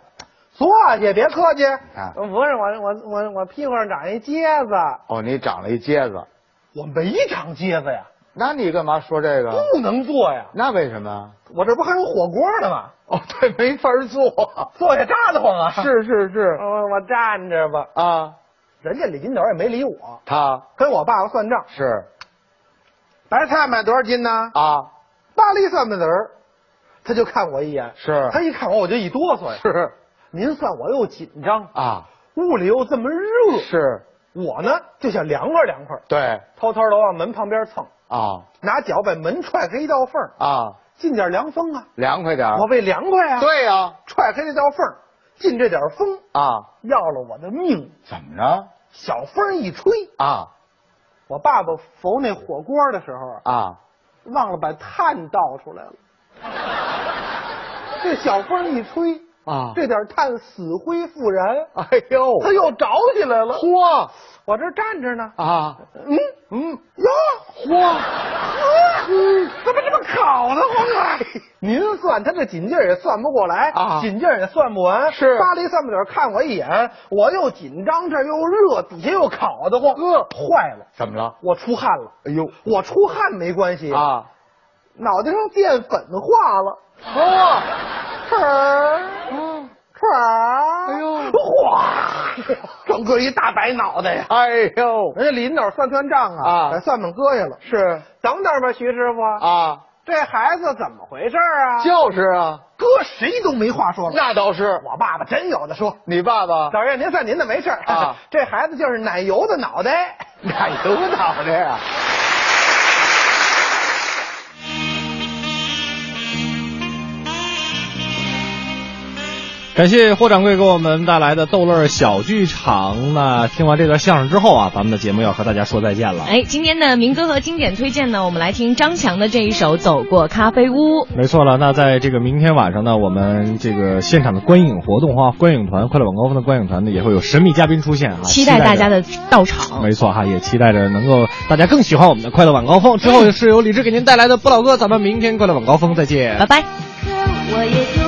[SPEAKER 20] 坐下，别客气。
[SPEAKER 24] 啊
[SPEAKER 20] 不是我我我我屁股上长一疖子，
[SPEAKER 24] 哦，你长了一疖子，
[SPEAKER 20] 我没长疖子呀，
[SPEAKER 24] 那你干嘛说这个？
[SPEAKER 20] 不能坐呀。
[SPEAKER 24] 那为什么？
[SPEAKER 20] 我这不还有火锅呢吗？
[SPEAKER 24] 哦，对，没法 做。
[SPEAKER 20] 坐下扎得慌啊。哦
[SPEAKER 24] 是是是
[SPEAKER 20] 我我站着吧。
[SPEAKER 24] 啊，
[SPEAKER 20] 人家李金斗也没理我，
[SPEAKER 24] 他
[SPEAKER 20] 跟我爸爸算账，
[SPEAKER 24] 是
[SPEAKER 20] 白菜买多少斤呢？
[SPEAKER 24] 啊，
[SPEAKER 20] 八粒蒜子子儿，他就看我一眼，
[SPEAKER 24] 是
[SPEAKER 20] 他一看我我就一哆嗦呀。
[SPEAKER 24] 是
[SPEAKER 20] 您算我又紧张，
[SPEAKER 24] 啊，
[SPEAKER 20] 屋里又这么热，
[SPEAKER 24] 是，
[SPEAKER 20] 我呢就想凉快凉快，
[SPEAKER 24] 对
[SPEAKER 20] 偷偷的往门旁边蹭，
[SPEAKER 24] 啊
[SPEAKER 20] 拿脚把门踹开一道缝儿，
[SPEAKER 24] 啊，
[SPEAKER 20] 进点凉风啊，
[SPEAKER 24] 凉快点儿
[SPEAKER 20] 我为凉快啊，，
[SPEAKER 24] 对呀
[SPEAKER 20] 踹开这道缝儿，进这点风，
[SPEAKER 24] 啊，
[SPEAKER 20] 要了我的命。
[SPEAKER 24] 怎么着
[SPEAKER 20] 小风一吹，
[SPEAKER 24] 啊
[SPEAKER 20] 我爸爸缝那火锅的时候啊，
[SPEAKER 24] 啊？
[SPEAKER 20] 忘了把炭倒出来了。这小风一吹
[SPEAKER 24] 啊
[SPEAKER 20] 这点炭死灰复燃，
[SPEAKER 24] 哎呦，
[SPEAKER 20] 它又着起来了。
[SPEAKER 24] 嚯
[SPEAKER 20] 我这站着呢，
[SPEAKER 24] 啊，
[SPEAKER 20] 嗯
[SPEAKER 24] 嗯，
[SPEAKER 20] 哟，嚯，嗯，怎么这么烤呢？我啊！您算他这紧劲儿也算不过来
[SPEAKER 24] 啊
[SPEAKER 20] 紧劲儿也算不完。
[SPEAKER 24] 是
[SPEAKER 20] 巴黎算不了，看我一眼，我又紧张，这儿又热，底下又烤得慌，呃，坏了，
[SPEAKER 24] 怎么了？
[SPEAKER 20] 我出汗了。
[SPEAKER 24] 哎呦
[SPEAKER 20] 我出汗没关系，
[SPEAKER 24] 啊，
[SPEAKER 20] 脑袋上淀粉化了。哦，呲儿，呲儿，
[SPEAKER 24] 哎呦
[SPEAKER 20] 哗，整个一大白脑袋呀！
[SPEAKER 24] 哎呦
[SPEAKER 20] 人家李领导算算账啊，
[SPEAKER 24] 啊
[SPEAKER 20] 把算盘搁下了。
[SPEAKER 24] 是
[SPEAKER 20] 等等吧，徐师傅，
[SPEAKER 24] 啊，
[SPEAKER 20] 这孩子怎么回事啊？
[SPEAKER 24] 就是啊，
[SPEAKER 20] 搁谁都没话说了。
[SPEAKER 24] 那倒是，
[SPEAKER 20] 我爸爸真有的说。
[SPEAKER 24] 你爸爸
[SPEAKER 20] 老爷，您算您的没事儿
[SPEAKER 24] 啊
[SPEAKER 20] 这孩子就是奶油的脑袋。
[SPEAKER 24] 奶油脑袋啊呀，
[SPEAKER 5] 感谢霍掌柜给我们带来的逗乐儿小剧场。那听完这段相声之后啊，咱们的节目要和大家说再见了。
[SPEAKER 4] 哎，今天的民歌和经典推荐呢，我们来听张强的这一首《走过咖啡屋》。
[SPEAKER 5] 没错了，那在这个明天晚上呢，我们这个现场的观影活动哈，观影团快乐晚高峰的观影团呢也会有神秘嘉宾出现啊，
[SPEAKER 4] 期待大家
[SPEAKER 5] 着。
[SPEAKER 4] 的哦到场。
[SPEAKER 5] 没错哈，也期待着能够大家更喜欢我们的快乐晚高峰。之后是由李志给您带来的不老歌，咱们明天快乐晚高峰再见，
[SPEAKER 4] 拜拜。
[SPEAKER 9] 我也就